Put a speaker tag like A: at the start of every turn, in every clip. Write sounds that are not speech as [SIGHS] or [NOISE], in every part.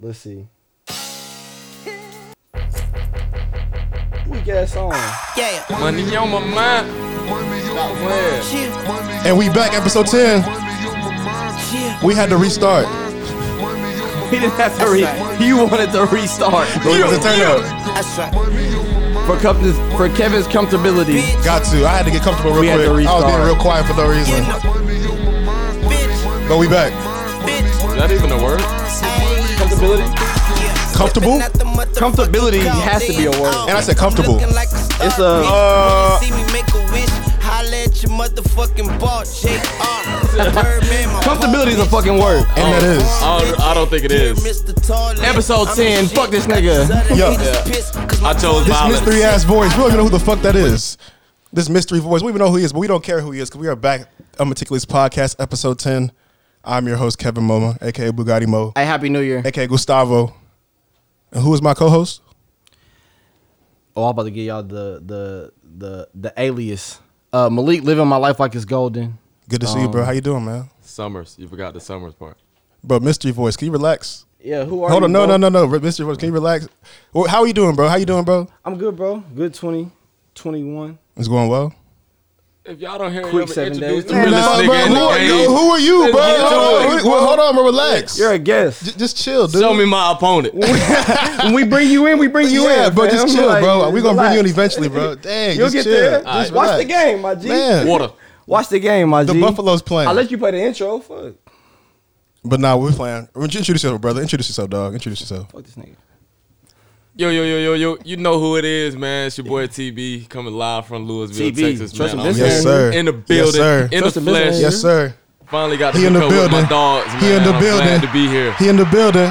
A: Let's see. Weak ass song.
B: Yeah.
C: Money on my mind. Stop playing.
B: Yeah.
D: And we back, episode 10.
B: Yeah.
D: We had to restart.
C: He didn't have to re. He wanted to restart.
D: But we had to turn up.
B: That's right.
C: For, Kevin's, for Kevin's comfortability.
B: Bitch.
D: Got to. I had to get comfortable real
C: We had
D: quick.
C: to
D: I was being
C: restart.
D: real quiet for no reason.
B: Yeah. Bitch.
D: But we back.
B: Bitch.
C: Is that even a word?
B: Ayy.
C: Comfortability?
B: Yeah.
D: Comfortable?
B: Out the motherfucking
C: Comfortability has to be a word.
B: car.
D: And I said comfortable.
B: Looking like a star,
C: It's a-
B: bitch.
D: Uh,
B: Wanna see me make a wish. Holla at your motherfucking
C: [LAUGHS]
B: ball, JR. Birdman, my
C: Comfortability is a
B: bitch.
C: fucking word.
D: And that is.
C: I don't- I don't think it is.
B: Mr. Toilet.
C: Episode
B: I'm
C: 10,
B: the
C: fuck this
B: shit.
C: nigga.
B: Sudden
D: Yeah.
B: he just
C: Yeah.
B: pissed 'cause my
C: I chose
B: toilet-
C: violence.
D: Mystery ass voice. We don't even know who the fuck that is. This mystery voice. We even know who he is, but we don't care who he is because we are back on Meticulous Podcast, episode 10. I'm your host, Kevin Moma, aka Bugatti Mo,
C: Hey, Happy New Year.
D: aka Gustavo. And who is my co host?
C: Oh, I'm about to give y'all the the the the alias. Uh, Malik living my life like it's golden.
D: Good to see you, bro.
C: Um,
D: How you doing, man?
E: Summers. You forgot the Summers part.
D: Bro, mystery voice. Can you relax?
A: Yeah, who are
D: Hold
A: you?
D: on, no,
A: bro?
D: no, no, no, Re- Mr. Rose, can you relax? Well, how are you doing, bro? How you doing, bro?
A: I'm good, bro. Good 20, 21.
D: It's going well.
E: If y'all don't hear
A: Quick
E: him
A: seven
E: introduce
A: days.
E: the
A: Man,
E: realest
D: Nah,
E: nigga
D: bro,
E: in
D: who,
E: the
D: are you,
E: game,
D: who are you, bro?
E: get
D: Hold
E: to
D: on,
E: it.
D: who- well, hold on, bro. Relax.
A: You're a guest.
D: J- just chill, dude.
E: show me my
A: [LAUGHS]
E: opponent.
A: when we bring you in, we bring you
D: Yeah,
A: in.
D: bro,
A: fam.
D: just chill,
A: Like,
D: bro. We're gonna bring you in
A: relax.
E: [LAUGHS]
D: eventually, bro. Dang,
A: You'll
D: just
A: get
D: chill.
A: there.
D: Just
A: Watch the
D: relax.
A: game, my G.
D: Man.
E: Water.
A: Watch the game, my
D: The
A: G.
D: Buffalo's playing.
A: I let you play the intro. Fuck.
D: But nah, we're playing. Introduce yourself, brother. Introduce yourself, dog. Introduce yourself.
A: Fuck this nigga.
E: Yo, yo, yo, yo, yo. You know who it is, man. It's your boy TB coming live from Louisville,
C: TB.
E: Texas.
C: Trust
E: man.
C: and
E: I'm
C: business.
D: Yes, sir.
E: In the
D: Yes,
E: building.
D: sir.
E: In
C: Trust
E: the
C: and business.
E: flesh.
D: Yes, sir.
E: Finally got to
D: He in the
E: become with
D: building.
E: my dogs, man.
D: He in the
E: I'm
D: building.
E: Glad to be here.
D: He in the building.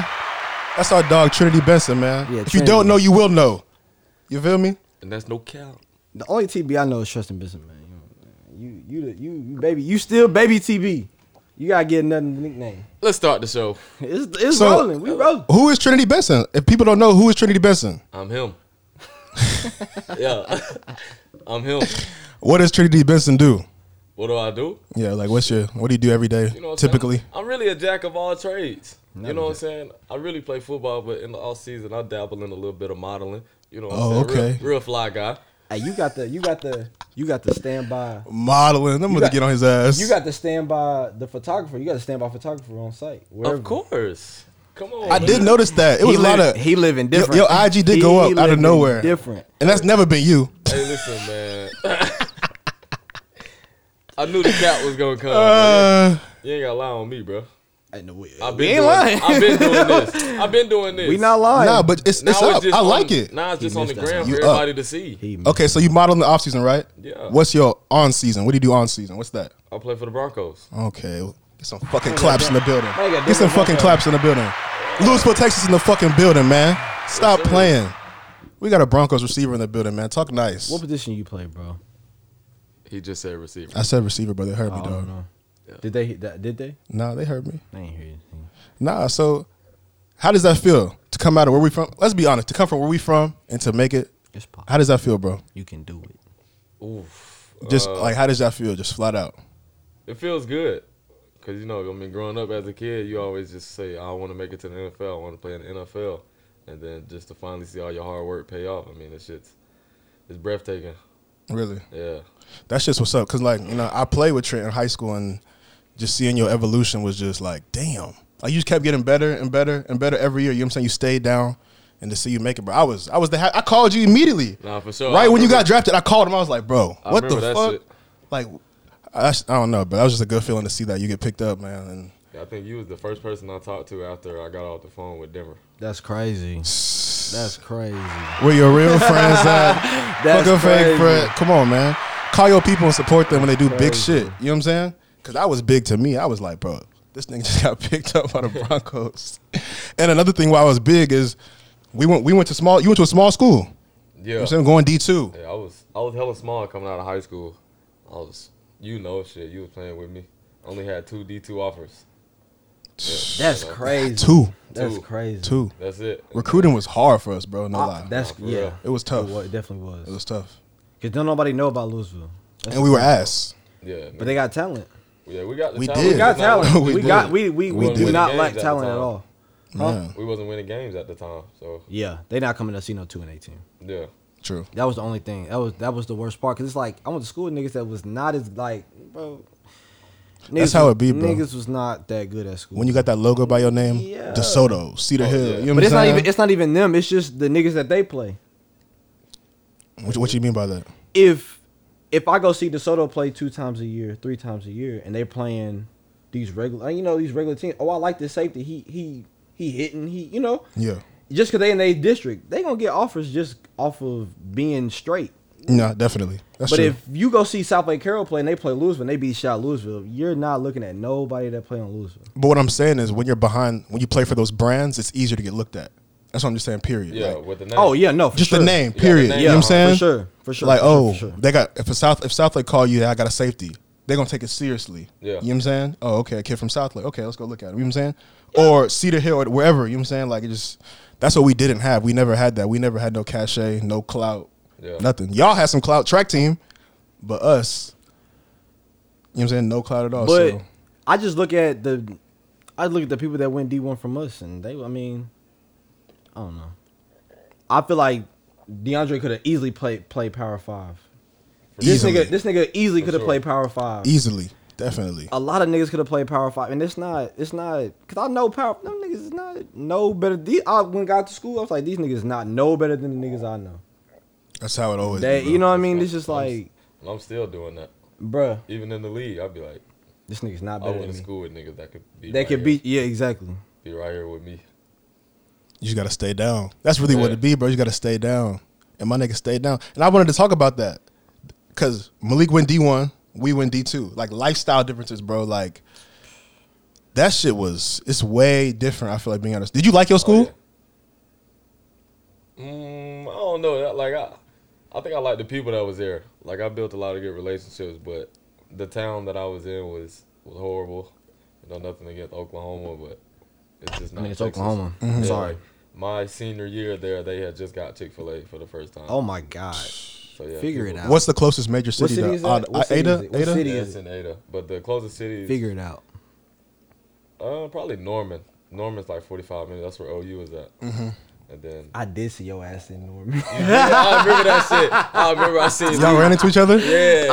D: That's our dog, Trinity Benson, man.
A: Yeah,
D: if you
A: Trinity.
D: don't know, you will know. You feel me?
E: And that's no count.
A: The only TB I know is Trust and Business, man. You, know, you, you, the, you, you, baby, you still baby TB. You gotta get another nickname. [LAUGHS]
E: Let's start the show.
A: It's, it's
D: So-
A: rolling. We rolling.
D: Who is Trinity Benson? If people don't know, who is Trinity Benson?
E: I'm
D: [LAUGHS]
E: him. yeah. [LAUGHS] I'm him.
D: What does Trinity Benson do?
E: What do I do?
D: Yeah, like what's your what do you do every day?
E: You know what I'm
D: typically,
E: saying? I'm, I'm really a jack of all trades. you know what I'm saying? I really play football, but in the off season, I dabble in a little bit of modeling. You know what
D: Oh,
E: I'm saying?
D: okay.
E: Real, real fly guy.
A: Hey, you got the you got the you got the standby.
D: modeling. I'm gonna
A: got-
D: get on his ass.
A: You got the standby the photographer. You got the standby photographer on site. Wherever.
E: Of course. Come on.
D: I
E: man.
D: did notice that it
C: he
D: was a lot
C: live-
D: of
C: he living
D: Yo-
C: different.
D: Yo, IG did go
A: He
D: up out of
A: living
D: nowhere,
A: Different.
D: and that's never been you.
E: Hey, listen, man. [LAUGHS] I knew the cat was gonna come. man.
D: Uh,
E: you ain't gotta lie on me, bro.
A: I know it.
E: I've
C: ain't
E: been doing,
C: lying.
E: I've been doing
D: [LAUGHS]
E: this. I've been doing
A: [LAUGHS]
E: this.
A: We not lying.
D: nah, but it's
E: Now
D: it's up. I
E: on-
D: like it.
E: Now it's just
A: He
E: on the
A: missed that
E: ground
D: one.
E: for
D: You up.
E: everybody to see.
A: He missed
D: Okay, so you model in the off season, right?
E: Yeah.
D: What's your on season? What do you do on season? What's that?
E: I play for the Broncos.
D: Okay, get
E: [LAUGHS]
D: some fucking claps in the building.
A: I got
D: Get some
A: different
D: fucking
A: workout.
D: claps in the building. Louisville, Texas, in the fucking building, man. Stop playing. We got a Broncos receiver in the building, man. Talk nice.
A: what position you play, bro?
E: He just said receiver.
D: I said receiver, but they heard me,
A: I
D: dog.
A: don't know. Did they? that- Did they?
D: Nah, they heard me.
A: I ain't hear anything.
D: Nah, so how does that feel to come out of where we from? Let's be honest, to come from where we from and to make it.
A: It's pop.
D: How does that feel, bro?
A: You can do it.
E: Oof. Uh,
D: Just like how does that feel? Just flat out.
E: It feels good. Cause you know, I mean, growing up as a kid, you always just say, "I want to make it to the NFL. I want to play in the NFL," and then just to finally see all your hard work pay off. I mean, it's shit's it's breathtaking.
D: Really.
E: Yeah,
D: That's just what's up. Cause like, you know, I played with Trent in high school and just seeing your evolution was just like, damn. Like you just kept getting better and better and better every year. You know what I'm saying? You stayed down and to see you make it, bro. I was I was the ha- I called you immediately.
E: Nah, for sure.
D: Right
E: I
D: when you
E: remember-
D: got drafted, I called him. I was like, bro,
E: I
D: what the
E: remember that
D: fuck?
E: shit.
D: Like I, that's- I don't know, but that was just a good feeling to see that you get picked up, man. And
E: I think you was the first person I talked to after I got off the phone with Denver.
A: That's crazy. That's crazy.
D: where your
A: [LAUGHS]
D: real friends at?
A: That's
D: Fucking
A: crazy.
D: fake friend. Come on, man. Call your people and support them when they do big shit. You know what I'm saying? Because I was big to me. I was like, bro, this nigga [LAUGHS] just got picked
A: [LAUGHS]
D: up by the Broncos. and another thing why I was big is we went we went to small you went to a small school. You know
E: Yeah,
D: what I'm saying? Going D two.
E: yeah I was I was hella small coming out of high school. I was, you know, shit. You was playing with me. I only had two D two offers.
A: That's crazy.
D: Two.
A: That's
E: Two.
A: crazy.
D: Two.
E: That's it.
D: Recruiting was hard for us, bro. No
A: Ah,
D: lie.
A: that's
E: for
A: yeah.
E: real.
D: it was tough.
A: It, wa- it
D: It
A: definitely was.
D: was tough.
A: Cause don't nobody know about Louisville. That's
D: And we were ass.
E: Yeah,
A: But they got talent.
E: yeah, we got. The
D: We
E: talent.
D: did.
A: We got
E: Now,
A: talent.
D: [LAUGHS] We
A: we,
D: did.
A: got we we, we,
D: We
A: do
D: did.
A: not
E: Games
A: lack
E: at the
A: talent at
E: time.
A: all.
D: Yeah,
E: [LAUGHS] We wasn't winning games at the time, so
A: Yeah, they not coming to see no two and eighteen.
E: yeah.
D: true.
A: That was the only thing. That was that was the worst part. Cause it's like I went to school with niggas that was not as like, bro.
D: That's
A: niggas-
D: how it be, bro.
A: Niggas was not that good at school.
D: When you got that logo by your name,
A: Yeah. Oh,
D: DeSoto, Cedar Hill.
E: yeah.
D: You know
A: but
D: what I'm
A: it's not
D: saying?
A: even it's not even them. It's just the niggas that they play.
D: what, what you mean by that?
A: if if I go see DeSoto play two times a year, three times a year, and they playing these regular, you know, these regular teams. Oh, I like this safety. He he he hitting. He you know,
D: Yeah.
A: just because they in their district, they gonna get offers just off of being straight.
D: No, definitely. That's
A: but
D: true.
A: if you go see South Lake Carroll play and they play Louisville, and they beat shot Louisville, you're not looking at nobody that play on Louisville.
D: but what I'm saying is, when you're behind, when you play for those brands, it's easier to get looked at. That's what I'm just saying. Period.
E: Yeah,
D: Like,
E: with the name.
A: Oh yeah, no, for
D: just
A: sure.
D: the
E: Yeah,
D: name.
E: the
D: Period.
E: name.
D: You know what I'm saying?
A: for sure, for sure.
D: Like,
A: for sure,
D: oh,
A: for sure.
D: they got if a South if Southlake call you, I got a safety. They're gonna take it seriously.
E: Yeah.
D: You know what I'm saying? Oh, okay, a kid from Southlake. Okay, let's go look at him. You know what I'm saying? Or Cedar Hill or wherever, you know what I'm saying? Like it just that's what we didn't have. We never had that. We never had no cachet, no clout,
E: Yeah.
D: nothing. Y'all had some clout track team, but us, you know what I'm saying? No clout at all.
A: But
D: so
A: I just look at the, I look at the people that went D one from us, and they. I mean, I don't know. I feel like DeAndre could have easily played played Power Five. This
D: easily.
A: nigga, this Uh, nigga easily could have
E: sure. E-
A: played Power Five.
D: easily. Definitely.
A: A lot of niggas could have played Power Five, and it's not, it's not, cause I know Power. Them niggas is not no better. These, I when I got to school, I was like, these niggas not no better than the niggas I know.
D: That's how it always
A: They,
D: be, bro.
A: you know what I mean? It's just like,
E: And I'm still doing that.
A: bruh,
E: Even in the league, I'd be like,
A: this nigga's not
E: I
A: better
E: went
A: than
E: to
A: me.
E: school with niggas that could be
A: They
E: right
A: could
E: here,
A: be, yeah, exactly.
E: be right here with me.
D: You just gotta stay down. That's really what
E: Yeah.
D: it be, bro. You gotta stay down. And my nigga stayed down. And I wanted to talk about that. Cause Malik went D one, we went D two. Like lifestyle differences, bro. Like that shit was it's way different, I feel like being honest. Did you like
A: Oh,
D: your school?
E: Oh, Mm, I don't know. that- Like I, I think I like the people that was there. Like I built a lot of good relationships, but the town that I was in was was horrible. You know, nothing against Oklahoma, but it's just
A: I
E: not.
A: mean, it's
E: Texas.
A: Oklahoma. Mm-hmm.
E: Yeah,
A: Sorry.
E: like, my senior year there, they had just got Chick Fil A for the first time.
A: Oh my god.
E: so yeah,
A: figure it
E: people-
A: out.
D: What's the closest major city,
A: city
D: to
A: is that?
D: uh,
A: What city
D: Ada?
A: is it? What
D: Ada?
A: city?
E: Yeah,
A: is
E: it's in Ada, but the closest city is
A: Figure it out.
E: uh, probably Norman. Norman's like forty five minutes. That's where OU is at.
D: Mm-hmm.
E: And then
A: I did see your ass in Norman.
E: Yeah, I remember that shit. I remember I seen
D: Y'all ran into each other?
E: Yeah,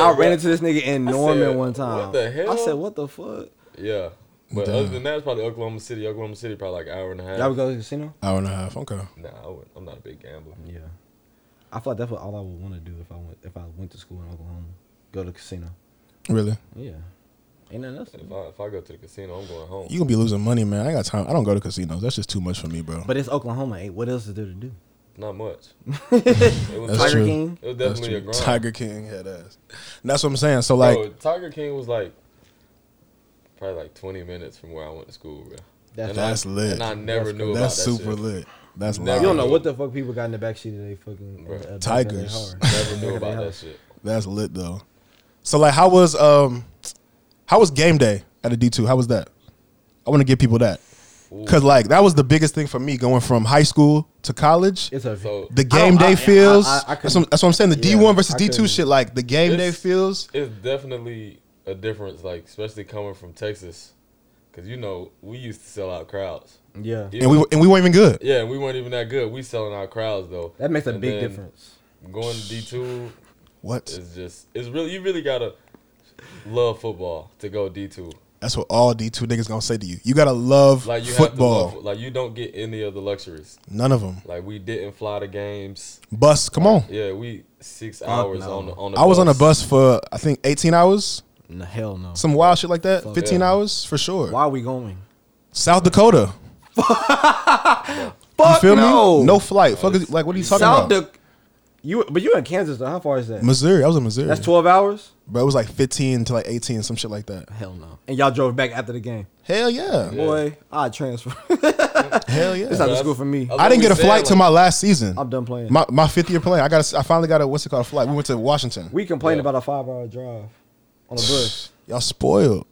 A: [LAUGHS] I ran into this nigga in Norman
E: said,
A: one time.
E: "What the hell?"
A: I said, "What the fuck?"
E: Yeah. But
D: Duh.
E: other than that, it's probably Oklahoma City. Oklahoma City probably like an hour and a half.
A: Y'all would go to the casino?
D: Hour and a half. Okay.
E: Nah, I wouldn't. I'm not a big gambler.
D: Mm-hmm.
A: Yeah. I feel like that's what all I would want to do if I went if I went to school in Oklahoma. Go to the casino.
D: Really?
A: Yeah. Ain't nothing else. to
E: If
A: do.
E: I, if I go to the casino, I'm going home.
D: You gonna be losing money, man. I ain't got time. I don't go to casinos. That's just too much for me, bro.
A: But it's Oklahoma. Ain't what else is there to do?
E: Not
D: [LAUGHS]
E: much. it was,
D: That's
A: Tiger
D: true.
A: King.
E: it was
D: That's
E: definitely a
D: true.
E: grind.
D: Tiger King head ass. And that's what I'm saying. So
E: Bro,
D: like
E: Tiger King was like probably like 20 minutes from where I went to school, bro.
A: That's-
E: And
D: That's
E: I,
D: lit.
E: And I never knew about
D: That's
E: that
D: super
E: shit.
D: lit. That's
E: Never-
D: live.
A: You don't know what the fuck people got in the back seat of their fucking
E: Bruh.
A: uh, back of their
D: Tigers.
A: car.
E: Never
A: [LAUGHS]
E: knew
D: [LAUGHS]
E: about that shit.
D: That's lit though. So like, how was um, how was game day at a D two? How was that? I want to give people that because like that was the biggest thing for me going from high school to college.
A: It's a
E: So
D: the
A: I-
D: game
A: I-
D: day feels.
A: I- I- I
D: that's,
A: couldn't-
D: what, that's what I'm saying. The
A: yeah,
D: D one versus
A: I
D: D two
A: couldn't-
D: shit. Like the game day
E: It's-
D: feels.
E: it's definitely a difference, like, especially coming from Texas. Because, you know, we used to sell out crowds.
A: yeah.
E: Even-
D: And we and we weren't even good.
E: Yeah, we weren't even that good. We selling our crowds though.
A: That makes a
E: And
A: big
E: then
A: difference.
E: Going D two
D: What?
E: is just it's really you really gotta love football to go D two.
D: That's what all D two niggas gonna say to you. You gotta love
E: Like you
D: football.
E: have to love, like you don't get any of the luxuries.
D: None of them.
E: Like we didn't fly the games.
D: Bus. Come on.
E: Yeah, we six hours
A: no.
E: on the on the
D: Uh, I was on a bus for I think 18 hours.
A: No, hell no.
D: Some wild shit like that. 15
E: yeah.
D: hours for sure.
A: Why are we going?
D: South Dakota.
A: Fuck
D: Feel
A: no.
D: me? No flight. Fuck is, like what are you talking
A: South
D: about?
A: Dak- You but you in Kansas though? How far is that?
D: Missouri. I was in Missouri.
A: That's twelve hours.
D: But it was like 15 to like 18, some shit like that.
A: Hell no. And y'all drove back after the game.
D: Hell yeah.
A: Boy, I transfer. [LAUGHS]
D: Hell
A: it's not
D: yeah.
A: the school for me.
E: I-
D: I
E: what
D: didn't get a
E: we said,
D: flight till
E: like-
D: my last season.
A: I'm done playing.
D: My my fifth year playing. I got a, I finally got a what's it called a flight. We went to Washington.
A: we complained
E: Yeah.
A: about a five hour drive on a bus.
D: Y'all spoiled.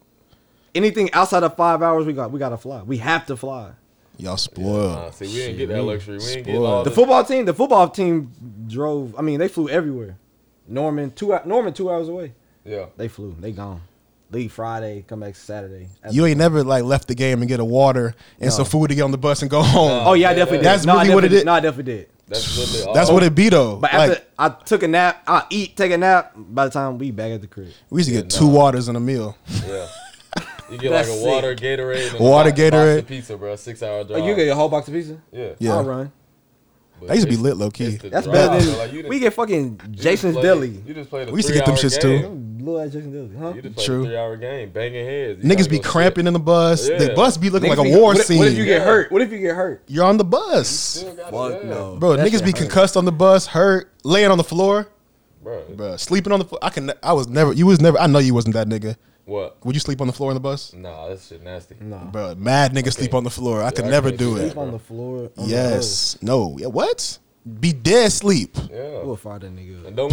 A: Anything outside of five hours, we got we gotta fly. We have to fly.
D: Y'all
E: Nah,
D: spoiled.
E: see, we didn't get that luxury. We didn't get
D: Spoiled.
E: all
A: The
E: the-
A: football team, the football team drove. I mean, they flew everywhere. Norman two hou- Norman two hours away.
E: Yeah,
A: They flew. They gone. leave Friday, come back Saturday.
D: You ain't never like left the game and get a water and some food to get on the bus and go home.
A: oh yeah, I definitely did.
D: That's
A: no, I
D: really what it
A: definitely-
D: is.
A: No, I definitely did.
E: That's literally all.
D: That's what it be though.
A: Oh, But
D: like
A: after I took a nap, I eat, take a nap. By the time we back at the crib,
D: we used to get two waters and a meal.
E: Yeah. You get like a
A: That's
E: water Gatorade, and a
D: Water
E: box- box of
D: Gatorade.
E: pizza, bro. Six hour drive.
A: oh, you get a whole box of pizza.
E: yeah.
D: Yeah,
A: I'll run.
E: But
D: that used to be
E: it's-
D: lit low
E: it's
D: key.
E: the
A: That's
E: drive,
A: better
E: bro. Like,
A: than
E: you done-
A: we get fucking
E: you just
A: Jason's
E: played-
A: Deli.
E: You just played. A
D: We used to get them
E: three-hour
D: shits,
E: game.
D: too.
A: Little ass Jason's Deli, huh?
E: You just played
D: True.
E: a three hour game, banging heads. You gotta
D: Niggas be
E: go sit.
D: cramping in the bus. The
E: oh, Yeah.
D: bus be looking
A: Niggas
D: like a
A: be-
D: war
A: what if-
D: scene.
A: What if you get hurt? What if you get hurt?
D: You're on the bus.
E: Still gotta-
A: Fuck
E: yeah.
A: no,
D: Bro,
A: That
D: niggas
A: shit
D: be
A: hurt.
D: concussed on the bus, hurt, laying on the floor,
E: Bro,
D: bro, sleeping on the floor. I can, I was never, you was never, I know you wasn't that nigga.
E: what?
D: Would you sleep on the floor in the bus,
E: Nah, that shit nasty.
A: No.
D: bro? Mad niggas sleep on the floor. I could
E: I
D: never
E: can't
D: do
E: do
D: it.
E: that.
A: Sleep on the floor. on the
D: Yes, no, yeah, what? Be dead sleep.
A: floor. We'll
E: Yeah.
A: fire that nigga. up.
E: And don't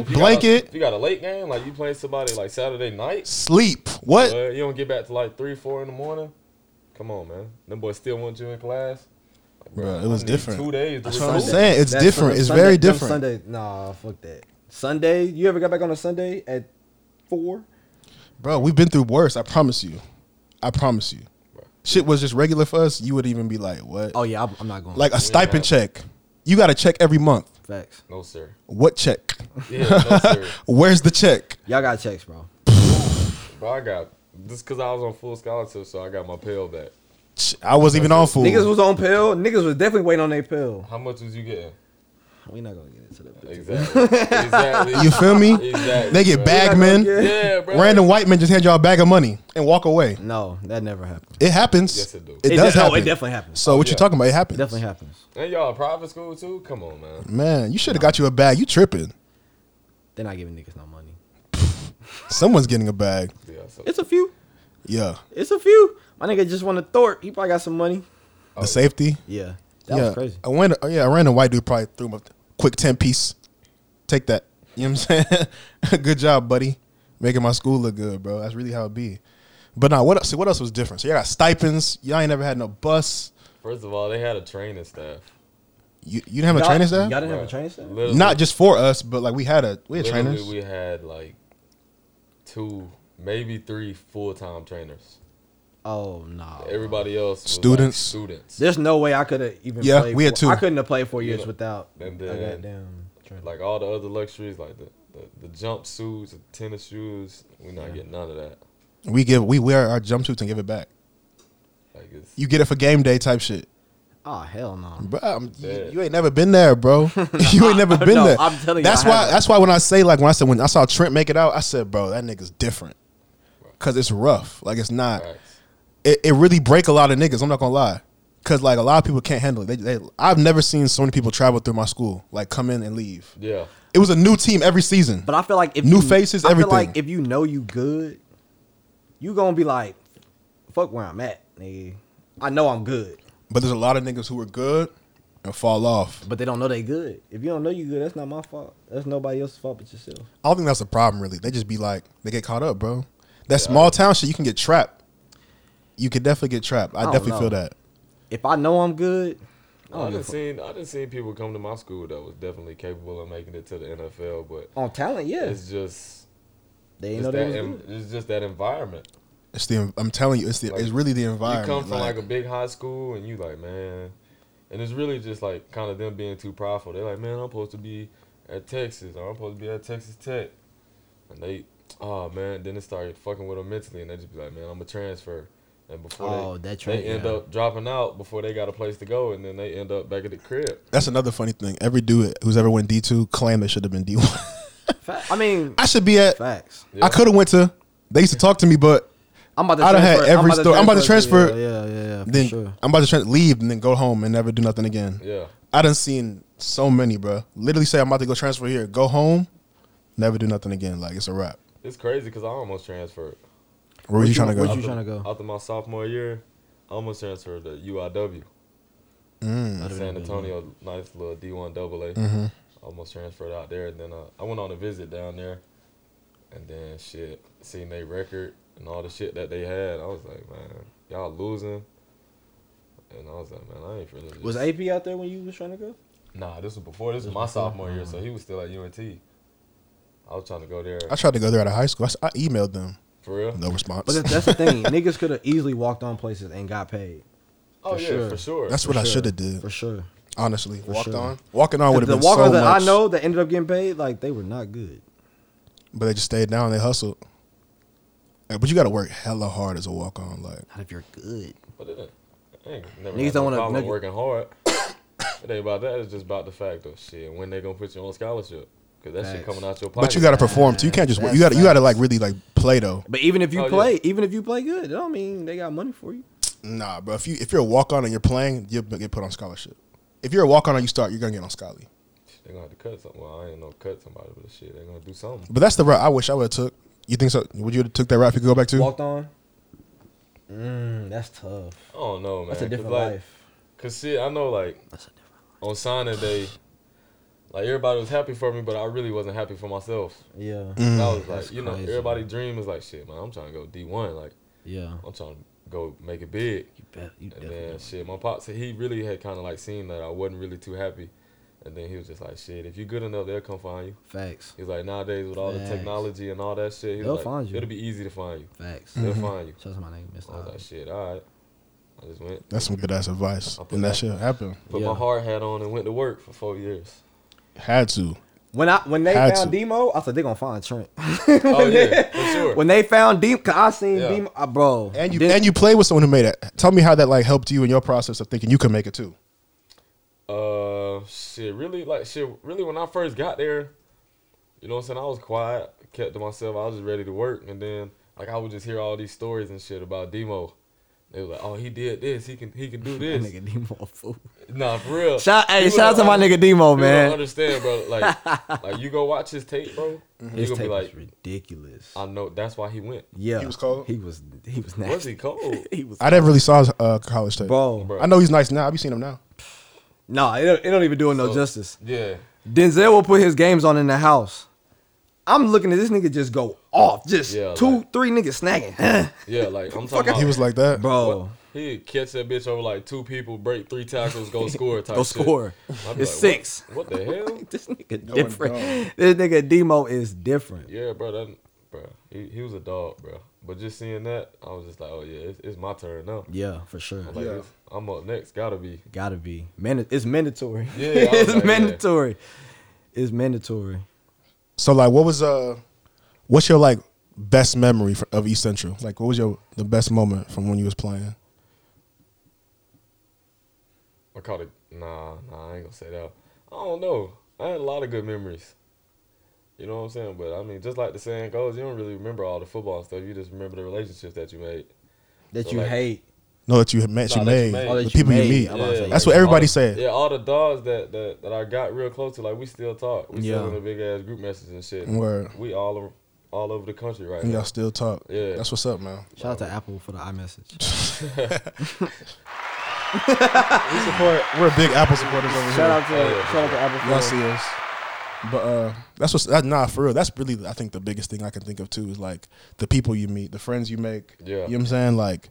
E: make me ask, if you Got
D: blanket.
E: a, if you got a late game, like you playing somebody like Saturday night,
D: Sleep. What?
E: but you don't get back to like three, four in the morning. Come on, man. Them boys still want you in class.
D: Bro, it
E: I
D: was
E: need
D: different.
E: Two days. to
D: That's what I'm
E: recover.
D: saying. It's
A: That's
D: different.
A: from
D: It's
A: Sunday-
D: very
A: from
D: different.
A: Sunday, nah, fuck that. Sunday, you ever got back on a Sunday at four?
D: Bro, we've been through worse. I promise you. I promise you. Shit was just regular for us. You would even be like, what?
A: Oh yeah, I'm, I'm not going.
D: Like a stipend check. You got a check every month.
A: facts.
E: No sir.
D: What check?
E: Yeah, no sir.
D: Where's the check?
A: Y'all got checks, bro.
E: Bro, I got just because I was on full scholarship, so I got my pill back.
D: Ch- I wasn't even on food.
A: Niggas was on pill. Niggas was definitely waiting on their pill.
E: How much was you getting?
A: We not gonna get into that. bitch.
E: Exactly. exactly.
D: [LAUGHS] [LAUGHS] you feel me?
E: Exactly,
D: They get
E: bro.
D: bagmen.
A: Yeah,
E: Yeah, bro.
D: Random white men just hand y'all a bag of money and walk away.
A: No, that never happened.
D: It happens.
E: Yes, it do.
D: It,
A: It
D: does
A: de- oh,
D: happen.
A: it definitely happens.
D: So what you
E: yeah.
D: talking about? It happens.
A: Definitely happens.
E: And y'all a private school too? Come on, man.
D: Man, you should have got you a bag. You tripping.
A: They're not giving niggas no money.
D: Someone's getting a bag.
E: Yeah, so,
A: It's a few.
D: Yeah.
A: It's a few. My nigga just won a thort. He probably got some money.
E: Oh.
D: The safety.
A: Yeah, that
D: yeah.
A: was crazy.
D: I went, yeah, a random white dude probably threw him a quick 10 piece. Take that. You know what I'm saying? [LAUGHS] good job, buddy. Making my school look good, bro. That's really how it be. But now, what else? See, what else was different? So y'all got stipends. Y'all ain't never had no bus.
E: first of all, they had a training staff.
D: You, you didn't have a training staff?
A: Y'all didn't have
E: Bruh.
A: a training staff.
E: Literally-
D: Not just for us, but like we had a we had
E: literally
D: trainers.
E: We had like two, maybe three full time trainers.
A: Oh no.
E: Everybody else was
D: Uh, Students.
E: like students.
A: There's no way I could have even.
D: Yeah,
A: played
D: we had
A: four-
D: two.
A: I couldn't have played four years
E: Yeah.
A: without
E: And
A: a
E: then,
A: goddamn. training.
E: Like all the other luxuries, like the, the, the jumpsuits, the tennis shoes. We're not getting none of that.
D: we give we wear our jumpsuits and give it back.
E: Like it's
D: You get it for game day type shit,
A: Oh hell no.
D: bro. I'm, you,
E: Yeah.
D: you ain't never been
A: [LAUGHS]
D: there, bro. [LAUGHS] you ain't never been
A: No,
D: there.
A: I'm telling you,
D: that's
A: I
D: why.
A: haven't.
D: That's why when I say like when I said when I saw Trent make it out, I said, bro, that nigga's different. Cause it's rough. Like it's not.
E: facts.
D: It, it really break a lot of niggas. I'm not gonna lie. Cause like a lot of people can't handle it. They, they, I've never seen so many people travel through my school. Like come in and leave.
E: Yeah.
D: It was a new team every season.
A: But I feel like if
D: New
A: you,
D: faces,
A: I feel
D: everything.
A: like if you know you good, you gonna be like, fuck where I'm at, nigga. I know I'm good,
D: But there's a lot of niggas who are good and fall off.
A: but they don't know they good. If you don't know you good, that's not my fault. That's nobody else's fault but yourself.
D: I don't think that's a problem really. They just be like they get caught up, bro. That small town shit, you can get trapped. You could definitely get trapped. I,
A: don't
D: definitely
A: know.
D: feel that.
A: If I know I'm good, I
E: I
A: don't give a
E: didn't
A: fuck.
E: seen I didn't seen people come to my school that was definitely capable of making it to the NFL, but
A: on talent, yeah,
E: it's just
A: they
E: it's,
A: ain't know they
E: that
A: was
E: en-
A: good.
E: it's just that environment.
D: It's the I'm telling you, it's the
E: Like,
D: it's really the
E: You
D: environment.
E: come from like, a big high school and you like man, and it's really just like kind of them being too prideful. They're like man, I'm supposed to be at Texas or I'm supposed to be at Texas Tech, and they oh man, then it started fucking with them mentally, and they just be like man, I'm a transfer. And before
A: Oh,
E: they,
A: that
E: they
A: tran-
E: end
A: yeah.
E: up dropping out before they got a place to go, and then they end up back at the crib.
D: that's another funny thing. Every dude who's ever went D two claimed they should have been D one. [LAUGHS]
A: Fa- I mean,
D: I should be at.
A: facts.
E: Yeah.
D: I could have went to. They used to talk to me, but
A: I'm about to.
D: I done had
A: transfer.
D: every story- I'm about to transfer.
A: Yeah, yeah, yeah. yeah for
D: then
A: sure.
D: I'm about to try to leave and then go home and never do nothing again.
E: Yeah,
D: I done seen so many, bro. Literally say I'm about to go transfer here, go home, never do nothing again. Like it's a wrap.
E: it's crazy because I almost transferred.
D: Where was you trying to
A: where'd
D: go?
A: you- tryna go?
E: After my sophomore year, I almost transferred to UIW,
D: Mm.
E: San Antonio, nice little D1 double A.
A: Mm-hmm.
D: Mm-hmm.
E: Almost transferred out there, and then uh, I went on a visit down there, and then shit, seen their record and all the shit that they had. I was like, man, y'all losing. And I was like, man, I ain't feeling this.
A: Was AP out there when you was trying to
D: [LAUGHS]
A: go?
E: Nah, this was before. This was my sophomore
A: Uh-huh.
E: year, so he was still at UNT. I was trying to go there.
D: I tried to go there out of high school. I, s- I emailed them.
E: For real?
D: No response.
A: But that's, that's the thing. Niggas could have easily walked on places and got paid.
E: Oh
A: For
E: yeah,
A: sure.
E: for sure.
D: [LAUGHS] That's what I should have did.
A: For sure.
D: Honestly, walked
A: sure.
D: on. Walking on would have
A: the
D: been
A: walkers
D: so
A: that
D: much.
A: I know that ended up getting paid, like they were not good.
D: But they just stayed down. They hustled. Uh, But you got to work hella hard as a walk on. Like
A: Not if you're good.
E: But it ain't, I ain't never
A: Niggas
E: had
A: don't
E: no
A: wanna-
E: problem
A: nigga-
E: working hard. [COUGHS] it ain't about that. It's just about the fact of shit. When they gonna put you on scholarship? Because that shit
A: Facts.
E: coming out your pocket.
D: but you got to perform too. You can't just work. you got to you got to like really like play though.
A: But even if you
E: Oh, yeah.
A: play, even if you play good, it don't mean they got money for you.
D: Nah, bro. If you if you're a walk on and you're playing, you'll be- get put on scholarship. If you're a walk on and you start, you're gonna get on scholarly.
E: They gonna have to cut something. Well, I ain't no cut somebody, but shit, they gonna do something.
D: But that's the route I wish I would have took. You think so? Would you have took that route if you could go back to?
A: Walked on. Mm, that's tough.
E: I don't know, man.
A: That's a
E: 'Cause,
A: different
E: like,
A: life.
E: Cause shit, I know like
A: That's a different.
E: on signing day, like everybody was happy for me, but I really wasn't happy for myself.
A: Yeah.
D: Mm.
E: I was like,
A: That's
E: you know,
A: crazy.
E: everybody dream is like, shit, man, I'm trying to go D one, like
A: Yeah.
E: I'm trying to go make it big.
A: You bet. You
E: And
A: definitely.
E: then shit, my pops said he really had kind of like seen that I wasn't really too happy, and then he was just like, shit, if you're good enough, they'll come find you.
A: Facts.
E: He's like, nowadays with all
A: Facts.
E: the technology and all that shit, he was
A: They'll
E: like,
A: find you.
E: It'll be easy to find you.
A: Facts.
E: They'll
D: Mm-hmm.
E: find you.
A: Shout out to my name, Mr.
E: I was
A: Holly.
E: like, shit, all right. I just went,
D: That's some good ass advice.
E: I'll put
D: And that
E: that-
D: shit happened.
E: put
A: Yeah.
E: my hard hat on, and went to work for four years.
A: [LAUGHS]
D: Had to.
A: When I when they
D: Had
A: found
D: to.
A: Demo, I said they gonna find Trent.
E: Oh yeah, for sure.
A: when they found Demo, cause I seen
E: Yeah.
A: Demo, uh, bro.
D: And you
A: Then-
D: and you play with someone who made it. Tell me how that like helped you in your process of thinking you can make it too.
E: Uh, shit, really, like, shit, really, when I first got there, you know what I'm saying? I was quiet, kept to myself. I was just ready to work. And then, like, I would just hear all these stories and shit about Demo. They was like, oh, he did this. He can, he can do
A: [LAUGHS] That
E: this.
A: nigga Demo a fool.
E: nah, for real.
A: Shout hey,
E: People
A: shout out to
E: don't
A: my
E: under-
A: nigga Demo,
E: people Don't
A: man. [LAUGHS]
E: understand, bro. Like, like you go watch his tape, bro. You
A: Mm-hmm. His
E: gonna be
A: tape
E: like,
A: was ridiculous.
E: I know that's why he went.
A: yeah,
D: He was cold?
A: He was he was nasty. [LAUGHS]
E: Was he cold?
A: he was
D: I never really saw his uh, college tape.
A: bro.
E: Bro.
D: I know he's nice now. I be seeing him now.
A: Nah, it don't, it don't even do him no
E: So-
A: justice.
E: Yeah.
A: Denzel will put his games on in the house. I'm looking at this nigga just go off, just
E: Yeah,
A: two,
E: like-
A: three niggas snagging,
E: Yeah, like, I'm talking about.
D: He was like that.
A: bro.
E: He'd catch that bitch over like two people, break three
A: [LAUGHS]
E: tackles, go score type
A: Go
E: shit.
A: score.
E: I'd be
A: It's
E: like,
A: six.
E: What, what the hell?
A: [LAUGHS] This nigga
D: Going
A: different.
D: dumb.
A: This nigga Demo is different.
E: Yeah, bro, that bro, he, he was a dog, bro. But just seeing that, I was just like, oh yeah, it's, it's my turn now.
A: Yeah, for sure.
E: Like,
D: Yeah.
E: it's- I'm up next. Gotta be.
A: Gotta be. Man, it's mandatory.
E: Yeah, I
A: [LAUGHS]
E: was
A: it's
E: like, yeah.
A: mandatory. It's mandatory.
D: So like, what was uh, what's your like best memory fr- of East Central? Like, what was your the best moment from when you was playing?
E: I caught it. Nah, nah, I ain't gonna say that. I don't know. I had a lot of good memories. You know what I'm saying? But I mean, just like the saying goes, you don't really remember all the football stuff. You just remember the relationships that you made.
A: That
E: So,
A: you
E: like-
A: hate.
D: No, that you had met,
E: Nah,
D: you
E: that you
D: made,
E: made.
D: the
E: Oh,
A: that you
D: people
A: made.
D: you meet.
A: I'm about to say,
D: That's
E: like,
D: what everybody
E: all the-
D: said.
E: Yeah, all the dogs that, that that I got real close to, like we still talk. We
A: Yeah.
E: still in a big ass group message and shit.
D: Word.
E: We all over, all over the country right
D: And
E: now.
D: y'all still talk.
E: Yeah.
D: That's what's up, man.
A: Shout out to Apple for the
E: [LAUGHS]
A: iMessage.
D: We support. We're big Apple supporters over here.
A: shout out to
E: Yeah, yeah,
A: shout out to
D: Y'all
A: Apple for
D: see us. But uh, that's what's that, nah for real. That's really I think the biggest thing I can think of too is like the people you meet, the friends you make.
E: Yeah.
D: You know what I'm saying? Like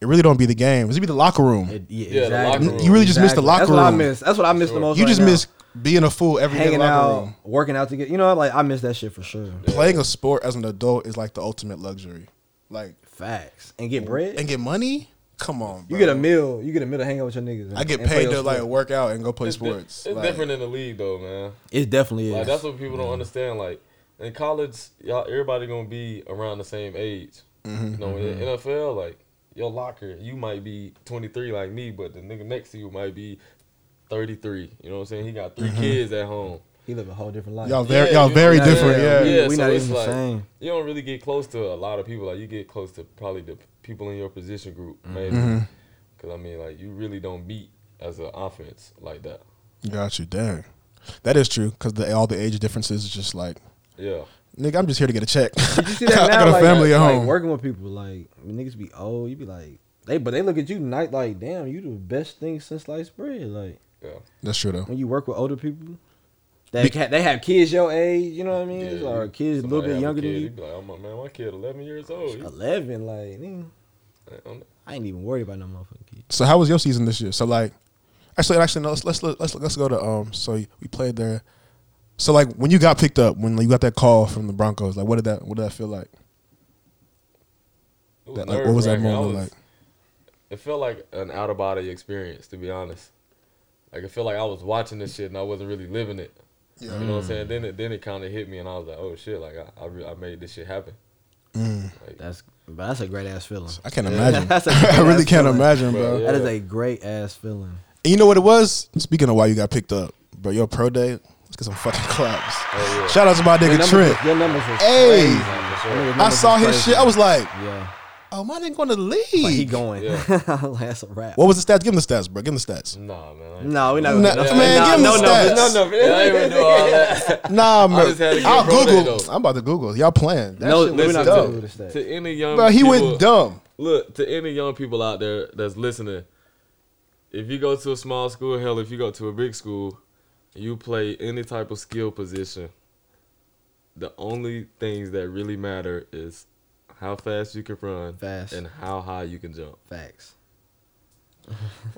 D: it really don't be the game. It's be the locker room.
A: It- yeah,
E: Yeah, the
A: E, exactly.
E: locker room.
D: you really just miss the locker
A: That's
D: room.
A: what I miss. That's what I miss the
E: sure.
A: most.
D: You
A: right
D: just
A: now.
D: miss being a fool every day in
A: hanging
D: the locker
A: out,
D: room.
A: working out together. You know, like I miss that shit for sure.
D: Playing a sport as an adult is like the ultimate luxury. Like
A: Facts and get bread.
D: and get money? Come on,
A: you
D: bro.
A: get a meal. You get a meal to hang out with your niggas.
D: I get
A: and play
D: paid
A: your
D: to like
A: sport.
D: work out and go play
E: It's di-
D: sports.
E: it's
D: Like,
E: different in the league though, man.
A: It definitely is.
E: Like that's what people don't understand. Like in college, y'all everybody gonna be around the same age.
A: Mm-hmm,
E: you know, in the NFL, like your locker, you might be 23 like me, but the nigga next to you might be 33. You know what I'm saying? He got 3
A: Mm-hmm.
E: kids at home.
A: he live a whole different life.
D: Y'all very
E: Yeah,
D: y'all
E: you-
D: very
E: yeah,
D: different, yeah.
E: yeah.
A: we
E: so
A: not
E: it's
A: even the
E: like-
A: same.
E: You don't really get close to a lot of people. Like you get close to probably the people in your position group,
A: Mm-hmm.
E: maybe. Because I mean, like you really don't beat as an offense like that.
D: Got you, dang. That is true, because the all the age differences is just like
E: Yeah.
D: Nigga, I'm just here to get a check.
A: You
D: [LAUGHS]
A: see that now?
D: [LAUGHS] I got a
A: like, uh,
D: family at
A: like,
D: home.
A: working with people, like when niggas be old, you be like, they but they look at you night like, damn, you the best thing since sliced bread. Like
E: Yeah.
D: That's true though.
A: when you work with older people, they ha- they have kids your age. You know what I mean?
E: Yeah,
A: or
E: you-
A: kids a little
E: somebody have
A: bit younger
E: kid,
A: than
E: he
A: you.
E: be Like, I'm a, man, my kid 11 years old. He-
A: Eleven, like nigga,
E: I'm-
A: I ain't even worried about no motherfucking kid.
D: So how was your season this year? So like, actually, actually, no, let's let's let's let's go to um. So we played there. So like, when you got picked up, when you got that call from the Broncos, like, what did that what did that feel like?
E: It
D: That, like, what was that
E: nerve-wracking. I
D: moment
E: was-
D: like?
E: It felt like an out of body experience, to be honest. Like it felt like I was watching this shit and I wasn't really living it. You know what I'm saying? Then it then it kind of hit me and I was like, oh shit! Like I I, re- I made this shit happen.
D: Mm.
A: That's but that's a great ass feeling.
D: I can't imagine.
A: [LAUGHS] That's a
D: [LAUGHS] I
A: good-ass
D: really can't
A: feeling.
D: imagine,
E: Bro,
D: bro.
E: yeah.
A: That is a great ass feeling.
D: And you know what it was? Speaking of why you got picked up, bro, your pro day, let's get some fucking [LAUGHS] claps.
E: Oh, yeah.
D: Shout out to my nigga Trent.
A: your numbers was
D: Hey,
E: Nah, for sure.
D: I saw his
A: crazy.
D: shit. I was like,
A: yeah.
D: oh, my nigga going to leave.
A: Like he going.
E: Yeah.
A: [LAUGHS] like, that's a wrap.
D: What was the stats? Give him the stats, bro. Give him the stats.
E: Nah, man. I ain't-
A: No, we're not.
D: Nah,
A: gonna-
D: man, give him
A: no,
D: the
A: no,
D: stats.
A: No, no,
E: Yeah, I ain't [LAUGHS] even do all that.
D: Nah, man.
E: just had to get
D: I'll
E: pro day,
D: Google.
E: though.
D: I'm about to Google. Y'all playing. That
A: No,
D: shit
A: we're
D: was
A: not
D: dumb.
A: gonna do the stats.
E: To any young
D: Bro, he
E: people,
D: went dumb.
E: Look, to any young people out there that's listening, if you go to a small school, hell, if you go to a big school, you play any type of skill position. The only things that really matter is how fast you can run
A: Fast.
E: and how high you can jump.
A: Facts.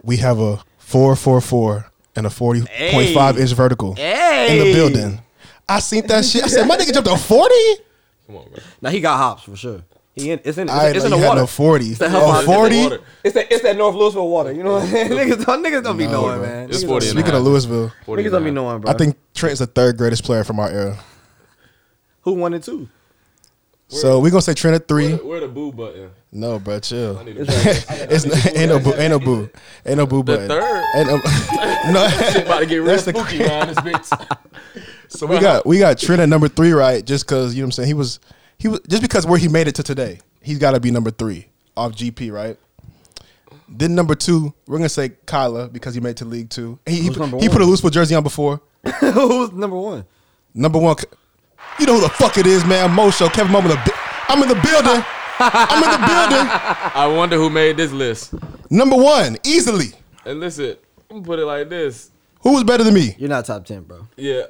D: We have a 444 and a 40.5 inch vertical in the building. I seen that shit. I said, my nigga jumped a 40?
E: Come on, bro.
A: Now he got hops for sure. He in, it's in. It's,
D: I
A: it's
D: know
A: in the
D: you had
A: water.
D: no Oh, 40.
A: the hell
D: A
A: out of the
D: 40?
E: Water.
A: It's that. It's that North Louisville water. You know what I'm
D: [LAUGHS]
A: saying? Niggas don't. Niggas don't be
D: No,
A: knowing,
D: bro.
A: man.
E: It's
A: Niggas
E: 40
A: don't-
E: and a
D: Speaking of Louisville,
A: Niggas don't be
E: 49.
A: knowing, bro.
D: I think Trent's the third greatest player from our era.
A: who won it too.
D: So we're gonna say Trent at three.
E: Where the, where the boo button?
D: No, bro, chill.
E: I need to
A: [LAUGHS]
D: [LAUGHS] it's ain't no boo, ain't no boo, ain't no boo button.
E: third?
D: Ain't no,
E: [LAUGHS]
D: no. [LAUGHS]
E: about to get real
D: That's the- [LAUGHS]
E: spooky around this bitch.
D: so we got we got Trent at number three, right? Just because you know what I'm saying he was he was just because where he made it to today, he's got to be number three off GP, right? Then number two, we're gonna say Kyla because he made it to League Two. He he,
A: Who's number
D: he
A: one?
D: put a Louisville jersey on before.
A: Who's number one?
D: Number one, you know who the fuck it is, man. Mo Show, Kevin Mama, the, bu- I'm in the building. I'm in the building.
A: [LAUGHS]
E: I wonder who made this list.
D: Number one, easily.
E: And listen, I'm gonna put it like this.
D: Who was better than me?
A: You're not top ten, bro. [LAUGHS]
E: Yeah.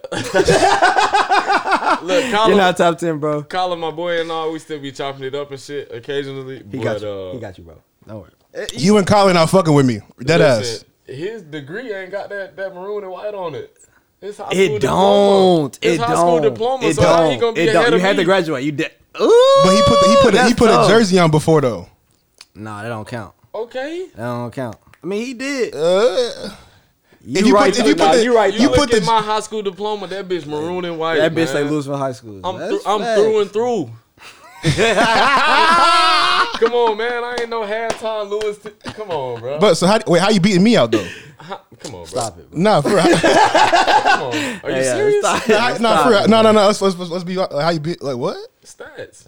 E: Look, Colin,
A: You're not top ten, bro.
E: Colin, my boy, and all, we still be chopping it up and shit occasionally.
A: He
E: but,
A: got you.
E: Uh,
A: He got you, bro. Don't worry.
D: You and Colin not fucking with me. Dead ass.
E: listen, His degree ain't got that, that maroon and white on it. It's high school
A: It don't.
E: Diploma.
A: It
E: It's high school
A: don't.
E: diploma.
A: It
E: so how he
A: don't.
E: gonna be
A: It
E: ahead
A: don't. You
E: of
A: had
E: me?
A: to graduate. You did. Ooh.
D: But he put the, he put a, he
A: that's
D: put a
A: tough.
D: jersey on before though.
A: Nah, that don't count.
E: Okay.
A: That don't count. I mean, he did.
D: Uh,
A: You
D: if you
A: right.
D: put- if you
A: though.
D: put
A: Nah,
D: the-
A: you right.
E: You,
D: You
A: though.
E: look
D: put
E: at
D: the-
E: my high school diploma. That bitch maroon and white.
A: That bitch
E: man.
A: they lose from high school.
E: I'm,
A: That's
E: through, I'm
A: facts.
E: through and
A: [LAUGHS]
E: through. Come on, man. I ain't no halftime Lewis. T- Come on, bro.
D: but so how wait how you beating me out though?
E: Come on, bro.
A: Stop it. Bro.
D: Nah, for real. [LAUGHS]
E: Come on. Are you
A: Yeah,
E: serious?
A: Stop.
D: nah, nah,
A: Stop.
D: for real. No, no, no. Let's, let's, let's be like, how you beat like what?
E: Stats.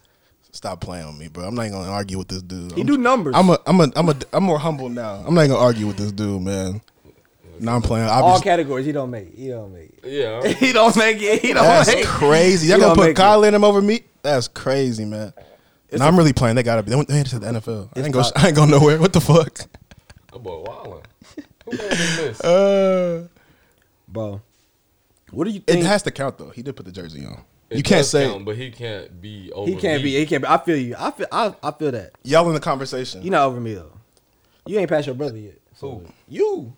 D: Stop playing with me, bro. I'm not even gonna argue with this dude.
A: He
D: I'm,
A: do numbers.
D: I'm a I'm a I'm a I'm more humble now. I'm not even gonna argue with this dude, man. Nah, I'm playing.
A: All
D: Obviously,
A: categories. He don't make. He don't make.
E: [LAUGHS]
A: it.
E: Yeah. I'm-
A: He don't make it. He don't
D: that's
A: make. it.
D: crazy. Y'all
A: He
D: gonna
A: don't
D: put
A: make
D: Kyle in him over me? That's crazy, man. Nah, I'm really playing. They gotta be. They went they went to the NFL. I ain't, go,
A: top-
D: I ain't go nowhere. What the fuck?
E: That boy wildin'. Who made this list?
D: Uh,
A: Bro, what do you
D: it
A: think?
D: has to count though. He did put the jersey on.
E: It
D: [LAUGHS] you can't
E: does
D: say
E: count, but he can't be over.
A: he can't
E: me.
A: be. He can't be. I feel you. I feel. I, I feel that.
D: y'all in the conversation.
A: You not over me though. You ain't past your brother yet. So you.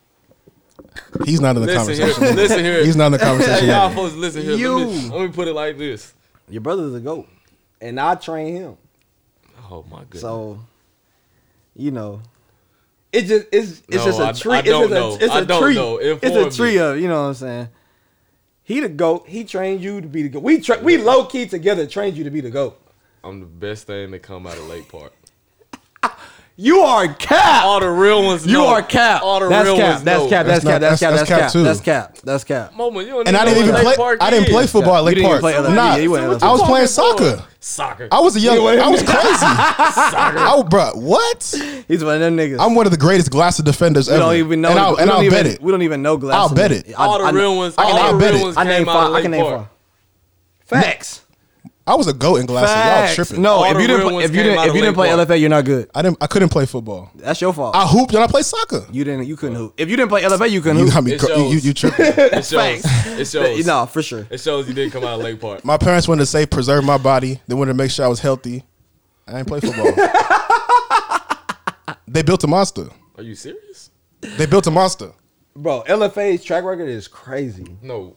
D: He's not in the
E: Listen
D: conversation.
E: here. Listen here.
D: He's not in the conversation.
E: Hey, [LAUGHS] y'all
D: yet.
E: folks, listen here. Let, me,
A: You.
E: let me put it like this.
A: Your brother's a goat, and I train him.
E: Oh my goodness.
A: So, you know, it just it's it's
E: No,
A: just
E: I-
A: a tree.
E: I
A: it's just
E: don't
A: a,
E: know.
A: It's a
E: I don't
A: tree.
E: know. Inform
A: It's a tree
E: me.
A: of you know what I'm saying. He the goat. He trained you to be the goat. We tra- we low key together trained you to be the goat.
E: I'm the best thing to come out of Lake Park.
A: You are cap.
E: All the real ones.
A: You
E: know.
A: are cap.
E: All the
A: that's
E: real
A: cap.
E: ones.
A: That's
E: know.
A: cap. That's
D: That's not-
A: cap. That's cap.
D: that's-
A: That's
D: that's
A: cap.
D: cap,
A: That's
D: too.
A: cap. That's cap.
E: Mama, you don't
D: And I
E: know
D: didn't
E: what
D: even
E: Lake
D: play.
E: Park
D: I didn't play
E: is.
D: football at
A: You
D: Lake
A: didn't
D: Park.
A: play LFC.
D: Nah,
A: You went
D: I was
E: LFC.
D: playing soccer.
E: Soccer.
D: I was a young. I
E: [LAUGHS]
D: was crazy. Oh, bro, what?
A: He's one of them niggas.
D: I'm one of the greatest glasses defenders
A: we
D: ever.
A: don't even know.
D: and I'll,
A: we
D: and
A: don't
D: I'll
A: even,
D: bet it.
A: We don't even know glass.
D: I'll bet it.
E: all the real ones.
D: I can
E: all the
D: bet
E: real
D: it.
E: ones
A: I name
E: came out of
A: five. I
E: Lake
A: can name
E: Park.
A: five. Facts.
D: I was a goat in glasses.
A: Facts.
D: Y'all tripping?
A: No,
E: All
A: if
E: the
A: you didn't,
E: real
A: play-
E: ones
A: if you
E: came out
A: didn't,
E: of
A: if you didn't play
E: Lake Park.
A: LFA, you're not good.
D: I didn't. I couldn't play football.
A: That's your fault.
D: I hooped and I played soccer.
A: You didn't. You couldn't hoop. If you didn't play LFA, you couldn't
D: You got
A: hoop.
D: me.
E: It
D: cr- You, you,
E: shows.
D: you
A: [LAUGHS]
D: tripping?
E: It shows. It shows.
A: No, for sure.
E: It shows you didn't come out of Lake Park.
D: my parents wanted to say preserve my body. They wanted to make sure I was healthy. I ain't
A: [LAUGHS]
D: play football. they built a monster.
E: Are you serious?
D: They built a monster.
A: Bro, LFA's track record is crazy.
E: No,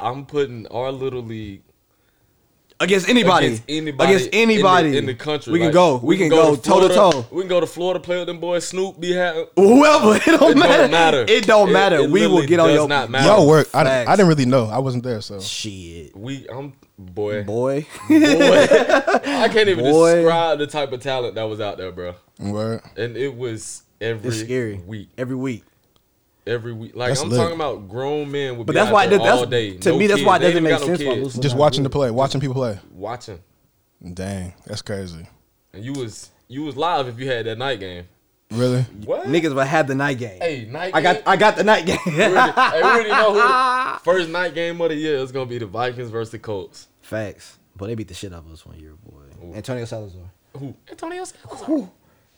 E: I'm putting our little league
A: against anybody,
E: Against anybody,
A: against
E: in the-
A: anybody
E: in the, country,
A: We can
E: Like,
A: go. We, can, go, toe to
E: Florida.
A: toe.
E: We can go to Florida, play with them boys. Snoop, be happy.
A: Whoever [LAUGHS] it don't,
E: It don't
A: matter.
E: matter.
A: It don't
E: It-
A: matter.
E: it
A: we will
E: literally
A: get on
E: does
A: your
E: not matter.
D: Y'all work. I, didn't-
A: Facts.
D: I didn't really know. I wasn't there, so
A: shit.
E: We, I'm [LAUGHS] boy.
A: Boy, [LAUGHS]
E: boy. I can't even
A: Boy.
E: describe the type of talent that was out there, bro.
D: word.
E: And it was every
A: it's scary.
E: week,
A: Every week.
E: every week. Like
D: That's
E: I'm
D: lit.
E: talking about grown men would
A: But
E: be
A: that's
E: out
A: why
E: there
A: that- that's-
E: all day.
A: to
E: No
A: me, that's why it
E: kids.
A: doesn't
E: They
A: make
E: ain't even
A: sense
E: got
A: why
E: kids.
A: Lucifer-
D: Just
A: Nah,
D: watching
A: good.
D: the play, watching people play.
E: watching,
D: Dang, that's crazy.
E: and you was you was live if you had that night game.
D: Really?
E: What?
A: Niggas will have the night game.
E: Hey, night.
A: I got
E: game?
A: I got the night
E: [LAUGHS]
A: game.
E: We already- hey, we already know who the first night game of the year is gonna be the Vikings versus the Colts.
A: [LAUGHS] Facts. But they beat the shit out of us one year, boy. Antonio Salazar.
E: Who? Antonio Scott.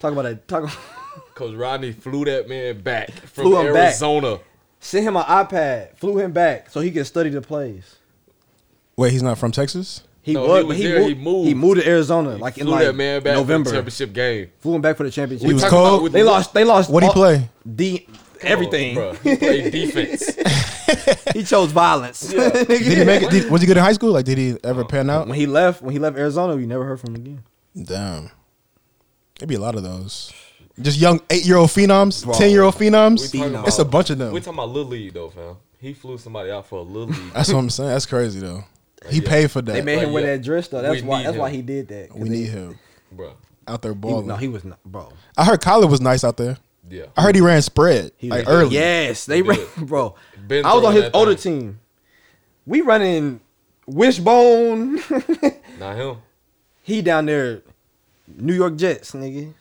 A: Talk about that. Talk. [LAUGHS] About,
E: Cause Rodney flew that man back from
A: Flew him back.
E: Arizona.
A: sent him an iPad. Flew him back so he could study the plays.
D: Wait, he's not from Texas?
A: He,
E: No,
A: was,
E: he was
A: he,
E: there,
A: moved,
E: he moved.
A: He moved to Arizona, like in
E: flew
A: like
E: that man back
A: November.
E: for the championship game.
A: Flew him back for the championship.
D: He was
E: Talking about
D: cold?
E: with
A: they
E: the-
A: lost. They lost.
D: What'd he
A: all-
D: play?
A: The everything.
E: Bruh, he played defense.
A: [LAUGHS] He chose violence. Nigga.
D: Did he make it? Did, was he good in high school? Like, did he ever pan out?
A: when he left, when he left Arizona, we never heard from him again.
D: Damn. It'd be a lot of those. Just young eight year old phenoms, ten year old phenoms.
E: We talking
D: It's a bunch of them.
E: We talking about Lil League though, fam. He flew somebody out for a Lil
A: [LAUGHS]
E: League.
D: That's what I'm saying. That's crazy though. He paid for
A: Uh, They
D: that.
A: made him
E: Like,
A: wear
E: yeah.
A: that dress though. That's
E: We
A: why.
E: need
A: That's why
E: him.
A: he did that. 'Cause
D: We
A: they-
D: need him
E: Bruh.
D: out there
A: he-
D: balling.
A: no, he was not, bro.
D: I heard Colin was nice out there.
E: Yeah.
D: I heard he ran spread
A: He
D: like
A: was-
D: early.
A: Yes, they
E: did.
A: ran, bro.
E: Been
A: I was on
E: throwing
A: his
E: that
A: older
E: thing.
A: team. We running wishbone. [LAUGHS]
E: Not him.
A: he down there, New York Jets, nigga.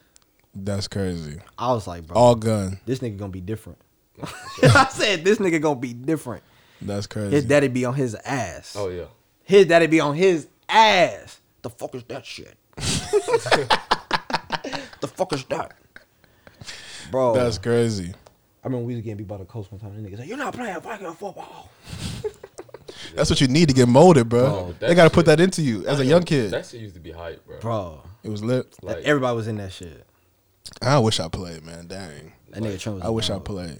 D: That's crazy.
A: I was like, bro,
D: All gun.
A: this nigga gonna be different. [LAUGHS] I said this nigga gonna be different.
D: That's crazy.
A: His daddy be on his ass.
E: Oh yeah.
A: His daddy be on his ass. The fuck is that
D: [LAUGHS]
A: shit? the fuck is that? Bro,
D: That's crazy.
A: I remember we was getting beat by the coach one time. And niggas like, you're not playing Viking football.
D: That's what you need to get molded, bro.
E: Bro,
D: they
E: that
D: got to
E: shit-
D: put that into you as a young kid.
E: That shit used to be hype, bro.
A: Bro,
D: It was lit.
E: Like
A: everybody was in that shit.
D: I wish I played, man. Dang.
A: That nigga Trent was
D: I
A: a
D: wish I
A: dog.
D: played.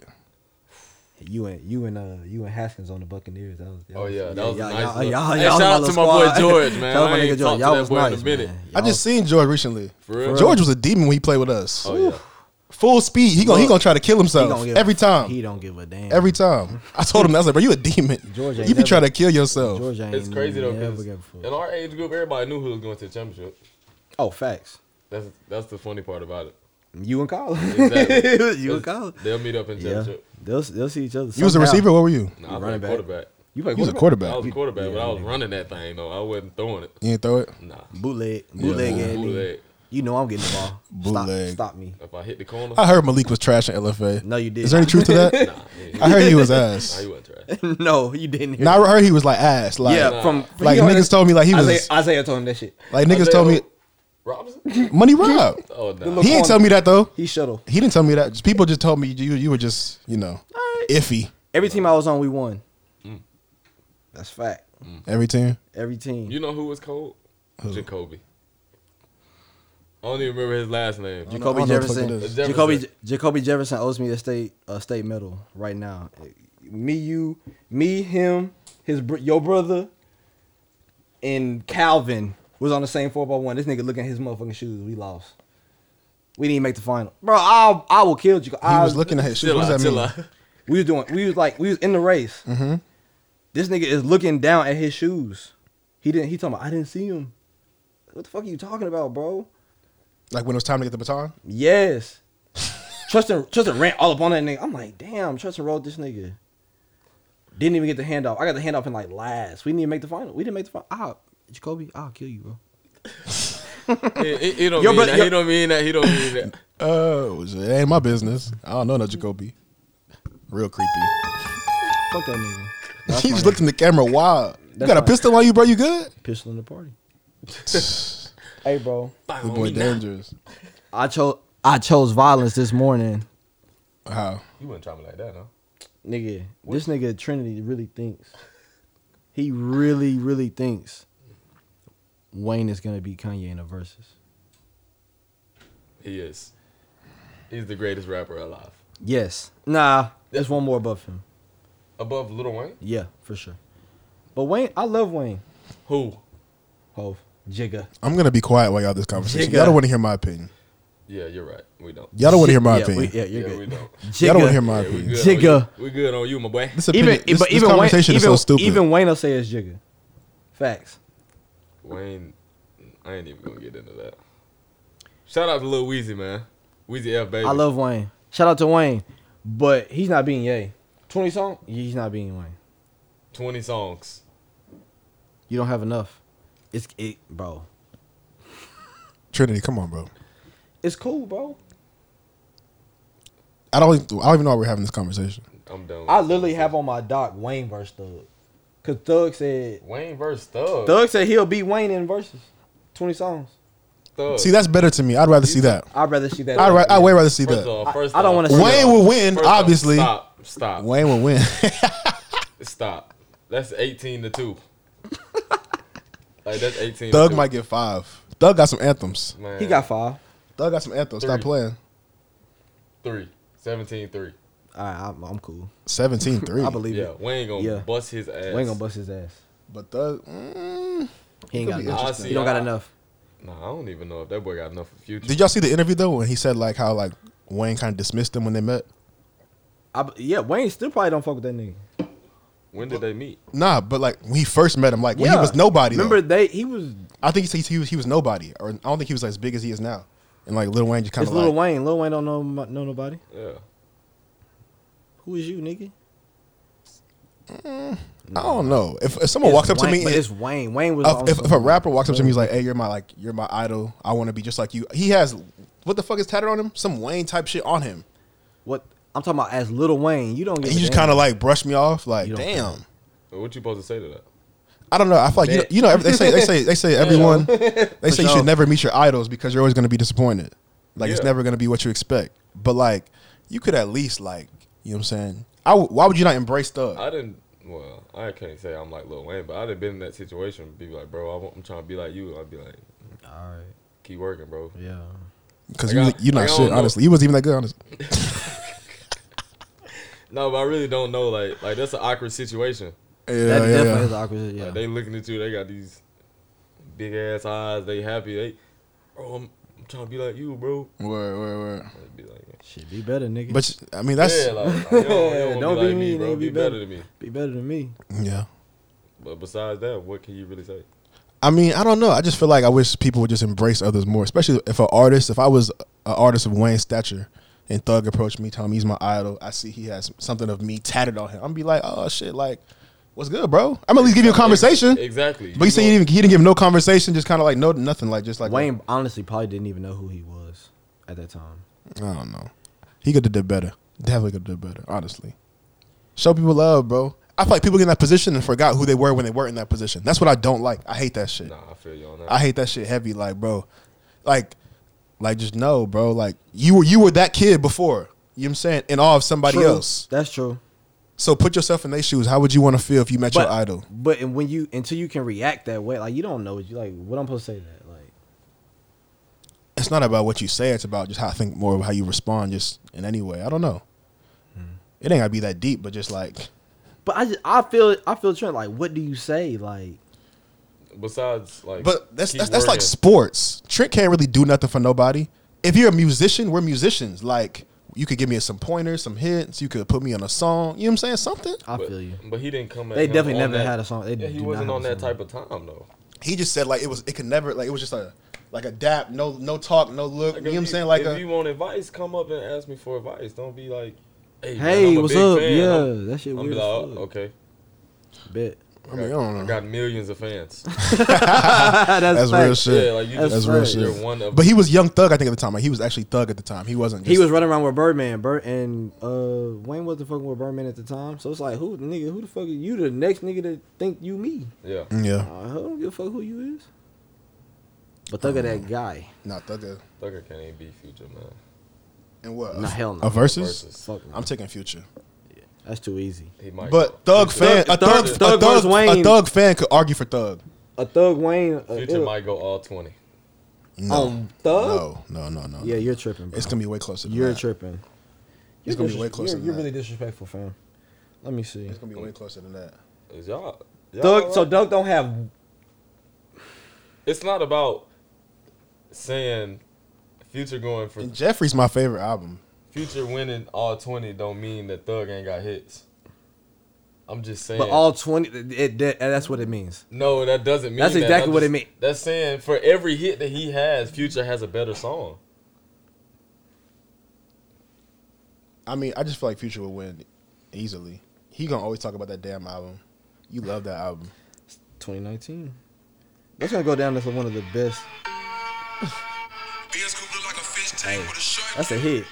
A: You and you and uh you and Haskins on the Buccaneers. That was, that
E: Oh
A: was-
E: yeah, that was a
A: y'all-
E: nice.
A: Y'all,
E: look.
A: y'all,
E: hey,
A: y'all
E: shout
A: was
E: out to my boy
A: squad. [LAUGHS]
E: George,
A: Shout
E: man.
A: out to my
E: I ain't
A: nigga
E: talked
A: George.
E: to
A: Y'all
E: that
A: was
E: boy in a
A: nice,
E: minute.
A: man.
D: I just seen George recently.
E: For real?
D: George was a demon when he played with us.
E: Oh yeah.
D: Full speed. He gonna he
A: Look,
D: gonna try to kill
A: He don't
D: himself
A: give a-
D: every time.
A: He don't give a damn.
D: Every time. I told him, I was like, bro, you a demon.
A: George ain't
D: you be
A: never-
D: trying to kill yourself.
A: George ain't
E: It's crazy though,
A: never
E: because
A: give a fuck.
E: in our age group, everybody knew who was going to the championship.
A: Oh, facts.
E: That's that's the funny part about it.
A: You and Kyle.
E: Exactly.
A: [LAUGHS] you and
E: 'Cause
A: Kyle.
E: They'll meet up in
A: Yeah.
E: championship.
A: They'll they'll see each other.
D: you was a
A: somehow.
D: receiver? What were you?
E: Nah, I
A: Running
E: was
A: back.
E: a quarterback.
A: You play
D: You was a
E: I
D: quarterback. [LAUGHS]
E: was a
D: You
E: quarterback, but
A: yeah,
E: I was
A: nigga.
E: running that thing though. I wasn't throwing it.
D: didn't throw it?
E: Nah.
A: Bootleg, bootleg,
E: Yeah,
A: Andy.
E: bootleg.
A: You know I'm getting the ball.
D: Bootleg.
A: Stop, stop me.
E: If I hit the corner,
D: I heard Malik was trash at LFA.
A: No, you did.
D: Is there any
A: [LAUGHS]
D: truth
E: [LAUGHS]
D: to that?
E: nah, yeah,
D: I heard he was ass.
E: nah, you wasn't trash.
A: no, you didn't. Hear
D: No, I heard he was like ass. Like,
A: yeah, from
D: like
A: he
D: niggas told me like he was
A: Isaiah, Isaiah told him that shit.
D: like niggas told me
E: Robinson.
D: money rob.
E: Oh no.
A: little-
D: He ain't tell me that though.
A: He shuttle.
D: He didn't tell me that. People just told me you you were just you know iffy
A: Every team I was on, we won.
E: Mm.
A: That's fact.
D: every team.
A: Every team.
E: You know who was cold? Jacoby. I don't even remember his last name.
A: Jacoby
D: I don't know what the fuck
A: Jefferson.
D: it is.
E: Jefferson.
A: Jacoby Jacoby Jefferson owes me a state a state medal right now. Me, you, me, him, his br- your brother, and Calvin was on the same four by one. This nigga looking at his motherfucking shoes. We lost. We didn't make the final, bro. I I will kill you.
D: He was looking at his shoes.
E: Chill
D: What
E: out,
D: does that
E: chill
D: mean?
E: out. [LAUGHS]
A: We was doing. We was like. We was in the race.
D: Mm-hmm.
A: This nigga is looking down at his shoes. He didn't. He talking about. I didn't see him. What the fuck are you talking about, bro? [LAUGHS]
D: Like when it was time to get the baton.
A: Yes. Tristan, Tristan ran all up on that nigga. I'm like, damn, Tristan rolled this nigga. Didn't even get the handoff. I got the handoff in like last. We didn't even make the final. We didn't make the final. Ah, Jacoby, I'll kill you, bro.
E: He, he- he don't
A: Your
E: mean
A: brother-
E: that.
A: your-
E: He don't mean that. He don't mean that.
D: Oh, it ain't my business. I don't know no Jacoby. Real creepy.
A: Fuck that nigga.
D: he just looked in the camera wild. You
A: That's
D: got a
A: fine.
D: pistol on you, bro? You good?
A: Pistol in the party. [LAUGHS] hey, bro.
E: Bang,
D: The boy
E: he not-
D: dangerous.
A: I chose I chose violence this morning,
D: How?
E: You wouldn't try me like that, no.
A: nigga. This nigga Trinity really thinks. He really, really thinks Wayne is gonna be Kanye in the verses.
E: He is. He's the greatest rapper alive,
A: Yes. Nah. There's one more above him.
E: above Lil Wayne.
A: Yeah, for sure. But Wayne, I love Wayne.
E: Who?
A: Both. Jigga.
D: I'm gonna be quiet while y'all this conversation.
A: Jigga.
D: Y'all don't want to hear my opinion.
E: Yeah, you're right. We don't.
D: Y'all don't want to hear my
A: yeah,
D: opinion.
A: we- yeah, you're
E: yeah, we
A: good. [LAUGHS]
E: don't.
D: Y'all don't want to hear
A: Jigga.
E: Yeah,
D: my
E: we
D: opinion.
E: good.
A: Jigga.
E: on you. We good on you, my boy.
D: This
A: Even,
D: opinion,
A: even,
D: this,
A: but
D: this
A: even Wayne, even,
D: conversation is so stupid.
A: even Wayno says Jigga. Facts.
E: Wayne, I ain't even gonna get into that. Shout out to Lil Weezy, man. Weezy F baby.
A: I love Wayne. Shout out to Wayne. But he's not being Ye. 20 song? Yeah, He's not being Wayne.
E: twenty songs.
A: You don't have enough. It's it, bro.
D: Trinity, come on, bro.
A: It's cool, bro.
D: I don't. even- I don't even know why we're having this conversation.
E: I'm done. with
A: I
E: this
A: literally have
E: conversation.
A: on my doc Wayne versus Thug. Cause Thug said
E: Wayne versus Thug.
A: Thug said he'll beat Wayne in verses. 20 songs.
E: Thug.
D: See, that's better to me. I'd rather see that.
A: I'd rather see that.
D: I'd, ra- I'd way rather see
E: First
D: that.
E: off, first
A: I don't
E: off,
A: wanna see
E: first
D: Wayne
E: off,
D: will win,
E: first off,
D: obviously.
E: Stop. Stop.
D: Wayne
E: [LAUGHS]
D: will win. [LAUGHS]
E: Stop. That's eighteen
A: [LAUGHS]
E: to two. like that's eighteen. to
D: Thug
E: two.
D: might get five. Thug got some anthems.
E: Man,
A: he got five.
D: Thug got some anthems. Stop
E: Three.
D: playing.
E: three. 17-3.
A: All right, I'm, I'm cool.
D: 17-3.
A: I believe
E: Yeah,
A: it.
E: Wayne gonna
A: Yeah.
E: bust his ass.
A: Wayne gonna bust his ass.
D: But Thug, mm,
A: He ain't
D: Could
A: got
D: be
A: enough.
E: interesting.
A: He don't got
E: I-
A: enough.
E: Nah, I don't even know if that boy got enough for future.
D: did y'all see the interview though when he said like how like Wayne kind of dismissed him when they met?
A: I, b- yeah, Wayne still probably don't fuck with that nigga.
E: when did they meet?
D: Nah, but like when he first met him, like when
A: Yeah.
D: he was nobody. though.
A: Remember they he was
D: I think he said he was he was nobody, or I don't think he was as big as he is now. And like Lil Wayne just kind
A: it's
D: of
A: Lil
D: like,
A: Wayne. Lil Wayne don't know mo- know nobody.
E: Yeah.
A: Who is you, nigga?
D: I don't know. If, if someone walks up
A: Wayne,
D: to me,
A: but
D: and, Uh,
A: it's Wayne. Wayne was on
D: if, if,
A: some-
D: if a rapper walks up to me, he's like, "Hey, you're my like you're my idol. I want to be just like you." He has what the fuck is tatted on him? Some Wayne type shit on him.
A: what I'm talking about as Little Wayne. You don't
D: And
A: get.
D: he just kind of like brushed me off. Like,
A: You don't
D: damn.
E: Well, What you supposed to say to that?
D: I don't know. I feel like you know,
A: Bet.
D: you know every- they say they say they
E: [LAUGHS]
D: say everyone they say you
A: sure.
D: should never meet your idols because you're always going to be disappointed. Like it's
E: Yeah.
D: never going to be what you expect. But like you could at least like you know what I'm saying. I w- why would you not embrace Thug?
E: I didn't. Well, I can't say I'm like Lil Wayne, but I done been in that situation. Be like, bro, I want, I'm trying to be like you. I'd be like,
A: All right.
E: keep working, bro.
A: Yeah.
D: Because
E: I
D: you
E: got-
D: you
E: I
D: not
E: don't
D: shit.
E: know.
D: Honestly, you wasn't even that good. Honestly,
E: No, but I really don't know. Like, like that's an awkward situation.
D: yeah,
A: That
D: yeah,
A: definitely
D: yeah.
A: is awkward. Yeah.
E: Like, they looking at you. They got these big ass eyes. They happy. They, bro, I'm, I'm trying to be like you, bro.
D: Word, word, word.
E: I'd be like,
A: Should be better, nigga.
D: But you- I mean, that's
E: yeah,
D: yeah.
E: like, like, don't,
A: [LAUGHS] Don't
E: be,
A: be
E: like
A: me,
E: me, bro.
A: nigga,
E: Be,
A: be
E: better
A: better.
E: than me.
A: be better than me.
E: But besides that, what can you really say?
D: I mean, I don't know. I just feel like I wish people would just embrace others more, especially if an artist. If I was an artist of Wayne's stature. And Thug approached me, telling me he's my idol. I see he has something of me tatted on him. I'm gonna be like, oh shit, like, what's good, bro? I'm gonna at least give you a conversation.
E: Exactly.
D: But he said he
E: gonna-
D: didn't, he didn't give no conversation, just kind of like no nothing, like just like
A: Wayne honestly probably didn't even know who he was at that time.
D: I don't know. He could have did better. Definitely could have did better. Honestly, show people love, bro. I feel like people get in that position and forgot who they were when they were in that position. That's what I don't like. I hate that shit.
E: Nah, I feel you on that.
D: I hate that shit heavy. Like, bro, like, like just no, bro. Like you were you were that kid before. You know what I'm saying? In awe of somebody
A: True.
D: else.
A: That's true.
D: So put yourself in their shoes. How would you want to feel if you met
A: But
D: your idol?
A: But and when you until you can react that way, like you don't know. You like what I'm supposed to say to that like.
D: It's not about what you say. It's about just how I think more of how you respond, just in any way. I don't know.
A: Hmm.
D: It ain't gotta be that deep, but just like
A: But I just, I feel I feel Trent like what do you say like
E: Besides, like,
D: But that's
E: keep
D: that's, that's like
E: working.
D: sports. Trent can't really do nothing for nobody. If you're a musician, we're musicians. Like you could give me some pointers, some hints. You could put me on a song. You know what I'm saying? Something.
A: I
E: But,
A: feel you.
E: but he didn't come. At
A: They
E: him
A: definitely
E: on
A: never
E: that-
A: had a song. They
E: yeah, he
A: do not
E: wasn't
A: have
E: on
A: a
E: that
A: song.
E: type of time though.
D: He just said like it was. It could never like it was just a like a dap. No no talk. No look.
E: Like,
D: you know
E: if
D: what I'm saying? Like uh,
E: if you
D: a,
E: want advice, come up and ask me for advice. Don't be like, hey, man,
A: Hey,
E: I'm a
A: what's
E: big
A: up?
E: fan.
A: Yeah,
E: I'm-
A: that shit
E: I'm
A: weird.
E: like,
A: as
E: oh,
A: fuck.
E: okay.
A: [LAUGHS] Bet.
D: I mean, I don't know.
E: I got millions of fans.
D: [LAUGHS] that's real
A: facts.
D: shit.
E: Yeah, like you
A: That's
E: just
D: that's real
A: right.
D: shit.
E: you're one of.
D: But he was young thug. I think at the time. Like he was actually thug at the time. He wasn't. Just,
A: He was running around with Birdman, Bird, and uh, Wayne wasn't fucking with Birdman at the time. So it's like, who nigga, who the fuck are you? The next nigga to think you me?
E: yeah,
D: Mm, Yeah.
A: Uh, I don't give a fuck who you is. But look at that guy.
D: Not thug.
E: Thugger can't even be future man.
D: And what?
A: Nah, hell no.
D: A versus.
E: Versus.
A: Fuck, no.
D: I'm taking future.
A: that's too easy.
E: He might.
D: But Thug
E: Future-
D: fan, a
A: Thug-
D: Thug,
A: Thug
D: a thug,
A: versus Wayne.
D: a Thug fan could argue for Thug.
A: A Thug Wayne uh,
E: Future
A: ill-
E: might go all twenty.
D: No,
A: on Um, Thug.
D: no, no, no, no.
A: Yeah, you're tripping. Bro.
D: It's gonna be way closer. Than
A: you're
D: that.
A: tripping.
D: It's gonna be way closer
A: You're,
D: than
A: you're
D: that.
A: really disrespectful, fam. Let me see.
D: It's gonna be way closer than that.
E: Is y'all? y'all
A: Doug,
E: all
A: so
E: right?
A: Doug don't have.
E: it's not about saying future going for
D: And Jeffrey's my favorite album.
E: future winning all twenty don't mean that Thug ain't got hits. I'm just saying.
A: But all twenty, it, that that's what it means.
E: no, that doesn't mean
A: That's
E: that.
A: exactly
E: I'm
A: what it
E: just-
A: mean.
E: That's saying for every hit that he has, Future has a better song.
D: I mean, I just feel like Future would win easily. He gonna always talk about that damn album. You love that album.
A: 2019. That's gonna go down as one of the best. That's a hit.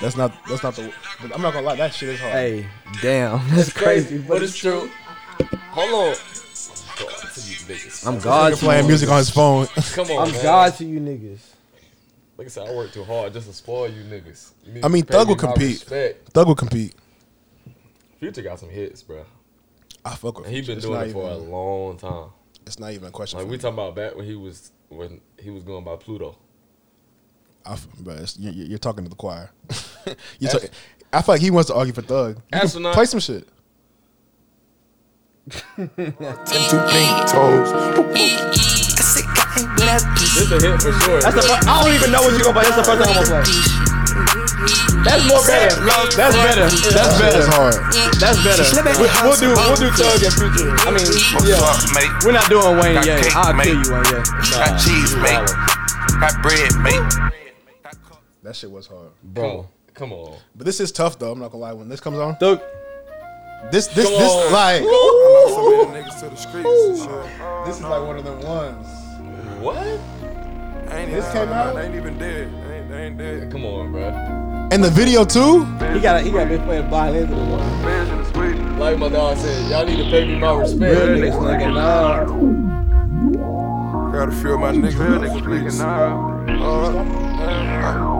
D: That's not. That's not the. But I'm not gonna lie. That shit is hard.
A: Hey, damn, [LAUGHS] that's crazy.
E: but it's true. Hold on.
A: I'm God to
D: Playing
A: you.
D: music on his phone. [LAUGHS]
E: Come on,
A: I'm
E: man.
A: God to you niggas.
E: Like I said, I work too hard just to spoil you niggas. You need
D: I mean,
E: to pay
D: Thug
E: me
D: will
E: my
D: compete.
E: respect.
D: Thug will compete.
E: Future got some hits, bro.
D: I fuck with.
E: And he's
D: Future.
E: been
D: It's
E: doing
D: not
E: it for a
D: even-
E: long time.
D: It's not even a question.
E: Like
D: for
E: we
D: me.
E: talking about back when he was when he was going by Pluto.
D: I f- bro, it's- you- you- you're, talking to the choir. [LAUGHS] You're talk- I feel like he wants to argue for Thug. You can
E: Astronaut.
D: Play some shit.
F: Them two pink toes. I said, God, what I be?
E: This a hit for sure.
A: That's the. Fir- I don't even know what you're gonna play. That's the first time I'm gonna play. That's more better. That's better. That's
D: That's
A: better.
D: hard.
A: That's better. We- We'll do. We'll do Thug and Future. I mean, yeah.
F: Fuck, mate.
A: We're not doing Wayne
F: Got
A: yet.
F: cake,
A: I'll
F: mate.
A: kill you, Wayne yet.
F: Got cheese, mate. Got bread, mate.
D: That shit was hard.
E: bro. Come on.
D: But this is tough though. I'm not gonna lie. When this comes on,
A: Thug.
D: this this
E: Come
D: this
E: on.
D: like
F: Niggas to the streets and shit.
D: this is like one of them ones.
E: What?
F: Ain't
D: This came out?
F: Ain't even dead. Ain't, ain't dead.
E: Come on, bro.
D: And the video too.
A: He got. He got been playing violin for the one.
F: Bands in the suite.
E: Like my dog said, y'all need to pay me my respect.
A: Real niggas looking up.
F: Gotta feel my niggas. Real niggas freaking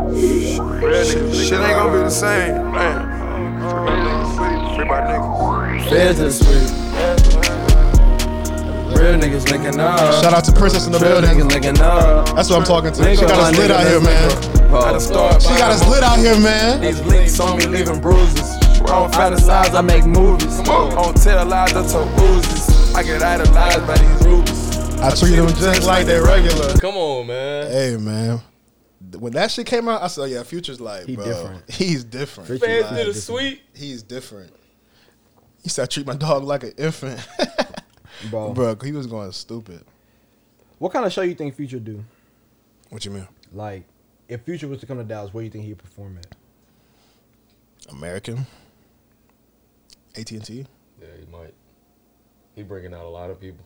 F: Shit shit ain't gonna be the same. Man. Free my niggas.
A: Feds and sweet. Real niggas linking up.
D: Shout out to Princess in the building.
A: linking up.
D: That's what I'm talking to. She got us lit out here, man.
F: Gotta start
D: She got us lit out here, man.
F: These links on me leaving bruises. I don't fantasize, I make movies. I don't tell lies, I tell oozes. I get idolized by these rubies.
D: I treat them just like they regular.
E: Come on, man.
D: Hey, man. When that shit came out, I said, "Yeah, Future's like, bro,
A: different.
D: [LAUGHS] he's different.
E: Fans
D: Like,
E: did a sweet.
D: He's different. He said, I treat my dog like an infant. [LAUGHS]
A: Bro.
D: Bro, he was going stupid.
A: What kind of show you think Future do?
D: What you mean?
A: Like, if Future was to come to Dallas, where do you think he'd perform at?
D: American? AT&T?
E: Yeah, he might. He bringing out a lot of people.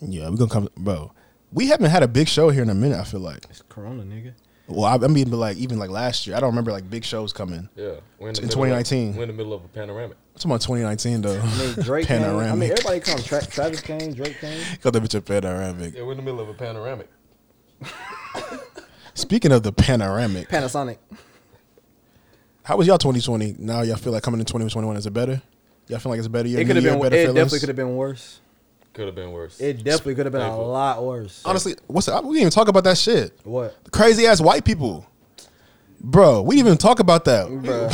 D: Yeah, we're going to come. Bro, we haven't had a big show here in a minute, I feel like.
A: It's Corona, nigga.
D: Well, I, I mean, but like, even like last year, I don't remember like big shows coming.
E: Yeah. We're
D: In
E: middle of-
D: 2019.
E: We're in the middle of a panoramic.
D: I'm talking about 2019, though.
A: I mean,
D: [LAUGHS]
A: Drake. came. I mean,
D: panoramic.
A: everybody come. Tra- Travis came. Drake came.
D: Got that bitch a panoramic.
E: Yeah, we're in the middle of a panoramic.
D: Speaking of the panoramic,
A: Panasonic.
D: How was y'all 2020? Now y'all feel like coming in 2021 is it better? Y'all feel like it's a better year?
A: It
D: new
A: could have
D: year,
A: been.
D: better
A: It
D: feelings?
A: definitely could have been worse.
E: Could have been worse.
A: It definitely could have been a
E: Painful.
A: lot worse.
D: Honestly, what's the, we didn't even talk about that shit.
A: What?
D: Crazy ass white people, bro. We didn't even talk about that,
A: Bro.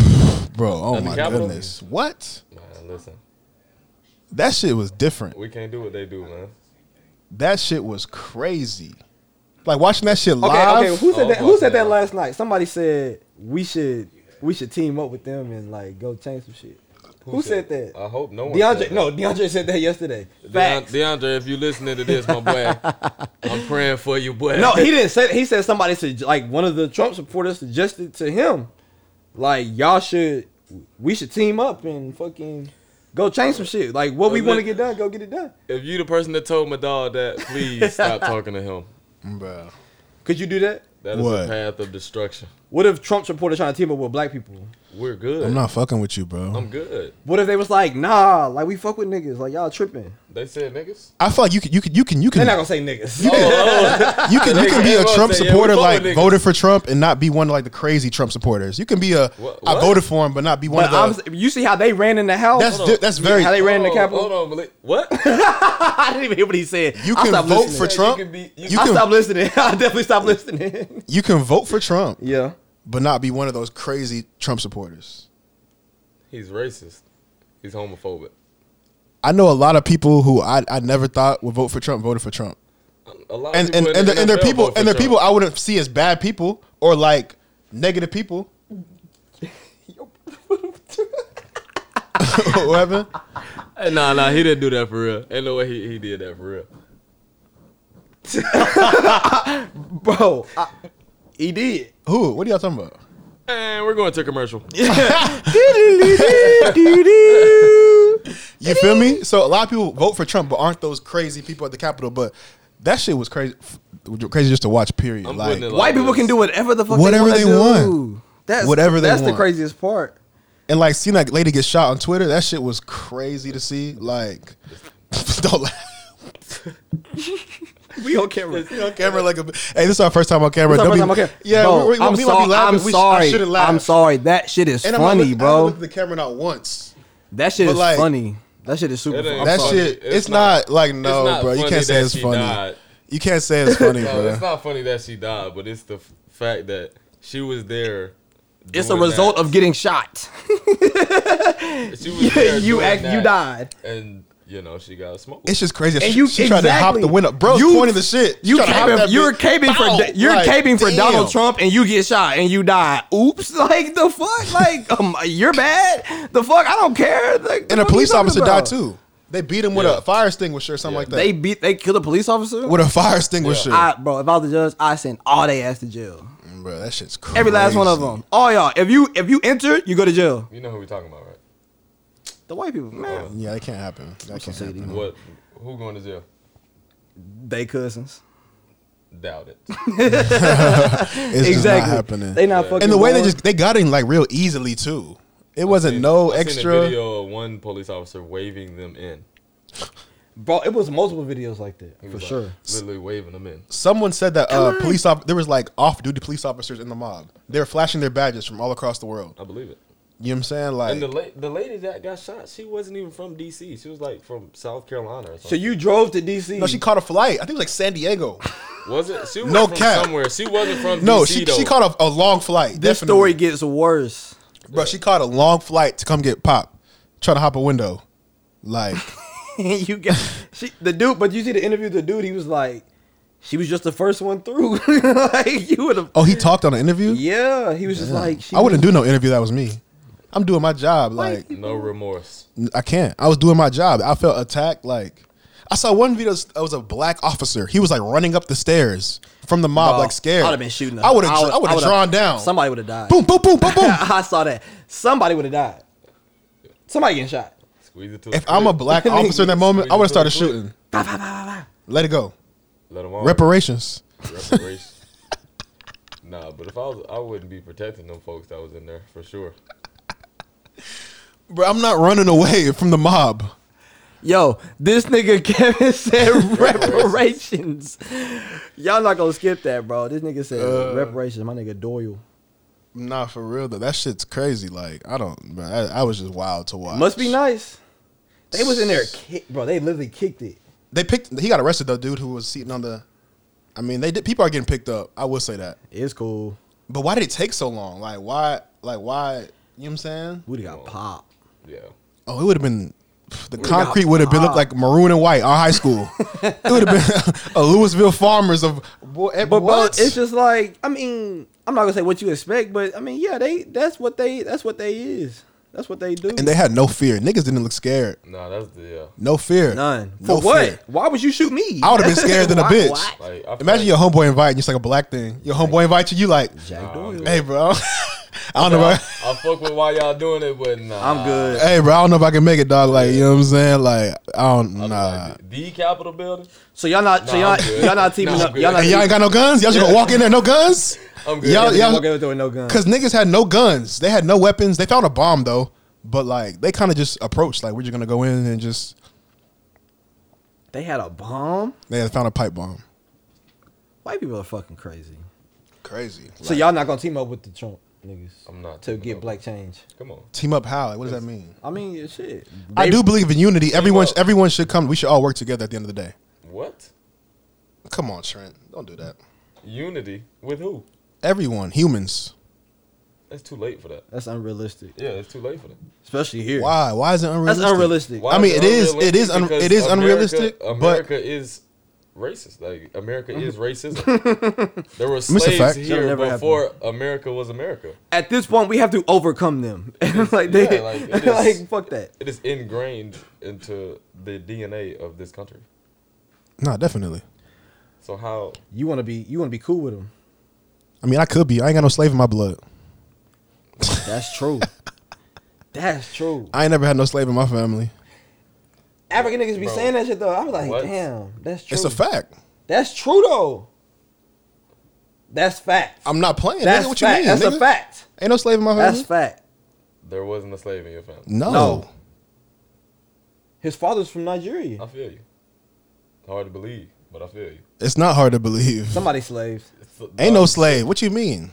D: bro. Oh
E: At the
D: my
E: Capitol?
D: goodness, what?
E: man, listen.
D: That shit was different.
E: We can't do what they do, man.
D: That shit was crazy. Like watching that shit
A: Okay,
D: live.
A: okay. Who said
E: Oh,
A: that? Who
E: fuck
A: said that
E: yeah.
A: last night? Somebody said we should we should team up with them and like go change some shit. Who, said, Uh, that?
E: I hope no one.
A: DeAndre.
E: said
A: No, DeAndre said that yesterday.
E: that.
A: Facts.
E: DeAndre, DeAndre, if you listening to this,
A: [LAUGHS]
E: my boy, I'm praying for you, boy.
A: no, he didn't say. He said somebody said like one of the Trump supporters suggested to him, like y'all should we should team up and fucking go change some shit. Like what we
E: Oh,
A: want to
E: look.
A: get done, go get it done.
E: If you the person that told my dog that, please stop talking to him.
D: bro.
A: Could you do that?
E: That is
D: What?
E: a path of destruction.
A: What if Trump supporters trying to team up with black people?
E: We're good.
D: I'm not fucking with you, bro.
E: I'm good.
A: What if they was like, nah, like we fuck with niggas, like y'all tripping?
E: They said niggas.
D: I feel like you can, you can, you can, you
A: They're
D: can,
A: not gonna say niggas.
D: Oh, you can, you can be a
E: Everyone
D: Trump
E: Oh. say, yeah, we
D: supporter,
E: fuck
D: like
E: with niggas.
D: voted for Trump and not be one of like the crazy Trump supporters. You can be a I
E: What- what?
D: voted for him, but not be one
A: but
D: of the.
A: I'm, you see how they ran in the house?
D: That's
E: Hold on.
D: di- that's very.
A: how they ran in the
E: Hold on,
A: Capitol.
E: Hold on, Malik. What?
A: [LAUGHS] I didn't even hear what he said.
D: you
A: I
D: can
A: stopped
D: vote
A: listening.
D: for Trump.
E: You
D: You
E: can
D: can,
E: be- you
D: you,
A: I
D: can,
A: stopped listening. [LAUGHS] I definitely stopped listening.
D: vote for Trump,
A: yeah.
D: but not be one of those crazy Trump supporters.
E: [LAUGHS] He's racist. He's homophobic.
D: I know a lot of people who I, I never thought would vote for Trump voted for Trump.
E: a lot of
D: and and
E: people in
D: and,
E: the
D: the, and they're
E: NFL
D: people
E: vote for
D: and they're
E: Trump.
D: people I wouldn't see as bad people or like
A: [LAUGHS]
D: negative people. [LAUGHS] what happened?
E: Hey, Nah, nah, he didn't do that for real. Ain't no way he, he did that for real.
D: Oh,
A: bro. I, Uh, he did. [LAUGHS]
D: Who? What are y'all talking about?
E: And we're going to commercial.
D: You feel me? So a lot of people vote for Trump, but aren't those crazy people at the Capitol? But that shit was crazy, crazy just to watch. Period.
E: I'm
D: like,
E: putting it like
A: White people
E: this.
A: can do whatever the fuck
D: Whatever
A: they,
D: they
A: wanna
D: want.
A: do. That's
D: Whatever they
A: That's the
D: want.
A: craziest part.
D: and like seeing that lady get shot on Twitter, that shit was crazy to see. Like, [LAUGHS] don't laugh.
A: [LAUGHS]
D: [LAUGHS]
A: We on camera.
D: on camera like a. Hey, this is our first time on camera.
A: It's our first
D: Don't be-
A: time on camera.
D: Yeah,
A: Bro,
D: we, we,
A: I'm,
D: we
A: so-
D: might be laughing.
A: I'm
D: we, sh- I
A: sorry.
D: shouldn't laugh.
A: I'm sorry. That shit is
D: And I'm
A: funny, bro.
D: Look at the camera not once.
A: that shit
D: but
A: is
D: like-
A: funny. That shit is super.
E: It
A: Funny.
E: ain't
A: I'm
D: that
A: sorry.
D: shit,
E: It's
D: it's,
E: not-
D: not, like no,
E: not
D: bro. You
E: funny
D: can't say
E: that
D: it's
E: she
D: funny.
E: died.
D: You can't say it's
E: [LAUGHS]
D: funny,
E: No,
D: bro.
E: it's not funny that she died, but it's the f- fact that she was there.
A: It's a result of getting shot.
E: of she was there
A: you
E: doing
A: act. You
E: that,
A: died.
E: and you know she got smoked.
D: It's just crazy.
A: And
D: she
A: you-
D: she tried to hop
A: exactly.
D: the window, bro.
A: You-
D: pointing the shit. She
A: You
D: tried to hop
A: cabin,
D: that
A: you're
D: bitch.
A: cabin for
D: Bow!
A: you're
D: Like,
A: cabin for
D: damn.
A: Donald Trump and you get shot and you die. Oops! [LAUGHS] Like the fuck? Like um, you're bad. The fuck? I don't care. Like, the
D: And a
A: fuck you
D: police
A: talking
D: officer
A: about?
D: died too. They beat him with
E: Yeah.
D: a fire extinguisher or something
E: Yeah.
D: like that.
A: They beat. They killed a police officer.
D: with a fire extinguisher,
A: I, bro, if I was the judge, I send all they ass to jail.
D: bro. That shit's crazy.
A: Every last one of them. All y'all. If you if you enter, you go to jail.
E: you know who we talking about, right?
A: The white people, man,
D: Yeah, that can't happen. That can't happen.
E: What? Who going to jail?
A: they cousins.
E: Doubt it.
D: It's
A: exactly.
D: just not happening.
A: They not
E: Yeah.
A: fucking.
D: and the way they
A: born.
D: just they got in like real easily too. It wasn't no
E: I Seen a
D: extra.
E: video of one police officer waving them in.
A: bro, it was multiple videos like that
E: He
A: for
E: was, like,
A: sure.
E: Literally waving them in.
D: Someone said that uh, police op- there was like off duty police officers in the mob. They were flashing their badges from all across the world.
E: I believe it.
D: You know what I'm saying? Like
E: And the la- the lady that got shot, she wasn't even from D.C. She was like from South Carolina or something.
A: So you drove to DC.
D: no, she caught a flight. I think it was like San
E: [LAUGHS]
D: Diego.
E: was it? She was
D: No
E: from
D: cap.
E: somewhere. She wasn't from
D: No,
E: D.C.
D: she
E: though.
D: she caught a, a long flight.
A: this
D: definitely.
A: story gets worse.
D: bro. She caught a long flight to come get pop, trying to hop a window. Like
A: [LAUGHS] you got she, the dude, but you see the interview. The dude, he was like, she was just the first one through. [LAUGHS] like you would have.
D: oh, he talked on an interview.
A: [LAUGHS] Yeah, he was just like, she
D: I wouldn't do no interview. That was me. I'm doing my job. Like
E: No remorse.
D: I can't. I was doing my job. I felt attacked. Like I saw one video. It was a black officer. He was like running up the stairs from the mob,
A: Bro,
D: like scared.
A: I'd have been shooting. her.
D: I would have.
A: would-
D: I would have
A: would've-
D: drawn down.
A: Somebody would have died. [LAUGHS]
D: Boom, boom, boom, boom, boom.
A: I saw that. Somebody would have died. Somebody getting shot.
E: Squeeze it to.
D: if I'm
A: [LAUGHS]
D: a black officer in that moment, I would have started shooting. Let it go.
E: let them all
D: Reparations.
E: Reparations. [LAUGHS] nah, but if I was, I wouldn't be protecting them folks that was in there for sure.
D: Bro, I'm not running away [LAUGHS] from the mob.
A: Yo, this nigga [LAUGHS] Kevin
D: [LAUGHS]
A: said reparations. Y'all not gonna skip that, bro. This nigga said
D: Uh.
A: reparations. My nigga Doyle.
D: Nah, for real though. That shit's crazy. Like I don't. Bro, I, I was just wild to watch.
A: Must be nice. They was in there, kick, bro. They literally kicked it.
D: They picked. He got arrested though, dude, who was sitting on the. I mean, they did. People are getting picked up. I will say that.
A: It's cool.
D: But why did it take so long? Like why? Like why? You know what I'm saying?
A: We'd have got popped.
E: Yeah.
D: Oh, it would have been. The concrete would have been looked like maroon and white. Our high school. it would have been [LAUGHS] a Louisville Farmers of. Boy, eh,
A: But bro,
D: what?
A: it's just like I mean, I'm not gonna say what you expect, but I mean, yeah, they that's what they that's what they is. That's what they do.
D: and they had no fear. Niggas didn't look scared.
E: Nah, that's the yeah.
D: No fear.
A: None. For
D: No
A: what?
D: fear.
A: Why would you shoot me?
D: I would have been scared than a
A: Why-
D: bitch.
A: why?
E: Like I feel
D: Imagine your
E: like,
D: homeboy inviting you. It's like a black thing. Your homeboy invites you. You like,
A: Jack
E: Nah, I'm
A: Doyle.
E: good.
D: hey, bro. [LAUGHS] I don't know.
E: I,
D: About,
E: [LAUGHS] I fuck with why y'all doing it, but nah.
A: [LAUGHS] I'm good.
D: hey, bro. I don't know if I can make it, dog. Like, you know what I'm saying? Like, I don't.
E: I'm
D: Nah.
E: like, the Capitol building.
A: So y'all not so
E: Nah,
A: y'all
E: I'm good.
A: y'all not teaming
E: Nah, I'm
A: up.
E: good.
A: Y'all not
D: And y'all ain't got no guns? Y'all just gonna walk in there, no guns?
E: I'm good.
D: Y'all,
E: Yeah,
D: y'all,
A: okay with doing no gun.
D: Cause niggas had no guns. They had no weapons. They found a bomb though. But like they kind of just approached, like, we're just gonna go in and just
A: They had a bomb.
D: they had found a pipe bomb.
A: White people are fucking crazy.
D: Crazy.
A: So y'all not gonna team up with the Trump niggas?
E: I'm not
A: to
E: teaming
A: get
E: up.
A: black change.
E: Come on.
D: team up how? Like, what does that mean?
A: I mean, yeah, shit.
D: I do believe in unity. Everyone
E: up.
D: everyone should come. We should all work together at the end of the day.
E: What?
D: Come on, Trent. Don't do that.
E: Unity with who?
D: Everyone, humans.
E: That's too late for that.
A: That's unrealistic,
E: Yeah, it's too late for that.
A: especially here.
D: Why? Why is it
A: That's
D: unrealistic?
A: unrealistic.
E: Why
D: I mean,
E: it
D: it is-
E: is
D: it is un-
E: because
D: it is
E: America-
D: unrealistic, but- Mm-hmm.
E: America is racist. Like America is racism.
D: [LAUGHS]
E: there were
D: a
E: slaves
D: fact.
A: That'll
E: here
A: never happen.
E: before America was America.
A: At this point, we have to overcome them. [LAUGHS] like they,
E: yeah, like, it
A: [LAUGHS]
E: is-
A: like fuck that.
E: It is ingrained into the DNA of this country.
D: Nah, definitely.
E: So how?
A: You want to be, you want to be cool with them.
D: I mean, I could be. I ain't got no slave in my blood.
A: That's true. [LAUGHS] That's true.
D: I ain't never had no slave in my family.
A: African niggas be
E: Bro.
A: saying that shit though. I was like,
E: What?
A: damn, that's true.
D: It's a fact.
A: That's true though. That's fact.
D: I'm not playing.
A: That's
D: nigga. What
A: fact.
D: you mean?
A: That's
D: nigga? Uh-huh.
A: a fact.
D: Ain't no slave in my family.
A: That's fact.
E: There wasn't a slave in your family.
D: no.
A: No. His father's from Nigeria.
E: I feel you. Hard to believe, but I feel you.
D: It's not hard to believe.
A: Somebody slaves.
E: It's a-
D: Ain't no slave. What you mean?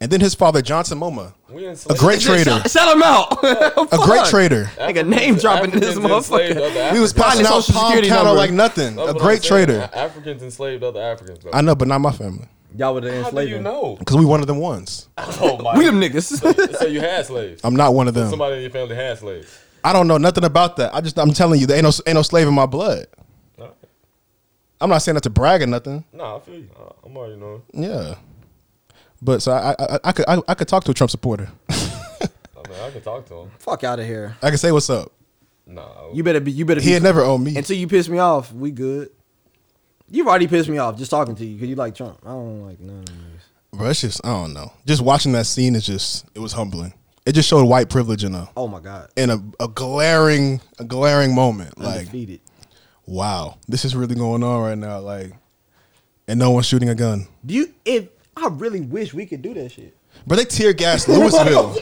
D: And then his father, Johnson Moma,
E: We
D: a
E: enslaved-
D: great trader,
A: Shout him [LAUGHS] out.
D: a great trader.
E: Africans-
A: name dropping this
E: Africans enslaved
A: motherfucker.
E: other
D: We was
E: Africans.
D: passing out
A: Social
D: palm
A: Security
D: counter
A: number.
D: like nothing.
E: That's
D: A
E: what
D: great
E: I'm saying.
D: trader.
E: A- Africans enslaved other Africans. Though.
D: I know, but not my family
A: Y'all would have
E: How do
A: enslaved
E: you
A: him.
D: [LAUGHS]
E: know?
D: because we one of them ones.
E: Oh my!
A: We them
E: [LAUGHS]
A: niggas.
E: So you had
D: [LAUGHS]
E: slaves.
D: I'm not one of them.
E: Somebody in your family had slaves.
D: I don't know nothing about that. I just I'm telling you, there ain't no ain't no slave in my blood.
E: No,
D: I'm not saying that to brag or nothing.
E: nah, I feel you. I- I'm already knowing.
D: Yeah, but so I I, I could I, I could talk to a Trump supporter.
E: I mean, I can talk to him.
A: Fuck out of here.
D: I could say what's up.
E: Nah, I-
A: You better be. You better
D: He
A: be.
D: had never owned me.
A: until you piss me off, we good. You've already pissed me off just talking to you because you like Trump. I don't like none of these.
D: Bro, it's just I don't know. Just watching that scene is just it was humbling. It just showed white privilege in a
A: Oh my god,
D: in a, a glaring a glaring moment. Like
A: undefeated.
D: wow, this is really going on right now. Like, and no one's shooting a gun.
A: Do you? If I really wish we could do that shit.
D: But they tear
A: [LAUGHS]
D: gas Louisville.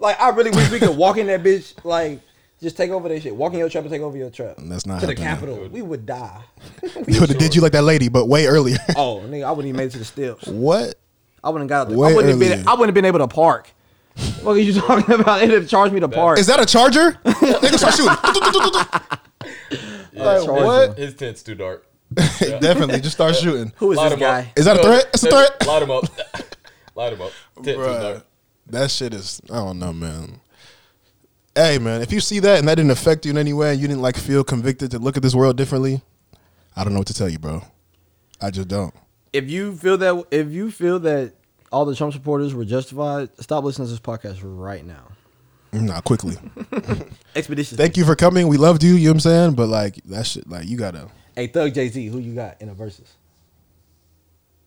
A: Like I really wish we could walk in that bitch. Like just take over that shit. Walk in your trap and take over your trap.
D: That's not
A: to the
D: happening.
A: Capitol. We would die.
D: [LAUGHS] they would have did you like that lady, but way earlier.
A: oh nigga, I wouldn't even made it to the steps.
D: what?
A: I wouldn't got out there.
D: Way
A: I wouldn't have
D: earlier.
A: been. I wouldn't have been able to park. What are you talking [LAUGHS] about? It'd have charged me to park.
D: [LAUGHS] Is that a charger? Nigga start shooting. [LAUGHS]
E: yeah,
A: charged
D: what?
E: His tent's too dark.
D: Definitely, just start shooting.
A: Who is
E: Light
A: this
E: him up.
A: guy?
D: Is that a
E: No,
D: threat? It's a threat.
E: Light him
D: [LAUGHS]
E: up. Light him up. Tent too
D: Bruh,
E: dark.
D: that shit is. I don't know, man. Hey, man, if you see that and that didn't affect you in any way, and you didn't like feel convicted to look at this world differently. I don't know what to tell you, bro. I just don't.
A: If you feel that, if you feel that all the Trump supporters were justified, stop listening to this podcast right now. [LAUGHS]
D: Nah, quickly.
A: Expedition.
D: Thank you for coming. We loved you. You know what I'm saying? But like that shit, like you gotta.
A: Hey, Thug Jay Z, who you got in a versus?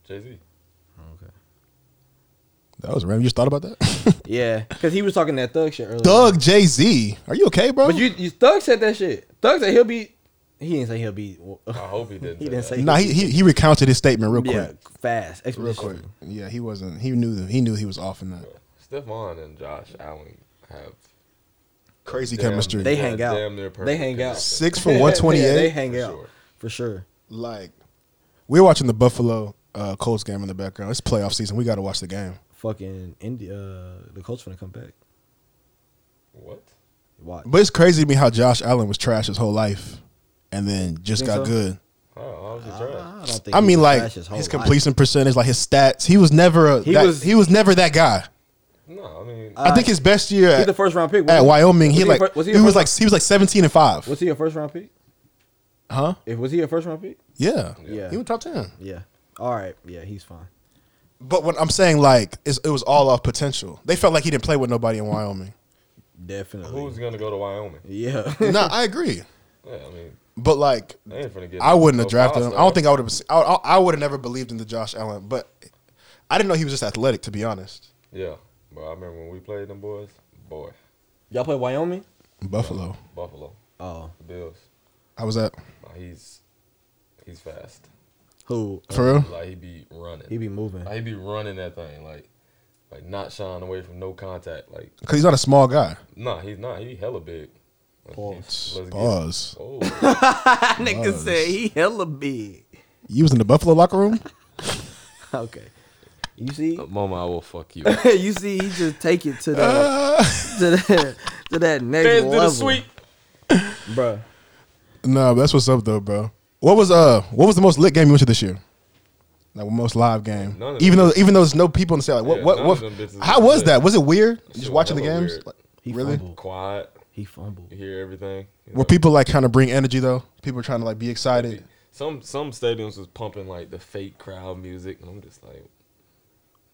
E: Jay Z.
D: That was random. You just thought about that. [LAUGHS]
A: Yeah, because he was talking that Thug shit earlier.
D: Doug Jay Z. Are you okay, bro?
A: but you, you Thug said that shit. Thug said he'll be. He didn't say he'll be.
E: I hope he didn't.
A: He didn't
E: that.
A: say.
D: nah, he, he he recounted his statement real
A: [LAUGHS]
D: quick.
A: yeah, fast.
D: Real
A: [LAUGHS] Expedition.
D: quick. Yeah, he wasn't. He knew that. He knew he was off in that
E: Stephon and Josh Allen have
D: crazy
E: Damn.
D: chemistry.
A: They
E: Yeah,
A: hang out.
E: damn near perfect
A: They hang out.
E: connection.
D: Six for one twenty
A: Yeah, [LAUGHS] they
D: eight.
A: hang
E: For
A: out
E: sure.
A: for sure.
D: like we were watching the Buffalo uh, Colts game in the background. It's playoff season. We got to watch the game.
A: Fucking India, uh, the Colts finna come back.
E: What?
A: Watch.
D: But it's crazy to me how Josh Allen was trash his whole life, and then just
A: Think
D: got
A: so?
D: good.
E: Oh, I was just
A: I
E: trying.
A: don't think.
D: I
A: he
D: mean,
A: was
D: like
A: trash
D: his,
A: whole life.
D: completion percentage, like his stats. He was never a.
A: He
D: He was
A: was-
D: he was never that guy.
E: No, I mean,
D: I think his best year
A: He's
D: at,
A: the first round pick. wasn't
D: at
A: he?
D: Wyoming, he
A: a
D: like
A: fir-
D: he,
A: a
D: was
A: first-
D: like he was like seventeen and five.
A: was he a first round pick?
D: Huh?
A: If was he a first round pick?
D: Yeah.
A: Yeah.
D: He was top ten.
A: Yeah. All right. Yeah, he's fine.
D: But what I'm saying, like, is it was all off potential. They felt like he didn't play with nobody
A: [LAUGHS]
D: in Wyoming.
A: Definitely.
E: who's gonna go to Wyoming?
A: yeah.
D: no, I agree.
E: Yeah, I mean,
D: But like,
E: they ain't finna get.
D: I wouldn't have
E: no
D: drafted him.
E: five-star.
D: I don't think I would have. I, I, I would have never believed in the Josh Allen. But I didn't know he was just athletic. To be honest,
E: Yeah, but I remember when we played them boys. Boy,
A: [LAUGHS] Y'all play Wyoming?
D: Buffalo.
E: Buffalo
A: Oh,
E: the Bills.
D: I was at
E: Nah, he's he's fast.
A: who?
E: Uh,
D: for real.
E: Like he be running.
A: He be moving.
E: Like, he be running that thing like like not shying away from no contact. Like
D: Cause he's not a small guy.
E: nah, he's not. He hella big. Like,
A: Pause.
E: let's get-
D: Pause.
E: Oh,
A: That nigga said he hella big.
D: You was in the Buffalo locker room. [LAUGHS]
A: Okay. You see,
E: mama, I will fuck [LAUGHS] you.
A: [LAUGHS] you see, he just take it to
E: [LAUGHS]
A: that to that to that next
E: Fans do the
A: level,
E: sweep.
A: bro.
D: No, that's what's up though, bro. What was uh what was the most lit game you went to this year? Like most live game.
E: None of them.
D: Even though even though there's no people in the stadium, like what
E: Yeah,
D: what
E: none
D: what
E: of them bitches
D: how
E: was
D: was
E: lit.
D: that? Was it weird? Just
E: shit
D: watching the
E: was hella
D: games?
E: weird.
D: Like,
A: He
D: really?
A: fumbled.
E: Quiet.
A: He fumbled.
E: You hear everything. You
D: Were
E: know?
D: people like trying to bring energy though? People were trying to like be excited.
E: some some stadiums was pumping like the fake crowd music, and I'm just like,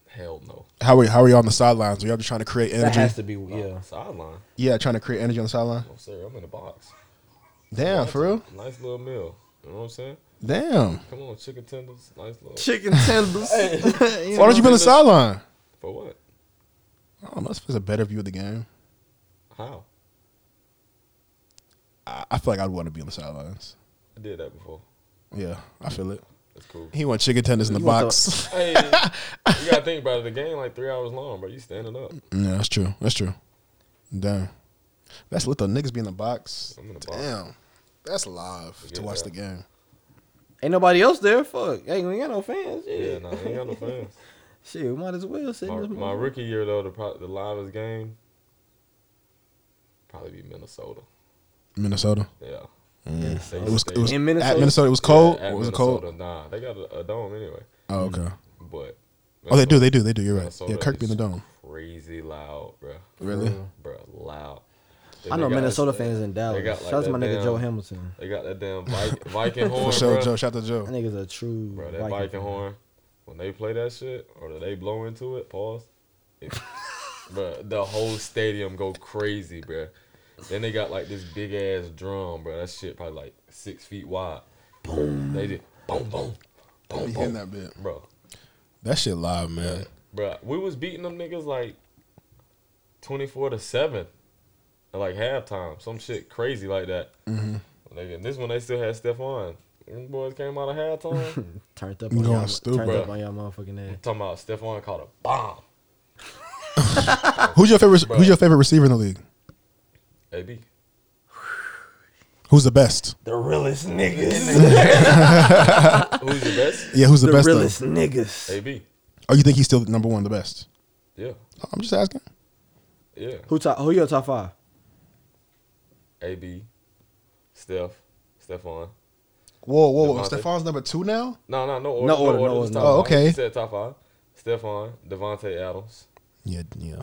E: hell no.
D: How are how are you on the sidelines? Are y'all just trying to create
A: That has
D: energy?
A: to be yeah.
E: Sideline.
D: Yeah, trying to create energy on the sideline.
E: No sir, I'm in the box.
D: Damn,
E: Nice-
D: for real.
E: Nice little meal. You know what I'm saying?
D: Damn.
E: Come on, chicken tenders. Nice little.
C: Chicken
E: [LAUGHS]
C: tenders.
D: Why don't you be on the sideline?
E: For what?
D: I don't know. It's a better view of the game.
E: How?
D: I, I feel like I'd want to be on the sidelines.
E: I did that before.
D: Yeah, I feel it.
E: That's
D: [LAUGHS]
E: cool.
D: He want chicken tenders in the box. [LAUGHS]
E: hey, you gotta think about it. The game like three hours long, bro. You standing up.
D: yeah, that's true. That's true. Damn. That's lit though. Niggas be in the box.
E: I'm in the box.
D: Damn. That's live to watch the game.
A: [LAUGHS] Ain't nobody else there. Fuck. Ain't we got no fans.
E: Yeah,
A: Yeah.
E: nah, ain't
D: [LAUGHS]
E: got no fans.
A: Shit, we might as well sit. in
E: My,
A: this
E: my
A: motherfucker.
E: rookie year though, the pro- the livest game probably be Minnesota.
D: Minnesota.
E: Yeah.
D: Mm. It was, it was
A: In Minnesota?
D: At Minnesota, it was cold.
E: Yeah, at
D: or was it
E: Minnesota,
D: cold?
E: Nah, they got a, a dome anyway.
D: Oh, okay.
E: But
D: Oh, they do. They do. They do. You're right.
E: Minnesota
D: Yeah, Kirk be in the
E: is
D: dome.
E: Crazy loud, bro.
D: Really?
E: Bro, loud.
A: I
E: They
A: know
E: got-
A: Minnesota fans in Dallas.
E: got, like,
A: Shout out to my
E: that
A: nigga
E: damn-
A: Joe Hamilton.
E: They got that damn Viking, Viking horn,
D: [LAUGHS] For sure,
E: bro.
D: Joe. Shout out to Joe.
A: That nigga's a true.
E: Bro, that
A: Viking.
E: Viking, horn, when they play that shit or that they blow into it, pause. It, [LAUGHS] bro, the whole stadium go crazy, bro. Then they got like this big ass drum, bro. That shit probably like six feet wide. Boom. They just boom, boom,
D: Be
E: boom,
D: hitting
E: boom.
D: that bit.
E: Bro,
D: That shit live, man.
E: bro, we was beating them niggas like twenty four to seven, at like halftime, some shit crazy like that. Nigga, this one they still had Stephon. Them boys came out of halftime.
A: [LAUGHS] Turned up
D: You
A: on
D: going
A: y'all.
D: stupid.
A: Turned up
E: Bruh.
A: on y'all motherfucking ass.
E: Talking about Stephon caught a bomb.
D: Who's your favorite?
E: Bro.
D: Who's your favorite receiver in the league?
E: AB.
D: Who's the best?
A: The realest niggas.
E: Who's the best?
D: Yeah, who's the,
A: The,
D: best?
A: realest
D: Though?
A: niggas.
E: AB.
D: Oh, you think he's still number one, the best?
E: Yeah.
D: I'm just asking.
E: Yeah.
A: Who top? Who your top five?
E: AB. Steph. Stephon.
D: Whoa, whoa, whoa.
E: Devontae.
D: Stefan's number two now.
E: No, no, no order.
A: No order, no order,
E: just
A: no
E: top
D: order.
E: five.
D: Oh, okay.
E: You said top five. Stephon. Devontae Adams.
D: Yeah, yeah.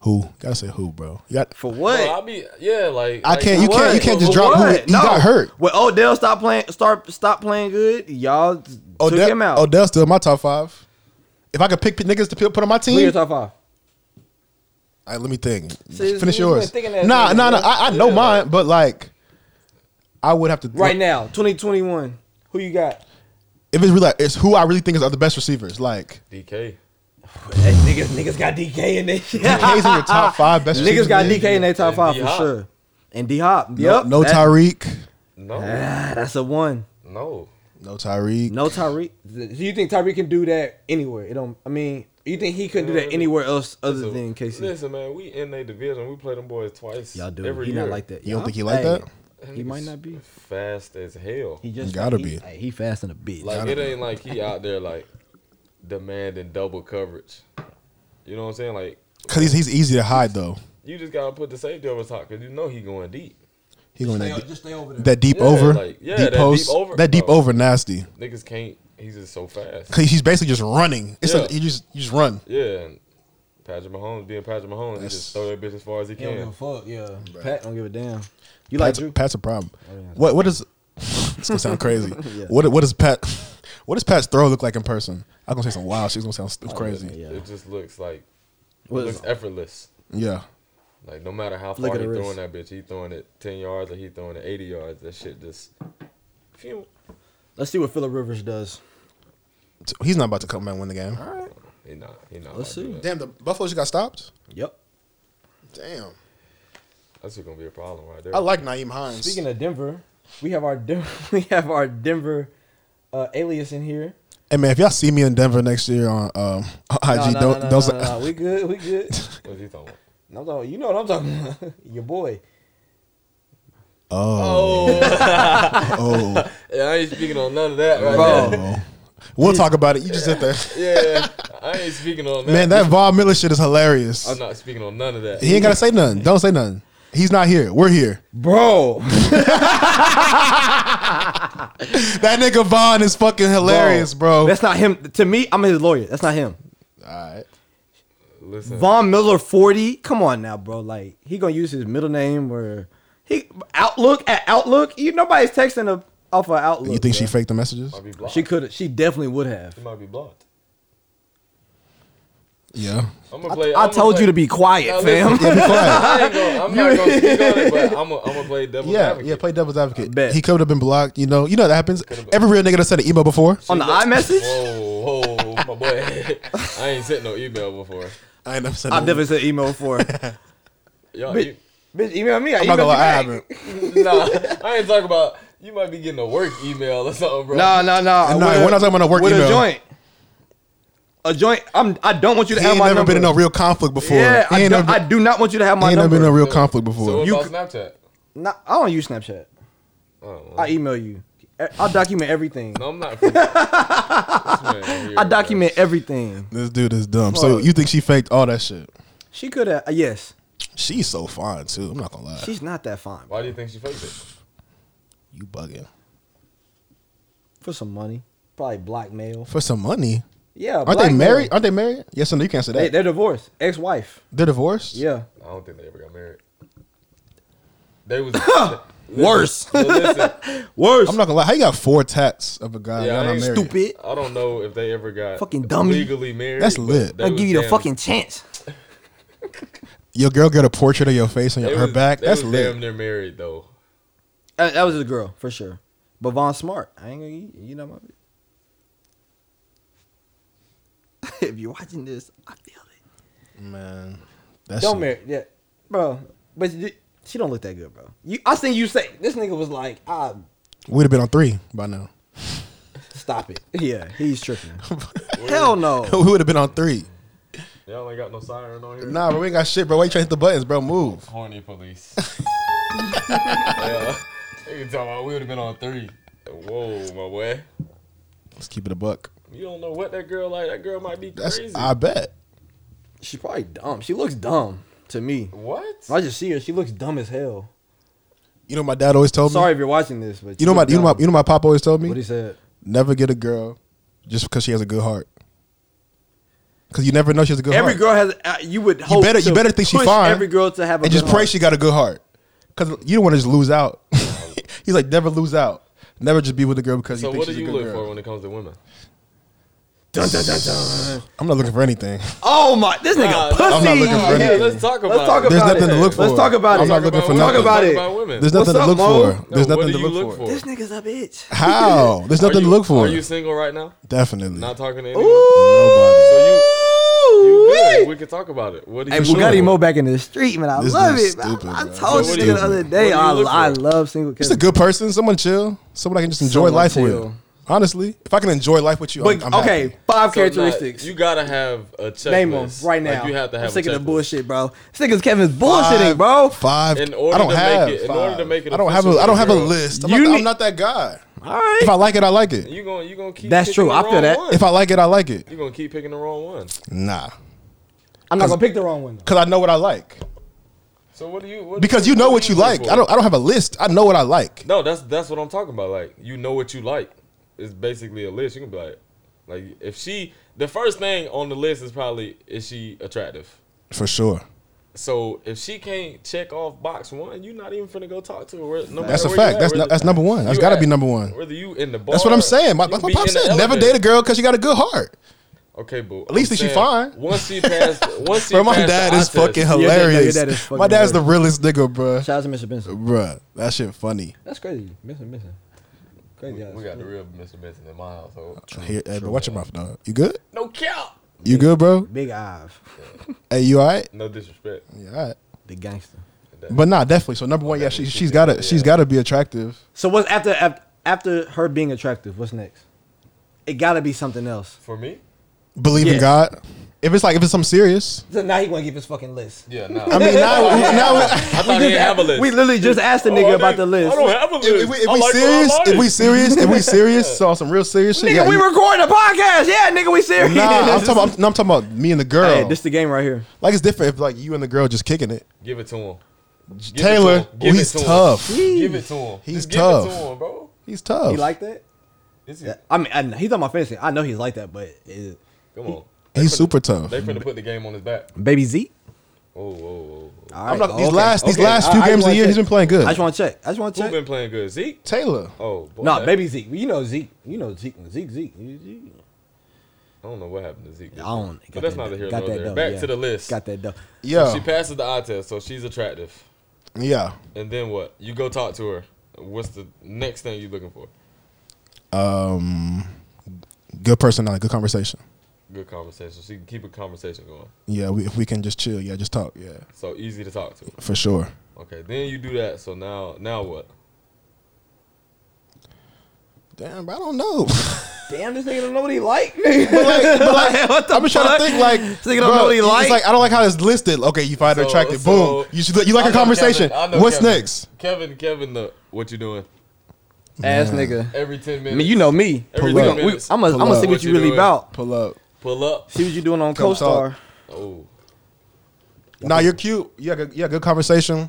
D: Who? Gotta say who, bro. You got,
A: For
E: Bro,
A: what?
E: I be yeah, like
D: I
E: like,
D: can't. You
A: What?
D: can't. You can't just
A: For
D: drop. Who,
A: what?
D: he got hurt.
A: When Odell stop playing, start stop playing good. Y'all took him out.
D: Odell's still in my top five. If I could pick p- niggas to p- put on my
A: Who your
D: team,
A: top five?
D: All right, let me think.
A: See,
D: Finish
A: you been
D: yours.
A: thinking that
D: Nah,
A: thing,
D: nah, nah.
A: bro.
D: I, I know mine, but like, I would have to
A: Right now, 2021. Who you got?
D: If it's really, like, it's who I really think is are the best
A: [LAUGHS]
D: receivers. Like,
E: DK.
A: Hey, niggas, niggas got DK in their shit.
D: DK's in your top five best.
A: [LAUGHS]
D: receivers
A: niggas got
D: in the league.
A: DK in their top
E: And
A: five for
E: D-Hop.
A: sure. And D Hop.
D: No,
A: Yep.
D: no
A: that-
D: Tyreek.
E: No.
A: Ah, that's a one.
E: No.
D: No Tyreek.
A: No Tyreek. Do you think Tyreek can do that anywhere? It don't. I mean, you think he couldn't do that anywhere else other
E: Listen-
A: than KC?
E: Listen, man, we in a division. We play them boys twice.
A: Y'all do.
E: every
A: he
E: year.
A: not like that.
D: You don't
A: Y'all-
D: think he like
A: hey,
D: that?
A: He might not be.
E: Fast as hell.
A: He just
D: Gotta
A: he-
D: be.
A: hey, he fast in a bitch.
E: Like it ain't like he out there like demanding double coverage. You know what I'm saying? Like
D: Cause he's he's easy to hide though.
E: you just gotta put the safety over top because you know he going deep.
D: He going that,
A: just stay over
D: deep- that deep
E: Yeah,
D: over,
E: like, yeah,
D: deep
E: that deep
D: post,
E: over,
D: that deep
E: bro.
D: over nasty.
E: Niggas can't. He's just so fast.
A: [LAUGHS]
D: Cause he's basically just running. It's
E: Yeah.
D: like he just you just run.
E: Yeah, and Patrick Mahomes being Patrick Mahomes, he just throw that bitch as far as he
A: He don't give
E: can.
A: a fuck. Yeah, Pat don't give a damn. You like
D: Pat's,
A: Drew?
D: Pat's a problem. What what is? [LAUGHS] It's gonna sound crazy. What what does Pat? What does Pat's throw look like in person? I'm gonna say some wild. She's gonna sound st- crazy. Yeah.
A: Yeah.
E: It just looks like it
A: What is-
E: looks effortless. Like no matter how
A: Look
E: far
A: at
E: he
A: the wrist.
E: throwing that bitch, he throwing it ten yards or he throwing it eighty yards. That shit just. Phew.
A: Let's see what Phillip Rivers does.
D: So He's not about to come back and win the game.
E: He not. He not.
A: Let's
E: about to do
A: see.
E: that.
D: Damn, the Buffalo just got stopped.
A: Yep.
D: Damn,
E: That's what's gonna be a problem right there.
A: Oh.
D: I like Naeem Hines.
A: Speaking of Denver, we have our Den- [LAUGHS] we have our Denver uh, alias in here.
D: hey man, if y'all see me in Denver next year on um, [LAUGHS]
A: No, no,
D: IG, don't
A: no, no,
D: don't.
A: no, no, no. We good. We
D: [LAUGHS]
A: good.
E: What's he talking about?
A: I'm talking, you know what I'm talking about. [LAUGHS] Your boy.
D: Oh, [LAUGHS] oh,
E: Yeah, I ain't speaking on none of that right
A: Bro.
E: now.
D: oh. We'll talk about it. You just hit there.
E: Yeah, I ain't speaking on that.
D: Man, that Von Miller shit is hilarious.
E: I'm not speaking on none of that.
D: He ain't gotta say nothing. Don't say nothing. He's not here. We're here.
A: Bro.
D: That nigga Von is fucking hilarious, bro.
A: That's not him. To me, I'm his lawyer. That's not him.
D: All right.
E: Listen,
A: Von Miller 40. Come on now, bro. Like, he going to use his middle name or he Outlook at Outlook. You Nobody's texting a off her outlook.
D: You think she
A: bruh.
D: faked the messages?
E: Might be blocked.
A: She could. She definitely would have.
E: She might be blocked.
D: Yeah.
E: I'm gonna play.
A: I
E: I'm
A: told
E: play,
A: you to be
E: Now
A: quiet,
E: [LAUGHS] listen.
A: fam.
D: Yeah, be quiet.
E: I ain't gonna, I'm not gonna speak on it, but I'm gonna I'm gonna play devil's
D: Yeah,
E: advocate.
D: yeah, play devil's advocate.
A: bet.
D: He could have been blocked. You know, you know that happens. Every real nigga that sent an email before.
A: [LAUGHS] On the iMessage,
E: Whoa, whoa, my boy! I ain't sent no email before.
D: I ain't never sent.
A: I
D: an
A: definitely said email
D: [LAUGHS]
A: for. her.
E: Y'all,
A: Bitch,
E: you,
A: Bitch, email me. I
D: email.
A: email you
D: I'm not gonna lie, I
A: back.
D: haven't.
E: nah, I ain't talking about. You might be getting a work email or something, bro.
A: No, no, no.
D: No,
A: With
D: we're not talking about no work
A: with
D: email.
A: a joint. A joint. I'm. I don't want you to
D: He
A: have
D: ain't
A: my
D: never
A: number.
D: been in no real conflict before.
A: yeah,
D: he
A: I,
D: ain't
A: don't, I
D: never,
A: do not want you to have
D: he
A: my
D: ain't never
A: number.
D: been in no real conflict
E: So
D: before.
E: what
A: You
E: about
A: could-
E: Snapchat?
A: Nah, I don't use Snapchat.
E: Oh, well.
A: I email you. E, I document everything.
E: no, I'm not. this man here,
A: [LAUGHS] I
E: bro.
A: document everything.
D: this dude is dumb. So you think she faked all that shit?
A: She could have. Yes,
D: She's so fine too. I'm not gonna lie.
A: she's not that fine
E: Why do you think she faked it?
D: you bugging
A: for some money. Probably blackmail.
D: for some money?
A: Yeah,
D: Aren't they
A: blackmail.
D: married? Aren't they married? Yes or no? You can't say
A: They,
D: that.
A: they're divorced. Ex-wife.
D: They're divorced.
A: Yeah.
E: I don't think they ever got married. They
A: [LAUGHS]
E: was listen,
A: Worse.
E: no, listen,
A: Worse.
D: I'm not gonna lie. How you got four tats of a guy?
E: Yeah,
D: y'all
E: I
D: not
E: ain't
D: married?
A: Stupid.
E: I don't know if they ever got
A: Fucking dummy.
E: legally married.
D: That's
E: but
D: lit.
E: they
A: I'll
E: was
A: give you the
E: damn-
A: fucking chance.
D: Your girl got a portrait of your face on
E: they
D: your, her
E: was-
D: back.
E: they
D: That's
E: was
D: lit.
E: Damn, near married though.
A: Uh, That, that was his girl for sure. But Von Smart, I ain't gonna. eat- You know my. [LAUGHS] if you're watching this, I feel it.
D: Man, that's
A: Don't marry, yeah, bro. But you- she don't look that good, bro. You, I seen you say this nigga was like, ah,
D: We'd have been on three by now. [LAUGHS]
A: stop it. Yeah, he's tripping. [LAUGHS] Hell no.
D: we would have been on three.
E: Y'all ain't got no siren on here.
D: Nah, bro, we ain't got shit, bro. Why you trying to hit the buttons, bro? Move.
E: Horny
D: [LAUGHS]
E: police. yeah. You talking about we would have been on three. Whoa, my boy.
D: Let's keep it a buck.
E: You don't know what that girl like. That girl might be
D: That's
E: crazy.
D: I bet.
A: She's probably dumb. She looks dumb to me.
E: what?
A: When I just see her. She looks dumb as hell.
D: You know, what my dad always told me.
A: Sorry if you're watching this, but
D: You know,
A: she
D: my
A: look
D: you know my
A: dumb.
D: you know my pop always told
A: what he
D: me.
A: said.
D: Never get a girl just because she has a good heart. Because you never know she has a good
A: Every
D: heart.
A: girl has. Uh, you would hope.
D: better-
A: to
D: you better think she
A: push
D: fine
A: Every girl to have a.
D: and just
A: good
D: pray
A: heart.
D: she got a good heart. Because you don't want to just lose out. [LAUGHS] He's like, never lose out. Never just be with a girl because
E: So
D: you think
E: what do
D: she's a
E: you
D: good
E: look
D: girl.
E: for when it comes to women?
A: Dun, dun, dun, dun.
D: I'm not looking
E: [LAUGHS]
D: for anything.
A: Oh my! This nigga
E: Nah,
A: pussy.
D: I'm not looking for
E: Yeah,
D: anything.
E: let's talk about.
A: Let's talk
E: it.
D: There's
A: about
D: nothing
A: it.
D: to look for.
A: Let's talk about
D: I'm
A: it.
D: not looking for
E: women.
A: Talk
D: nothing.
A: about it.
E: About women.
D: There's nothing
A: What's
D: to
A: up,
D: look
A: Mo?
D: for.
E: No,
D: There's
E: what
D: nothing to
E: do you
D: look for.
A: This nigga's a bitch.
E: [LAUGHS]
D: How? There's
E: Are
D: nothing to
E: you-
D: look for.
E: Are you single right now?
D: Definitely.
E: Not talking to anyone.
A: Ooh.
E: So you, you
A: Ooh-wee.
E: good. We could talk about it. What do
A: Hey,
E: you
D: sure.
A: Bugatti Mo back in the street, man. I
D: This
A: love
D: nigga's
A: it. man.
D: stupid,
A: I, I
D: bro.
A: told
E: So
A: this
E: what
A: nigga
E: do
A: the
E: you-
A: other day.
E: what do you
A: I,
E: look
A: I
E: for?
A: love single. Kevin.
D: Just a good person, someone chill, someone I can just enjoy
A: Someone
D: life
A: chill.
D: with. Honestly, if I can enjoy life with you,
A: But
D: I'm, I'm
A: okay,
D: happy.
A: five
E: So, nah,
A: characteristics.
E: you gotta have a checklist.
A: Name them right now.
E: Like, you have to have
A: I'm sick
E: a
A: of the
E: checklist.
A: bullshit, bro. This nigga's Kevin's bullshitting, bro.
D: Five.
E: In order
D: I don't
E: to make
D: have.
E: it- in
D: five.
E: order to make it
D: I don't have a.
E: official
D: I don't have a
E: with a girl,
D: list. I'm,
A: you
D: not,
A: need-
D: I'm not that guy.
A: All
D: If I
A: right.
D: like it, I like it.
E: You gonna you gonna keep.
A: That's
E: picking
A: true.
E: the
A: I feel
E: wrong
A: that.
E: One.
D: If I like it, I like it.
E: you gonna keep picking the wrong one.
D: Nah,
A: I'm not gonna pick the wrong one.
D: because I know what I like.
E: So what do you? What
D: Because you know what you
E: look
D: like.
E: for?
D: I don't. I don't have a list. I know what I like.
E: No, that's that's what I'm talking about. Like you know what you like. It's basically a list. You can be like, like if she, the first thing on the list is probably is she attractive.
D: For sure.
E: So if she can't check off box one, you're not even finna go talk to her. where- No
D: That's
E: matter
D: a
E: where you
D: fact.
E: at,
D: That's
E: whether
D: no, that's number one. That's
E: you
D: got to
E: at-
D: be number one.
E: Whether you in the bar,
D: That's what I'm saying. My,
E: you
D: that's
E: be
D: what pop
E: in the
D: said. Never
E: elevator.
D: date a girl because you got a good heart.
E: Okay, but at
D: least she fine.
E: Once she passed, once she
D: Bro, my
E: passed the
D: dad
E: eye
D: is
E: test,
D: fucking
A: dad- no, your
D: hilarious.
A: dad is fucking
D: my dad's the realest nigga, bro.
A: Shout out to Mr. Benson.
D: Bruh, that shit funny.
A: That's crazy. Missing, missing. Crazy. ass.
E: We got the real Mr. Benson in my household.
D: Here, hey, bro, watch your mouth, dog. You good?
E: No cap.
D: You good, bro?
A: Big Ive,
D: Hey, you all right?
E: No disrespect.
D: Yeah, all right.
A: the gangster.
D: But nah, definitely. So number one, yeah, she she's gotta she's gotta be attractive.
A: So what's after after, after her being attractive? What's next? It gotta be something else.
E: For me,
D: Believe in
A: Yeah.
D: God. If it's like if it's something serious,
A: So now he wanna give his fucking list.
E: yeah, no. [LAUGHS]
D: I mean now now
E: I thought he didn't have a list. Oh,
A: We literally just asked the nigga about the list.
E: I don't have a list.
D: if we, if
E: I like
D: we
E: what I
D: serious
E: like.
D: if we serious if we serious so on some real serious shit.
A: Nigga,
D: yeah,
A: we
D: you-
A: recording a podcast. Yeah, nigga, we serious.
D: Nah, I'm talking. About, no, I'm talking about me and the girl.
A: [LAUGHS] Hey, this the game right here.
D: like it's different if like you and the girl just kicking it.
E: give it to him. Give it
D: Taylor,
E: to him.
D: oh,
E: Give it
D: he's
E: to him.
D: tough.
E: Give it to him.
D: He's
E: Just
D: tough.
E: Give it to him, bro.
D: He's tough.
A: He like that?
E: This is,
A: I mean, I, he's on my fantasy. I know he's like that, but uh,
E: Come on.
D: he's super tough.
E: They finna put the game on his back.
A: baby Z,
E: Oh, whoa, whoa.
A: All
D: I'm
A: right,
D: not, these
A: okay,
D: last these
A: okay.
D: last
A: I- I
D: few
A: just
D: games of the
A: wanna
D: year,
A: check.
D: he's been playing good.
A: I just want to check. I just want to
E: Who
A: check.
E: been playing good? Zeke?
D: Taylor.
E: Oh, boy.
A: No, baby Zeke. You know Zeke. You know Zeke. Zeke. Zeke. Zeke.
E: I don't know what happened to Zeke. this
A: I don't.
E: year. But that's not a
A: that-
E: hero
A: got that
E: there.
A: dub,
E: Back
A: yeah.
E: to the list.
A: Got that dub.
E: She
D: Yeah.
E: passes the eye test, so she's attractive.
D: Yeah.
E: And then what? You go talk to her. What's the next thing you looking for?
D: Um good personality, good conversation.
E: Good conversation. She can keep a conversation going.
D: Yeah, we, if we can just chill, yeah, just talk. Yeah.
E: So easy to talk to.
D: For sure.
E: Okay, then you do that. So now, now what?
D: Damn, bro, I don't know. [LAUGHS]
A: Damn, this nigga don't know what he like. nigga.
D: but [LAUGHS]
A: [LAUGHS]
D: like, but like
A: What the
D: I've been trying to
A: fuck?
D: think like,
A: This nigga don't know what he
D: it's
A: like.
D: I don't like how it's listed. Okay, you find it
E: So-
D: attractive.
E: so-
D: Boom. You should, you like
E: I
D: a
E: know
D: conversation.
E: Kevin. I know
D: What's
E: Kevin.
D: next?
E: Kevin, Kevin, the, what you doing?
A: Ass nigga.
E: Every ten minutes.
A: I mean, you know me.
E: Every
A: We
E: ten
A: gon- we-
E: minutes.
A: I'm gonna
D: Pull
A: I'm gonna
D: up.
A: see what
E: What
A: you
E: you
A: really
E: doing?
A: about.
D: Pull up.
E: pull up.
A: See what you doing on
D: Come
A: CoStar.
D: talk.
E: Oh,
D: Nah, you're cute. You have, a- you have good conversation.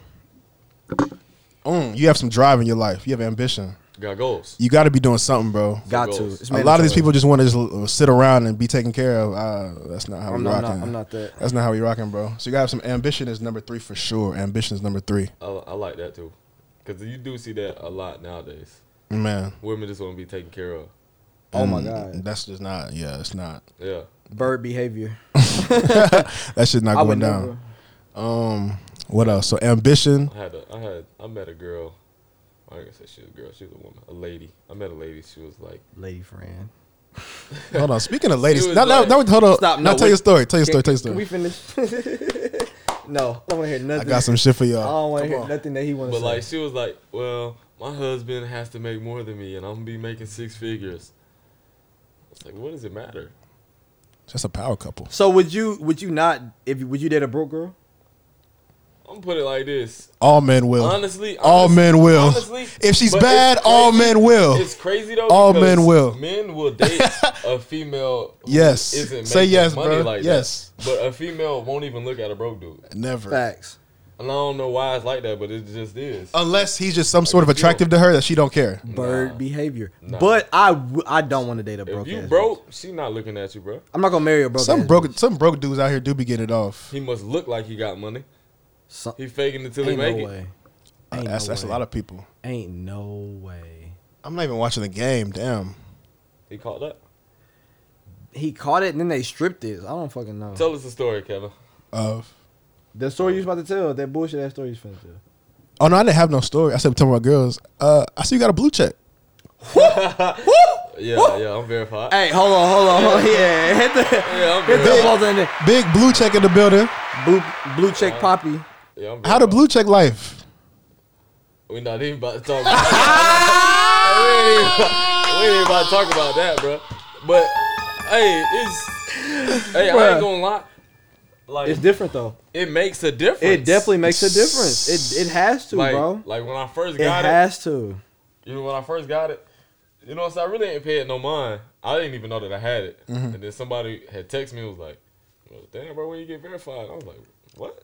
D: Mm, you have some drive in your life. You have ambition.
E: got goals.
D: You got to be doing something, bro.
A: Got to.
E: goals.
A: It's
D: A lot of these
A: mandatory.
D: people just want to just l- uh, sit around and be taken care of. Uh, that's not how
A: I'm
D: we
A: not, I'm
D: rocking.
A: not. I'm not that.
D: That's not how we rocking, bro. So you got to have some ambition is number three for sure. Ambition is number three.
E: I, I like that too, because you do see that a lot nowadays.
D: Man.
E: Women just want to be taken care of.
A: Oh my
D: Mm,
A: god.
D: That's just not, yeah, it's not.
E: Yeah.
A: Bird behavior.
D: [LAUGHS] That shit not
A: I
D: going
A: would
D: down.
A: never.
D: Um, what else? So ambition.
E: I had a, I had, I met a girl. I ain't gonna say she was a girl. She was a woman, a lady. I met a lady. She was like,
A: Lady friend.
D: Hold on. Speaking of ladies,
E: was
D: now, now,
E: like-
D: now, hold on.
A: Stop,
D: now
A: no,
D: tell
A: wait.
D: your story. Tell your
A: Can,
D: story. Tell your
A: can we
D: story.
A: finish? [LAUGHS] no, I don't want to hear nothing.
D: I got some shit for
A: I
D: y'all.
A: don't want to
D: Come
A: hear
D: on.
A: nothing that he wants
E: but
A: to
E: like
A: say.
E: she was like, well, my husband has to make more than me, and I'm gonna be making six figures. I was like, what does it matter?
D: That's a power couple.
A: So would you? Would you not? If you- would you date a broke girl?
E: I'm gonna put it like this.
D: All men will.
E: Honestly,
D: all
E: honest-
D: men will.
E: honestly,
D: if she's
E: but it's
D: bad, all
E: crazy-
D: men will.
E: It's crazy though.
D: All
E: because
D: men will.
E: Men will
D: [LAUGHS]
E: date a female. who
D: Yes.
E: Isn't
D: Say
E: making
D: yes,
E: money
D: bro.
E: Like
D: Yes.
E: That. But a female won't even look at a broke dude,
D: Never.
A: Facts.
E: and I don't know why it's like that, but it just is.
D: Unless he's just some sort of attractive to her that she don't care.
A: Bird behavior. But I, w- I don't want to date a broke.
E: if you
A: ass bitch.
E: broke, she not looking at you, bro.
A: I'm not gonna marry a broke.
D: Some
A: ass
D: broke,
A: bitch.
D: some broke dudes out here do be getting it off.
E: He must look like he got money.
A: Some,
E: He faking until he
A: ain't
E: make
A: no
E: it.
A: way.
D: Uh,
A: Ain't
D: that's
A: no
D: that's
A: way.
D: a lot of people.
A: Ain't no way.
D: I'm not even watching the game. Damn.
E: He caught that.
A: He caught it and then they stripped it. I don't fucking know.
E: Tell us the story, Kevin.
D: Of.
A: the story you was about to tell, that bullshit ass story you finna tell.
D: Oh no, I didn't have no story. I said talking about girls. Uh, I see you got a blue check.
E: Yeah, yeah, I'm verified.
A: Hey, hold on, hold on, hold on. Yeah, hit the,
E: Yeah, I'm
A: hit the
E: good.
A: balls in there.
D: Big blue check in the building.
A: Blue, blue check poppy.
E: Yeah, I'm
D: How the
E: verified.
D: blue check life?
E: We not even about to talk about that. [LAUGHS] we, ain't even, we ain't about to talk about that, bro. But hey, it's hey, I
A: Bruh.
E: ain't gonna lie. Like
A: It's different though.
E: it makes a difference.
A: It definitely makes a difference. It it has to,
E: like,
A: bro.
E: Like when I first
A: It
E: got it,
A: has to.
E: you know, when I first got it, you know, so I really ain't paying no mind. I didn't even know that I had it,
A: Mm-hmm.
E: and then somebody had texted me and was like, well, "Damn, bro, when you get verified?" I was like, "What?"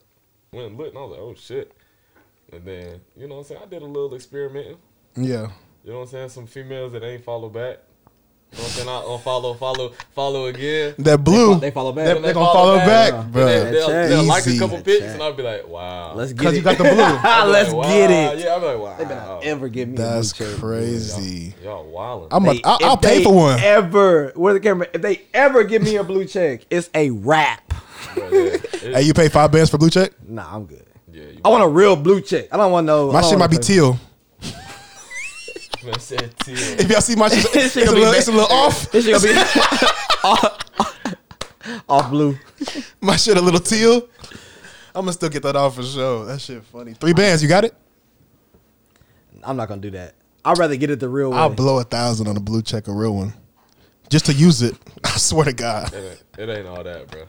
E: Went and looked, and I was like, "Oh shit!" And then you know, what I'm saying I did a little experimenting.
D: Yeah.
E: You know what I'm saying? Some females that ain't follow back. You know what I'm saying? I unfollow, follow,
A: [LAUGHS]
E: follow again.
D: That blue.
A: They follow
D: They-
A: back.
E: Then
D: gonna follow back,
E: Then
D: bruh.
E: They, will
A: That's
E: they'll like a
D: easy.
E: couple pics,
A: That's
E: and I'll be like, wow.
A: Let's get
D: Cause
A: it.
D: you got the blue.
A: Ah,
E: I'll
A: [LAUGHS]
E: be
A: let's
E: like,
A: get
E: wow.
A: it.
E: Yeah, I'll be like, wow. They
A: Not Ever give me
D: That's
A: a blue check.
D: crazy.
E: Y'all
A: [LAUGHS]
E: wildin'.
D: I'm. A,
A: They-
D: I'll, I'll
A: if
D: pay
A: they
D: for one.
A: Ever where the camera? If they ever give me a blue check, it's a wrap.
E: Bruh, yeah. It-
D: Hey, you pay five bands for blue check?
A: Nah, I'm good.
E: yeah, you
A: I want a real blue check. I don't want no. I
D: My
A: don't
D: shit
A: wanna
D: might be
A: pay-
D: teal.
E: Man said teal.
D: If y'all see
A: [LAUGHS]
D: my shit, it's,
A: shit
D: a
A: gonna be
D: little,
A: bad.
D: it's a little off.
A: This shit gonna be [LAUGHS] off blue.
D: My shit a little teal. I'm gonna still get that off for sure. That shit funny. Three bands, you got it?
A: I'm not gonna do that. I'd rather get it the real way.
D: I'll blow a thousand on a blue check, a real one, just to use it. [LAUGHS] I swear to God.
E: It ain't, [LAUGHS] it ain't all that, bro.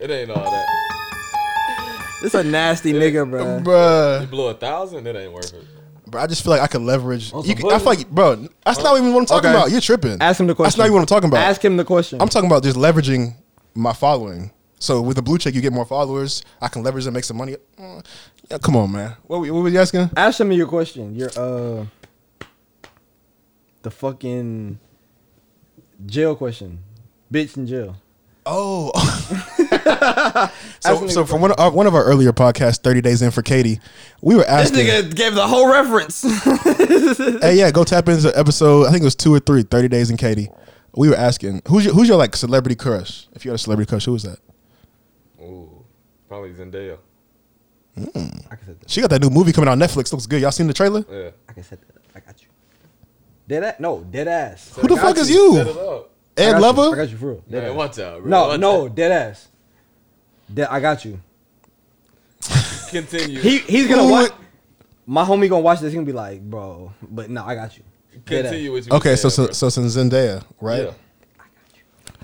E: It ain't all that.
A: This a
D: [LAUGHS]
A: nasty nigga, bro.
D: Bruh,
E: Blow a thousand, it ain't worth it.
D: bro, I just feel like I could leverage.
E: some
D: You can, I feel like, bro, that's
A: Oh.
D: not even what I'm talking
A: Okay.
D: about. You're tripping.
A: Ask him the question.
D: That's not even what I'm talking about.
A: Ask him the question.
D: I'm talking about just leveraging my following. So with the blue check, you get more followers. I can leverage and make some money. Mm, yeah, come on, man. What, were- what were you asking?
A: Ask him your question. Your uh, the fucking Oh. [LAUGHS] jail question, bitch in jail.
D: Oh, [LAUGHS] So, so from one of, our, one of our earlier podcasts, thirty days in for Katie, we were
A: This
D: asking.
A: nigga gave the whole reference.
D: [LAUGHS] hey, yeah, go tap into episode. I think it was two or three. Thirty days in Katie. We were asking who's your, who's your like celebrity crush? If you had a celebrity crush, who was that?
E: Ooh, probably Zendaya.
A: I can set that.
D: She got that new movie coming out on Netflix. Looks good. Y'all seen the trailer?
E: Yeah.
A: I can set that. up. I got you. Dead ass? No, dead ass.
D: Who the
E: Got
D: fuck is
E: Set it
D: you?
E: up.
A: I
D: Ed
A: got You. I
D: Lover.
A: got you for real. Dead
E: Man,
A: ass.
E: watch out, bro.
A: No,
E: Watch
A: no,
E: out.
A: dead ass. Dead, I got you.
E: Continue.
A: He he's gonna
D: Who
A: watch.
D: would-
A: My homie gonna watch this. He gonna be like, bro, but no, I got you. Dead ass.
E: Continue with you.
D: Okay, so so so since Zendaya, right?
E: Yeah.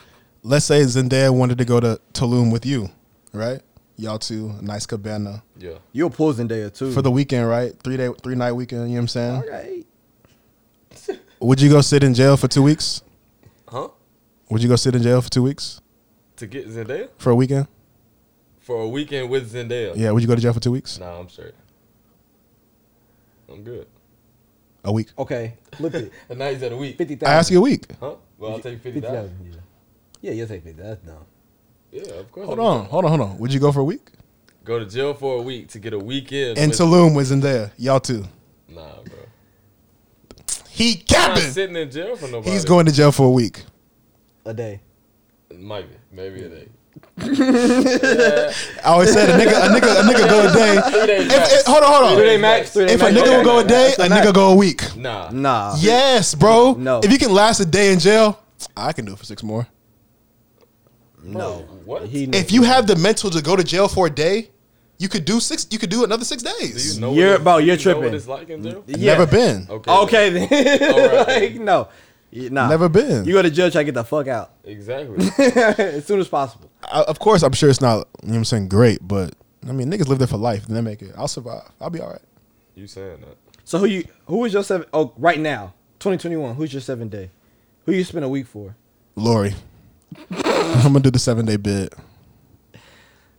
D: Let's say Zendaya wanted to go to Tulum with you, right? Y'all two, nice cabana
E: Yeah.
A: You'll pull Zendaya too.
D: for the weekend, right? Three day, three night weekend. You know what I'm saying?
A: okay.
D: Would you go sit in jail for two weeks?
E: Huh?
D: Would you go sit in jail for two weeks
E: To get Zendaya
D: for a weekend?
E: for a weekend with Zendaya.
D: Yeah, would you go to jail for two weeks?
E: Nah, I'm straight. I'm good.
D: A week.
A: Okay, flip
D: [LAUGHS]
A: it.
E: And now he's at a week.
A: Fifty
D: I asked
A: thousand.
D: you a week.
E: Huh? Well, I'll take
A: Fifty
E: fifty dollars.
A: thousand. Yeah, yeah, you'll take fifty. That's dumb.
E: Yeah, of course.
D: Hold
E: I'll do
D: on, hold on, hold on. Would you go for a week?
E: that. Go to jail for a week to get a weekend.
D: In
E: with-
D: Tulum with Zendaya, y'all too.
E: Nah, bro.
D: He
E: I'm not
D: capping.
E: sitting in jail for nobody.
D: He's going to jail for a week.
A: A day.
E: Might be, maybe a day.
D: I always said a nigga, a nigga, a nigga go a day.
E: Three days.
D: If, if- hold on, hold on.
A: max, three day
D: If a
A: max.
D: nigga will go a day,
A: That's
D: a
A: a
D: nigga
A: fact.
D: go a week.
E: Nah.
A: Nah.
D: Yes, bro.
A: No.
D: If you can last a day in jail, I can do it for six more.
E: No. What?
A: He knew.
D: If you have the mental to go to jail for a day, you could do six. You could do another six
E: Do you
D: days.
E: know
A: You're-
E: what it-
A: bro,
E: do
A: you're
E: you Know
A: tripping.
E: what it's like in jail?
A: yeah.
D: Never been.
E: Okay.
A: Okay then. [LAUGHS]
E: All right.
A: like no. Y- Nah.
D: Never been.
A: You go to jail, try to get the fuck out [LAUGHS]
E: Exactly.
A: as soon as possible.
D: I, of course, I'm sure it's not. You know what I'm saying? Great, but I mean, niggas live there for life. Then they make it. I'll survive. I'll be all right.
E: you saying that?
A: So who you? Who is your seven? Oh, right now, 2021. Who's your seven day? Who you spend a week for?
D: Lori, [LAUGHS] I'm gonna do the seven day bid.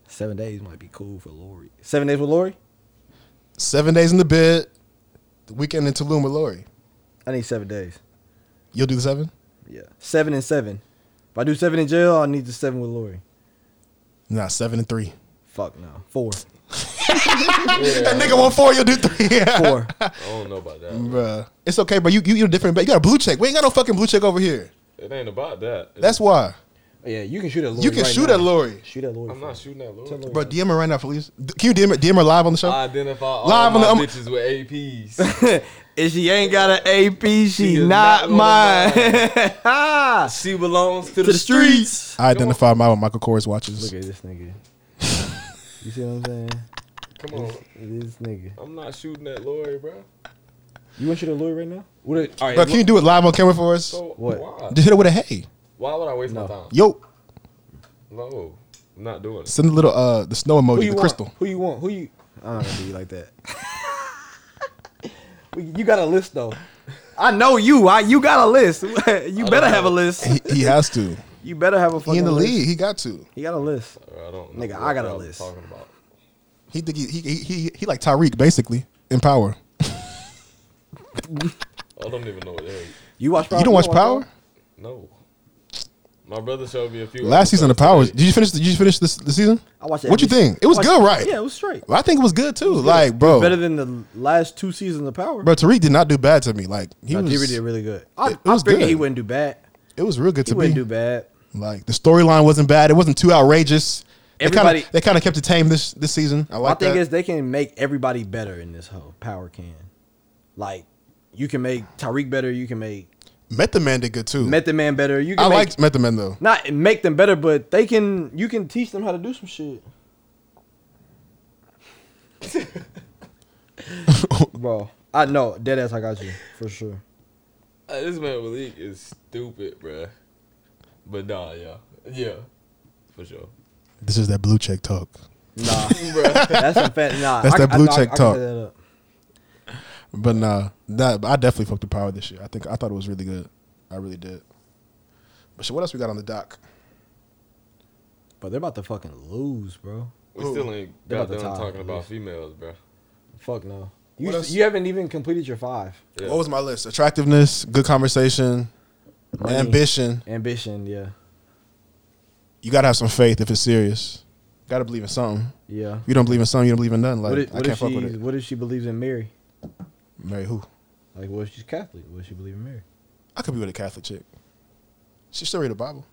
A: Seven days might be cool for Lori. Seven days with Lori?
D: Seven days in the bid. The weekend in Tulum with Lori.
A: I need seven days.
D: You'll do the seven?
A: Yeah, seven and seven. If I do seven in jail, I need the seven with Lori.
D: Nah, seven and three.
A: Fuck no, four,
D: That nigga want four. You'll do three. [LAUGHS]
A: four.
E: I don't know about that. bro.
D: Bruh. It's okay, bro. You you you different. But you got a blue check. We ain't got no fucking blue check over here.
E: It ain't about that. It's-
D: That's why.
A: [LAUGHS] yeah, you can shoot at Lori.
D: You can
A: right
D: shoot
A: now.
D: at Lori.
A: Shoot at Lori.
E: I'm not shooting at Lord.
A: Lori.
D: Bro, DM her right now, please. D- Can you DM her, DM her live on the show?
E: I identify all
D: Live on
E: my
D: the- I'm-
E: bitches with APs.
A: if she ain't got an AP, she,
E: is
A: not,
E: not one
A: mine. [LAUGHS] Ah, to
E: she belongs to, the,
A: the streets.
D: I identify my with Michael Kors watches.
A: Look at this nigga. You see what I'm saying?
E: Come on.
A: This nigga.
E: I'm not shooting at Lori, bro.
A: You want to shoot at Lori right now? What? A, all right.
D: Bro, can you do it live on camera for us?
E: So
A: What?
E: why?
D: Just hit her with a hey.
E: Why would I waste my time?
D: Yo,
E: No, I'm not doing it.
D: send a little uh the snow
A: Who
D: emoji,
A: you
D: the
A: want?
D: crystal.
A: Who you want? Who you? I'm not gonna do you like [LAUGHS] that. you got a list though. I know you. I you got a list. [LAUGHS] you better have a list.
D: He, he has to.
A: You better have a [LAUGHS] fucking.
D: He in the
A: list.
D: league. He got to.
A: He got a list.
E: Bro, I don't.
A: Nigga,
E: know
A: I
E: what
A: got a
E: y'all
A: list.
E: Talking about.
D: He think he he he, he, he like Tyreek basically in power.
E: I don't even know what the hell.
A: You watch? Power?
D: you don't watch Power?
E: No. My brother showed me a few.
D: Last season of
E: episodes
D: Power.
E: today.
D: Did you finish? Did you finish this the season?
A: I watched it
D: What you
A: every-
D: think? It was
A: I watched-
D: good, right?
A: Yeah, it was straight.
D: Well, I think it was good too. Like, bro,
A: Better than the last two seasons of Power.
D: bro, Tariq did not do bad to me. Like, he
A: no,
D: was.
A: Jimmy did really good. I,
D: It- it
A: I
D: was
A: figured
D: good.
A: he wouldn't do bad.
D: It was real good
A: He
D: to me.
A: wouldn't do bad.
D: Like, the storyline wasn't bad. It wasn't too outrageous. They kind
A: Everybody-
D: of they kind of kept it tame this this season. I
A: My
D: like
A: thing
D: that.
A: is they can make everybody better in this whole Power can. Like you can make Tyreek better. You can make
D: Method Man did good too.
A: Method Man better. You can
D: I
A: make,
D: liked Method Man though.
A: not make them better, but they can. You can teach them how to do some
D: [LAUGHS]
A: shit, bro. I know, dead ass. I got you for sure.
E: Uh, this man Malik is stupid, bro. But nah, yeah, yeah, for sure.
D: this is that blue check talk.
E: [LAUGHS]
A: Nah, [LAUGHS] that's a fat. Nah,
D: That's
A: I-
D: that
A: I-
D: blue
A: I- I
D: check
A: can
D: talk.
A: set that up.
D: But nah, that I definitely fucked the power this year. I think I thought it was really good. I really did. But shit, what else we got on the dock?
A: But they're about to fucking lose, bro.
E: We
D: Ooh.
E: still ain't
A: They
E: got
A: about to
E: done
A: tie,
E: talking
A: at
E: about
A: least.
E: females, bro.
A: Fuck no.
D: What
A: You
D: else?
A: you haven't even completed your five.
E: Yeah.
D: What was my list? Attractiveness, good conversation,
A: Money.
D: ambition.
A: Ambition, yeah.
D: You gotta have some faith if it's serious. Gotta believe in something.
C: Yeah.
D: If you don't believe in something, you don't believe in nothing. Like
C: What if,
D: I
C: what
D: can't
C: if
D: fuck
C: she
D: with it.
C: What if she believes in Mary?
D: Marry who?
C: Like, what if she's Catholic? What if she believe in Mary?
D: I could be with a Catholic chick. She still read the Bible.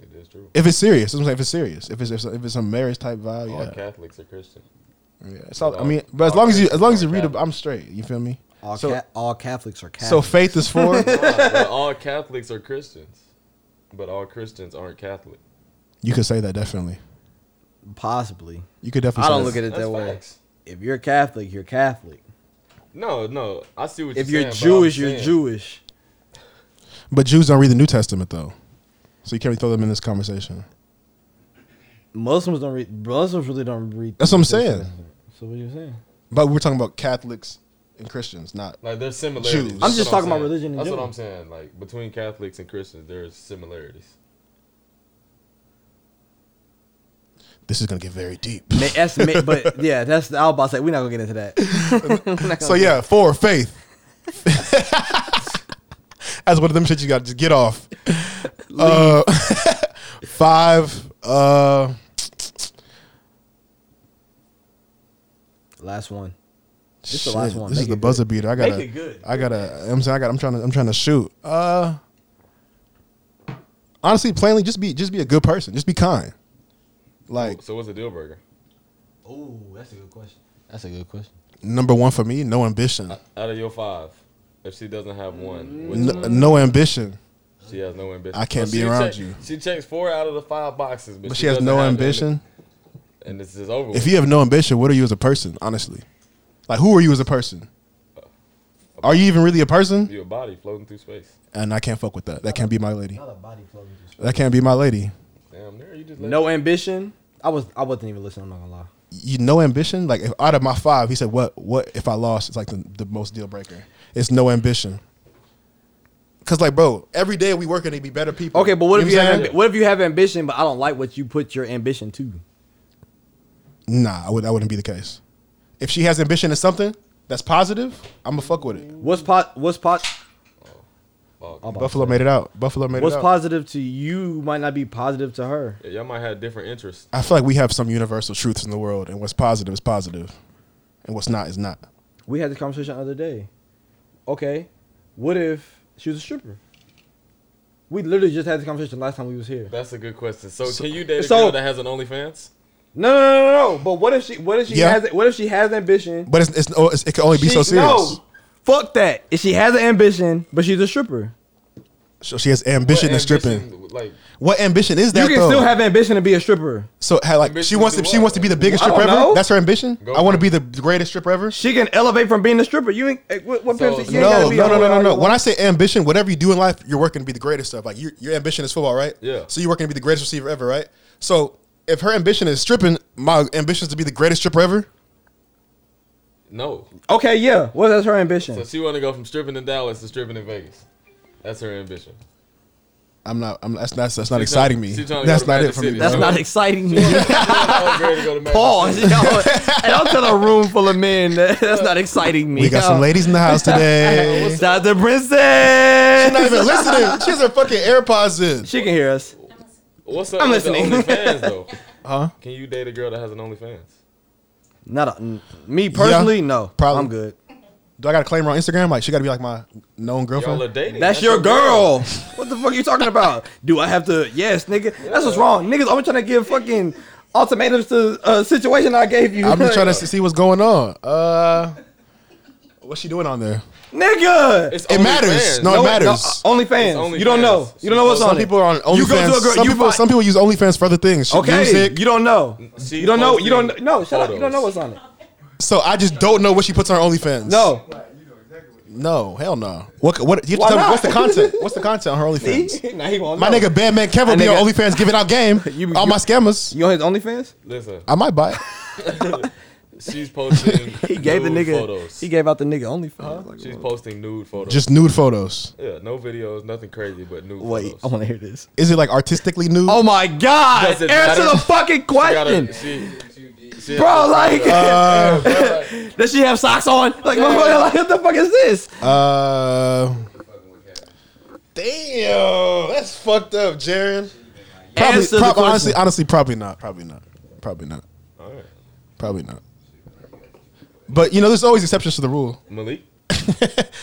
E: It is true.
D: If it's serious, that's what I'm saying, if it's serious, if it's if it's, if it's some marriage type
A: Oh,
D: vibe,
E: All
D: yeah,
E: Catholics are Christian. [LAUGHS]
D: yeah. It's all, I
E: all-
D: mean, but as
E: all
D: long as you as long
E: Catholics
D: as you
E: are
D: read, it,
E: Catholic.
D: I'm straight. You feel me?
A: All,
D: So-
A: ca- all Catholics are Catholics.
D: So faith is for
E: But all Catholics are Christians, but all Christians aren't Catholic.
D: you could say that definitely.
A: possibly.
D: You could definitely.
A: I
D: say
A: don't
D: that.
A: look at it
E: That's
A: that way.
E: facts.
A: If you're Catholic, you're Catholic.
E: No, no, I see what
A: If
E: you're
A: you're
E: saying. but I'm
A: Jewish, you're
E: saying-
A: Jewish.
D: But Jews don't read the New Testament though, so you can't really throw them in this conversation.
C: Muslims don't read. Muslims really don't read.
D: That's what I'm saying.
C: So what are you saying?
D: But we're talking about Catholics and Christians, not
E: Like there's similarities.
D: Jews.
E: That's
D: I'm
C: just
E: what
C: talking about
E: saying.
C: religion in
E: That's what
C: general.
E: I'm saying. Like between Catholics and Christians, there's similarities.
D: this is gonna get very deep.
A: Ma- That's, ma- but yeah, that's I was about to say we're not gonna get into that.
D: [LAUGHS] [LAUGHS] so yeah, for [LAUGHS] faith. That's one of them shit you got to just
A: [LAUGHS]
D: get off. Uh, [LAUGHS] five. Uh,
A: Last one.
D: this
A: the last one.
D: This
A: Make
D: is the
A: it
D: buzzer beater. I gotta.
A: it good.
D: I gotta. I'm saying. I got. I'm trying to. I'm trying to shoot. Uh, honestly, plainly, just be. Just be a good person. Just be kind. Like
E: So what's a deal breaker?
A: Oh, that's a good question. That's a good question.
D: number one for me, no ambition.
E: Out of your five, if she doesn't have one, which
D: No, no ambition.
E: she has no ambition.
D: I can't
E: But
D: be
E: she
D: around
E: check-
D: you.
E: She checks four out of the five boxes, but,
D: But she has
E: doesn't
D: no
E: have any-
D: ambition.
E: and this is over.
D: If you have no ambition, what are you as a person? Honestly, like who are you as a person? Are you even really a person?
E: your body floating through space,
D: And I can't fuck with that. That can't be my lady.
A: Not a body floating. through space.
D: That can't be my lady.
E: damn, there you just let
A: No ambition. I was I wasn't even listening. I'm not gonna lie.
D: You no ambition. Like if out of my five, he said, "What? What if I lost?" It's like the, the most deal breaker. It's no ambition. Cause like, bro, every day we working to be better people.
A: Okay, but what if
D: know
A: you
D: I'm
A: have
D: saying?
A: ambi- what if you have ambition, but I don't like what you put your ambition to?
D: Nah, I would. That wouldn't be the case. If she has ambition in something that's positive, I'ma fuck with it.
A: What's pot? What's pot?
E: fuck.
A: about
D: Buffalo made it out. Buffalo made
A: What's
D: it out.
A: positive to you might not be positive to her.
E: Yeah, y'all might have different interests.
D: I feel like we have some universal truths in the world, and what's positive is positive, and what's not is not.
A: We had this conversation the other day. Okay, what if she was a stripper? We literally just had this conversation last time we was here.
E: That's a good question. So, can you date a
A: so-
E: girl that has an OnlyFans?
A: No, no, no, no, no. But what if she? What if she
D: Yeah.
A: has? What if she has ambition?
D: But it's, it's, oh, it's it can only be
A: She-
D: so serious.
A: No, fuck that. If she has an ambition, but she's a stripper,
D: So she has ambition and
E: What
D: stripping.
E: ambition, Like
D: What ambition is that?
A: you can
D: though?
A: still have ambition and be a stripper.
D: So ha- like
E: Ambition
D: she wants
E: to
D: to
E: do
D: she
E: what?
D: wants to be the biggest
A: I
D: stripper
A: don't
D: ever.
A: know.
D: That's her ambition.
E: Go
D: I want to
E: for
D: be the greatest stripper ever.
A: She can elevate from being a stripper. You ain't eh, what, what
E: So-
A: pimp- you ain't
D: No,
A: gotta
D: no,
A: be
D: no,
A: a
D: no,
A: whore
D: no,
A: all
D: no.
A: you
D: When
A: want.
D: I say ambition, whatever you do in life, you're working to be the greatest stuff. Like your your ambition is football, right?
E: Yeah.
D: So you're working to be the greatest receiver ever, right? So if her ambition is stripping, my ambition is to be the greatest stripper ever.
E: no.
A: Okay, yeah. Well, that's her
E: So
A: ambition.
E: she want to go from stripping in Dallas to stripping in Vegas. That's her
D: [LAUGHS]
E: ambition.
D: I'm not. I'm that's that's, that's not
E: She
D: exciting
E: trying-
D: me.
E: she trying to
D: That's
E: go to
D: not
E: Magic
D: it for
E: City.
D: me.
E: That's
D: bro.
E: not
A: exciting.
E: Upgrade to go to
A: [LAUGHS]
E: Mexico.
A: Pause.
D: [LAUGHS]
A: Y'all, and I'll tell a room full of men that- [LAUGHS] that's not exciting me.
D: we got some
A: y'all.
D: ladies in
A: [LAUGHS]
D: the house today.
A: Shout out to
D: She's not
A: Princess.
D: even listening. She has her fucking AirPods in.
A: She can hear us.
E: What's up?
A: I'm
E: with the
A: listening.
E: OnlyFans though.
D: [LAUGHS] Huh?
E: Can you date a girl that has an OnlyFans?
A: Not a, n- me personally. No,
D: probably.
A: I'm good.
D: Do I got to claim her on Instagram? Like she got to be like my known
E: Y'all
D: girlfriend.
E: are dating.
A: That's, your girl. what the fuck you talking about? Do I have to? Yes, nigga. That's what's wrong. Niggas always trying to give fucking ultimatums to a situation I gave you.
D: I'm
A: [LAUGHS]
D: just trying to see what's going on. Uh, what's she doing on there?
A: nigga.
E: It's
D: It matters.
E: OnlyFans.
D: No, it matters.
A: only fans.
E: It's OnlyFans.
A: You don't know. You don't know what's
E: Some
A: on
D: Some
A: it.
D: people are on OnlyFans.
A: You go to a girl-
D: some,
A: you
D: people,
A: buy-
D: some people use OnlyFans for other things. Shit,
A: Okay,
D: Music.
A: you don't know.
E: She
A: you don't know. You
E: posted
A: don't no. Shut up. You don't know
E: photos.
A: what's on it.
D: So I just don't know what she puts on her
A: [LAUGHS]
D: OnlyFans.
A: No.
D: no, hell no. What? What? You have to
A: Why
D: tell me
A: not?
D: what's the
A: [LAUGHS]
D: content? What's the content on her OnlyFans?
A: now he won't
D: My
A: know.
D: nigga, Badman Kevin be on
A: nigga-
D: OnlyFans giving out game.
A: [LAUGHS] You-
D: All
A: you-
D: my scammers.
A: You on his OnlyFans?
E: Listen,
D: I
A: [LAUGHS]
D: might buy it.
E: she's posting.
A: He gave the
E: nude
A: nigga.
E: Photos.
A: He gave out the nigga OnlyFans. Like,
E: she's posting nude photos.
D: Just nude photos.
E: yeah, no videos, nothing crazy, but nude
A: wait, I
E: photos.
A: want to hear this.
D: Is it like artistically nude?
A: Oh my God!
E: Does it
A: Answer
E: matter?
A: the fucking
E: She
A: question,
E: gotta, she, she
A: bro. Like, [LAUGHS]
D: Uh,
A: does she have socks on? Like, motherfucker, like, what the fuck is this?
D: Uh, damn, that's fucked up, Jaron. Probably,
A: Answer the
D: prob-
A: question.
D: honestly, honestly, probably not. Probably not. Probably not.
E: All right.
D: Probably not. But you know, there's always exceptions to the rule. [LAUGHS]
E: Malik?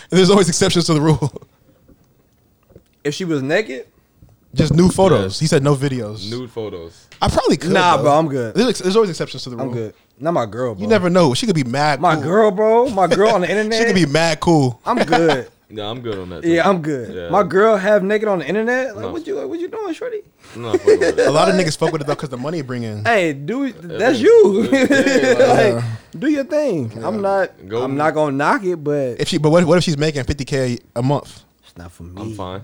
D: there's always exceptions to the rule. [LAUGHS]
A: If she was naked,
D: Just new photos.
E: Yeah.
D: He said no videos.
E: Nude photos.
D: I probably could.
A: Nah,
D: though.
A: bro, I'm good.
D: There's, ex- there's always exceptions to the rule.
A: I'm good. Not my girl, bro.
D: You never know. She could be mad.
A: My
D: cool.
A: girl, bro. My girl
D: [LAUGHS]
A: on the internet.
D: She could be mad cool.
A: I'm
D: [LAUGHS]
A: good.
E: Yeah, I'm good on that.
A: Yeah, I'm good.
E: Yeah.
A: My girl have naked on the internet. Like,
E: No.
A: what you what you doing, shorty?
E: I'm not fucking with
D: A
E: it.
D: lot of niggas fuck with it though because the money it bring in.
A: Hey, do that's
E: is-
A: you.
E: yeah,
A: [LAUGHS]
E: like-
A: like, do your thing. I'm not.
E: Go-
A: I'm not gonna knock it, but
D: If she, but what, what if she's making 50k a month?
A: it's not for me. [LAUGHS]
E: I'm fine.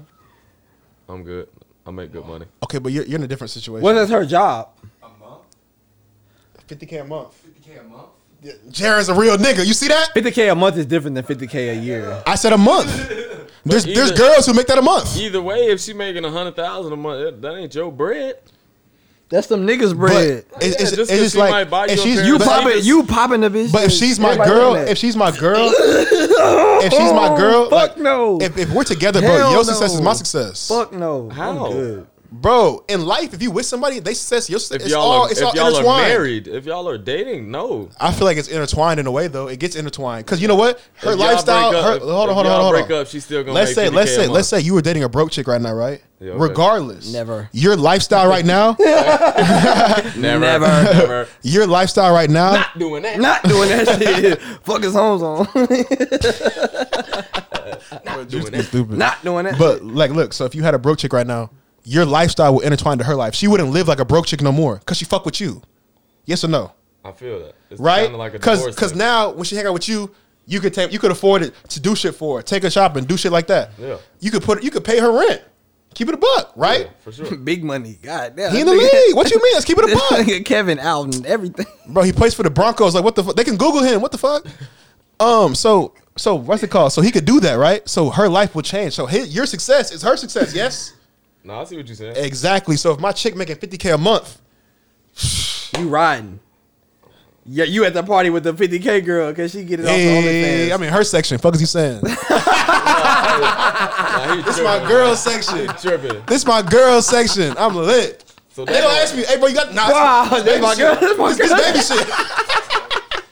E: I'm good. I make good money.
D: Okay, but you're, you're in a different situation.
A: Well, that's her job.
D: 50k a month. 50k a month. Yeah, Jared's a real nigga. You see that?
A: 50k a month is different than 50k a year.
D: I said a month.
E: [LAUGHS]
D: there's there's
E: either-
D: girls who make that a month.
E: Either way, if she making a hundred thousand a month, that, that ain't your bread.
A: That's them niggas
D: But
A: bread.
D: it's, it's,
E: just 'cause
D: it's just
E: she might buy
D: like
E: you
D: if
E: a
D: she's
E: pair
D: you
E: of
A: You
D: probably.
E: sneakers.
A: popping, you popping the bitch.
D: But if she's my girl, if she's my
A: [LAUGHS]
D: girl, if she's my girl,
A: Fuck no.
D: If, if we're together, bro,
A: Hell
D: your success is
A: no.
D: my success,
A: fuck no,
E: How?
A: I'm good.
D: bro. In life, if you with somebody, they success. Your
E: If
D: success. It's
E: y'all
D: all
E: are,
D: it's
E: if
D: all
E: y'all are
D: intertwined.
E: married, if y'all are dating, no.
D: I feel like it's intertwined in a way, though. It gets intertwined because you know what? Her
E: If y'all
D: lifestyle.
E: break
D: Her,
E: up-
D: hold on,
E: if
D: hold on,
E: y'all
D: hold on.
E: break up, she's still gonna
D: Let's
E: make
D: say, let's
E: 50K a
D: say,
E: month.
D: let's say you were dating a broke chick right now, right?
E: Yeah, okay.
D: Regardless,
A: Never.
D: Your lifestyle
A: [LAUGHS]
D: right now,
E: Never, never, never.
D: your lifestyle right now.
E: Not doing that.
A: Not doing that [LAUGHS] shit. Fuck his homes on. [LAUGHS]
E: Not doing
D: You're
E: that.
D: stupid.
A: Not doing that.
D: But like, look. So if you had a broke chick right now, your lifestyle would intertwine to her life. She wouldn't live like a broke chick no more because she fuck with you. Yes or no?
E: I feel that. It's
D: Right?
E: kinda like a
D: Because
E: divorce thing.
D: now when she hang out with you, you could take you could afford it to do shit for her, take her shopping, do shit like that.
E: Yeah.
D: You could put you could pay her rent. Keep it a buck, right?
E: Yeah, for
A: [LAUGHS]
E: sure.
D: [LAUGHS]
A: Big money. God damn. [LAUGHS]
D: He in the league. What you mean? Let's keep it a buck.
A: Kevin out and everything.
D: bro. He plays for the Broncos. Like, what the fuck? They can Google him. What the fuck? Um. So, so what's it called? So he could do that, right? So her life will change. So his, your success is her success. Yes.
E: No, I see what you're saying.
D: exactly. So if my chick making fifty k a month,
A: You riding. Yeah, you at the party with the 50k girl because she get it off the
D: hey,
A: OnlyFans.
D: I'm in her section. Fuck is you saying?
E: Nah, he
D: this
E: tripping,
D: my
E: man.
D: girl section.
E: tripping.
D: This my girl section. I'm lit.
E: So
D: They gonna ask me, hey bro, you got nah,
A: Wow,
D: this
A: that's my girl.
D: shit.
A: That's my
D: This- this
A: girl.
D: baby shit.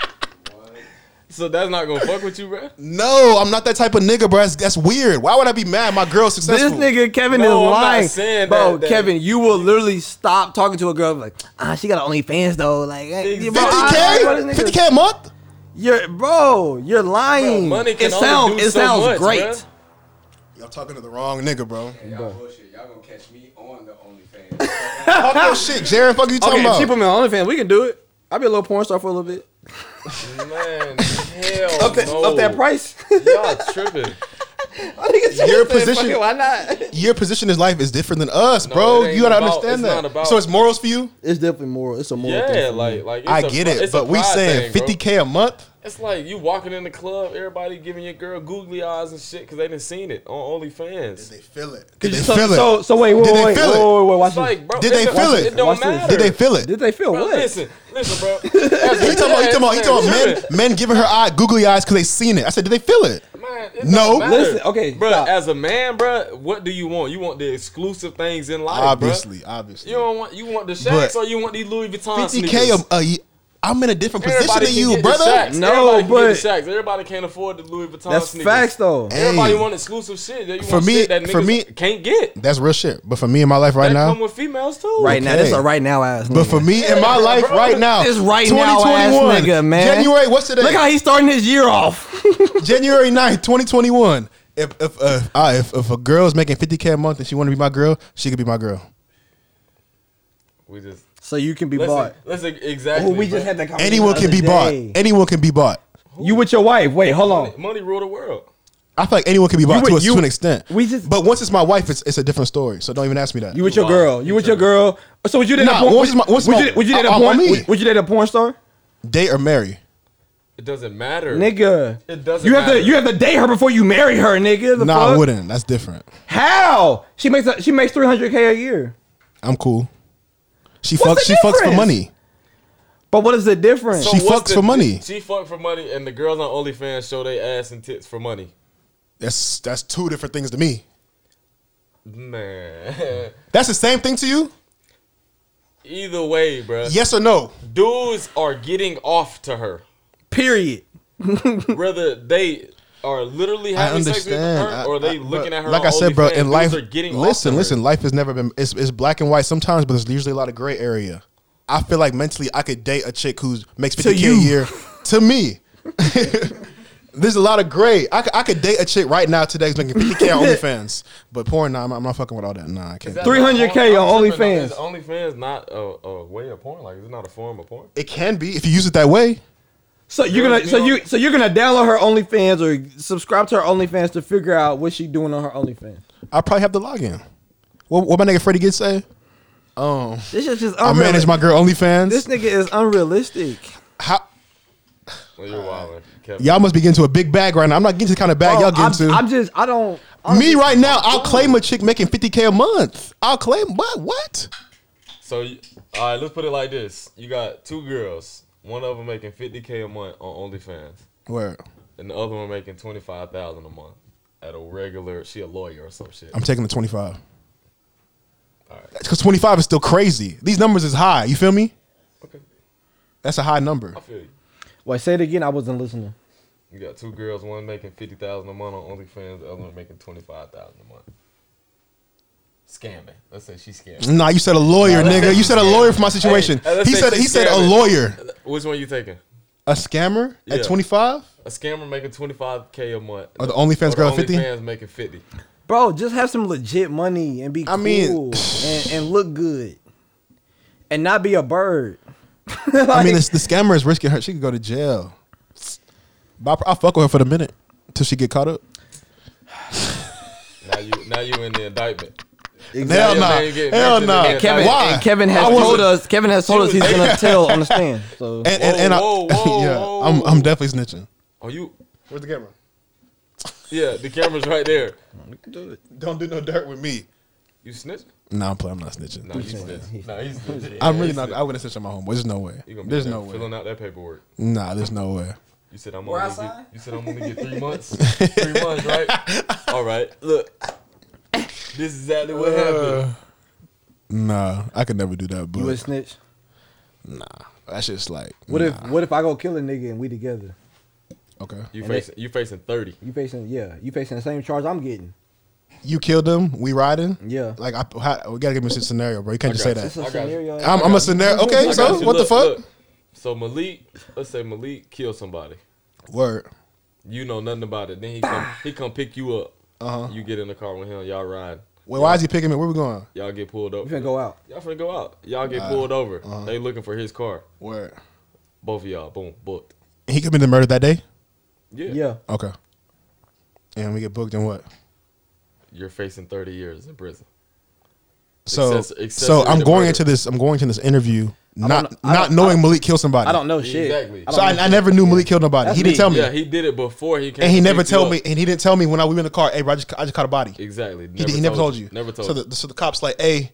E: So that's not gonna fuck with you, bro.
D: No, I'm not that type of nigga, bro. That's, that's weird. Why would I be mad? My girl's
A: This
D: successful.
A: nigga Kevin
E: No, I'm
A: is
E: not
A: lying,
E: saying
A: bro.
E: that- that-
A: Kevin, you will literally stop talking to a girl like, ah, she got OnlyFans though. Like, hey,
E: Exactly.
A: bro, I- bro,
D: 50k,
A: this nigga-
D: 50k a month.
A: You're, bro, you're lying.
E: Money can
A: it
E: only
A: sounds,
E: do
A: it
E: so
A: sounds
E: much,
A: great.
E: bruh.
D: Y'all talking to the wrong nigga, bro.
G: Y'all bullshit. Y'all gonna catch me on the OnlyFans.
D: Fuck your shit, Jared. Fuck you talking
A: Okay,
D: about?
A: keep them in OnlyFans. We can do it. I'll be a little porn star for a little bit.
E: Man,
D: [LAUGHS]
E: hell
A: Up that,
E: no.
A: up that price. [LAUGHS]
E: Y'all tripping.
A: I think it's
D: Your
A: fucking-
D: position-
A: Why not?
D: Your position in life is different than us,
E: No,
D: bro.
E: it ain't
D: You gotta
E: about-
D: understand
E: it's
D: that.
E: not about-
D: so it's morals for you.
A: It's definitely moral. It's a moral. thing
E: [LAUGHS] Yeah,
A: for me.
E: like like it's
D: I
E: a
D: get
E: pri-
D: it,
E: it's a
D: but we
E: pride
D: saying
E: thing, bro.
D: 50k a month.
E: It's like you walking in the club, everybody giving your girl googly eyes and shit because they didn't seen it on OnlyFans.
D: They feel it. Did they
A: so,
D: feel
A: so
D: it?
A: so wait, wait,
D: Did
A: wait,
D: they
A: wait, wait,
D: feel it?
A: wait, wait, watch
E: It's
A: this.
E: like, bro,
D: Did they
E: don't-
D: feel it?
E: It don't
A: Watch this.
E: matter.
D: Did they feel it?
A: Did they feel
E: Bro,
A: what?
E: listen, listen,
D: [LAUGHS]
E: bro. He
D: He talking about, he talking about, he talking about men, men giving her eye googly eyes because they seen it. I said, did they feel it?
E: Man, it don't
D: No.
E: matter.
A: Listen, okay,
E: bro.
A: stop.
E: As a man, bro, what do you want? You want the exclusive things in life,
D: obviously,
E: Bruh.
D: obviously.
E: You don't want you want the
D: But-
E: shacks or you want these Louis Vuitton sneakers.
D: 50k a, a I'm in a different position
E: Everybody
D: than
E: can
D: you,
E: get the
D: brother.
E: Shaqs.
A: No,
E: Everybody can get
A: but-
E: the shacks. Everybody can't afford the Louis Vuitton
A: That's
E: sneakers.
A: facts though.
E: Everybody
D: Hey.
E: want exclusive shit. That you
D: For
E: want
D: me-
E: shit that
D: for
E: niggas
D: me-
E: can't get.
D: That's real shit. But for me in my life right
E: that
D: now,
E: come with females too.
A: Right now, this
D: Okay.
A: a right now ass.
D: but
A: nigga.
D: for me in my life
E: bro.
D: right now,
A: This right now ass nigga, man.
D: January, what's today?
A: look how he's starting his year off.
D: January 9th, 2021. If if uh, I, if if a girl is making 50k a month and she want to be my girl, she could be my girl.
E: We just
A: so you can be
E: listen,
A: bought.
E: listen exactly.
A: Well, Oh, we
E: bruh.
A: just had that conversation.
D: Anyone
A: the
D: can be
A: other
D: bought.
A: day.
D: Anyone can be bought.
A: You with your wife? Wait, hold on.
E: money rule the world.
D: I feel like anyone can be bought
A: would-
D: to, a,
A: you-
D: to an extent.
A: we just-
D: but once it's my wife, it's, it's a different story. So don't even ask me that.
A: You with your
E: Wow.
A: girl? You with your girl? So would you date
D: Nah,
A: a porn?
D: what's my- what's
A: would,
D: my-
A: you, would you date a
D: I- I
A: porn?
D: want me.
A: Would, would you date a porn star?
D: date or marry?
E: It doesn't matter.
A: Nigga,
E: It doesn't
A: You have
E: matter.
A: to you have to date her before you marry her, nigga. The
D: No, nah,
A: fuck?
D: I wouldn't. That's different.
A: How she makes a, she makes three hundred k a year?
D: I'm cool. She
A: What's
D: fucks. She
A: the
D: fucks for
A: difference?
D: money.
A: But what is the difference?
D: She
E: what's
D: fucks for money.
E: She fuck for money, and the girls on OnlyFans show their ass and tits for money.
D: That's that's two different things to me.
E: Man, [LAUGHS]
D: That's the same thing to you.
E: Either way, bro.
D: Yes or no?
E: Dudes are getting off to her.
A: Period.
E: Whether they are literally
D: I
E: having sex with
D: understand.
E: her or
D: I-
E: they
D: I-
E: looking
D: but
E: at her.
D: Like
E: on
D: I said, bro,
E: OnlyFans.
D: in
E: Dudes
D: life,
E: are getting off
D: listen,
E: to her.
D: listen. Life has never been. It's, it's black and white sometimes, but there's usually a lot of gray area. I feel like mentally, I could date a chick who's makes fifty k a
A: you.
D: year. To me, [LAUGHS] there's a lot of gray. I, could- I could date a chick right now today who's making fifty
A: [LAUGHS]
D: k on OnlyFans, but porn, nah, I'm, I'm not fucking with all that. Nah, I can't.
E: Is that
A: 300K
E: not-
A: on
E: I'm tripping.
A: OnlyFans.
E: Is OnlyFans not a, a way of porn? Like, is it not a form of porn?
D: It can be if you use it that way.
A: So you're
E: Girls
A: gonna so
E: get
A: you
E: on-
A: so you're gonna download her OnlyFans or subscribe to her OnlyFans to figure out what she doing on her OnlyFans.
D: I probably have the login. What, what my nigga Freddie Gibbs say? Um,
A: This is just
D: I manage my girl OnlyFans.
A: This nigga is unrealistic.
D: How,
E: Well, you're wild. Kevin.
D: y'all must be getting to a big bag right now. I'm not getting to the kind of bag
A: Bro,
D: y'all getting
A: Oh, I'm,
D: to.
A: I'm just I don't. I'm
D: Me
A: just-
D: right now, I'll claim a chick making 50k a month. I'll claim what? What?
E: So, you, all right, let's put it like this: you got two girls, one of them making 50k a month on OnlyFans,
D: Where?
E: and the other one making 25,000 a month at a regular. She a lawyer or some shit.
D: I'm taking the 25.
E: Alright.
D: Because 25 is still crazy. These numbers is high. You feel me?
E: okay,
D: That's a high number.
E: I feel you.
A: Wait, say it again. I wasn't listening.
E: You got two girls, one making 50,000 a month on OnlyFans, the other one making 25,000 a month. Scamming. Let's say she scamming.
D: Nah, you said a lawyer, nigga. You said a lawyer for my situation.
E: Hey, let's
D: he
E: say
D: said
E: she's
D: he said a
E: scamming.
D: lawyer,
E: Which one you taking?
D: a scammer
E: Yeah.
D: at 25.
E: A scammer making 25k a month.
D: Or Oh, the OnlyFans girl at 50?
E: OnlyFans making 50.
A: Bro, just have some legit money and be cool
D: I mean- [SIGHS]
A: and, and look good. And not be a bird. [LAUGHS]
D: I mean, it's, the scammer is risking her. She could go to jail. But I, I fuck with her for the minute until she get caught up.
E: Now you now you in the indictment.
D: Hell
E: Yeah,
D: nah.
E: man, you get
D: Hell
E: mentioned
D: nah.
E: in the
A: Kevin,
D: Why?
A: and Kevin has
D: I wasn't-
A: told us. Kevin has told us he's
D: [LAUGHS]
A: gonna tell on the stand. So
D: And, and, and
E: Whoa,
D: I,
E: whoa, whoa,
D: [LAUGHS] yeah,
E: whoa.
D: I'm, I'm definitely snitching.
E: Are you?
D: Where's the camera?
E: Yeah, the camera's right there.
D: Don't do no dirt with me.
E: You snitching?
D: Nah, I'm playing. I'm not snitching.
E: No, he's snitching. No, he's snitching.
D: I'm really not. I wouldn't snitch on my homeboy. There's no way.
E: You gonna be
D: There's
E: there
D: no way.
E: filling out that paperwork.
D: Nah, there's no way.
E: You said I'm only get, you said I'm only get
D: [LAUGHS]
E: three months. three months, right? All right. Look, this is exactly
D: Uh,
E: what happened.
D: Nah, I could never do that. But
A: you a snitch.
D: nah, that shit's like.
A: What
D: nah.
A: if what if I go kill a nigga and we together?
D: Okay.
E: You
A: And they-
E: facing you facing thirty.
A: You facing yeah, you facing the same charge I'm getting.
D: You killed him. We riding.
A: Yeah.
D: Like I, how, we gotta give him a scenario, bro. You can't just say
E: got
A: It's
D: that.
A: a
E: I got you.
A: scenario.
D: I'm, I'm a scenario. Okay,
E: I
D: so
E: got you.
D: what the
E: Look,
D: fuck?
E: look. So Malik, let's say Malik killed somebody.
D: Word.
E: You know nothing about it. Then he come he come pick you up. Uh-huh. You get in the car with him. Y'all ride.
D: Wait, why is he picking me? Where we going?
E: Y'all get pulled over.
A: we finna go out.
E: Y'all finna go out. Y'all get pulled over.
D: Uh-huh.
E: They looking for his car.
D: Word.
E: Both of y'all, boom, booked.
D: And he committed murder that day.
E: Yeah.
A: Yeah.
D: Okay. And we get booked and what?
E: You're facing 30 years in prison.
D: So,
E: Access-
D: so
E: accessory
D: I'm
E: to
D: going
E: murder.
D: into this. I'm going into this interview not
A: I
D: not
A: don't-
D: knowing Malik killed somebody.
A: I don't know shit.
E: Exactly.
A: I don't
D: So I,
A: know
D: I
A: shit.
D: never knew Malik killed nobody.
A: That's
D: he didn't
A: me.
D: tell me.
E: Yeah, he did it before he came.
D: and he
E: to
D: never
E: pick you
D: told
E: up.
D: me. And he didn't tell me when I we were in the car. Hey, bro, I just, I just caught a body.
E: Exactly.
D: He, did- he never told you.
E: Never told
D: So
E: you.
D: the, so the cops like, hey,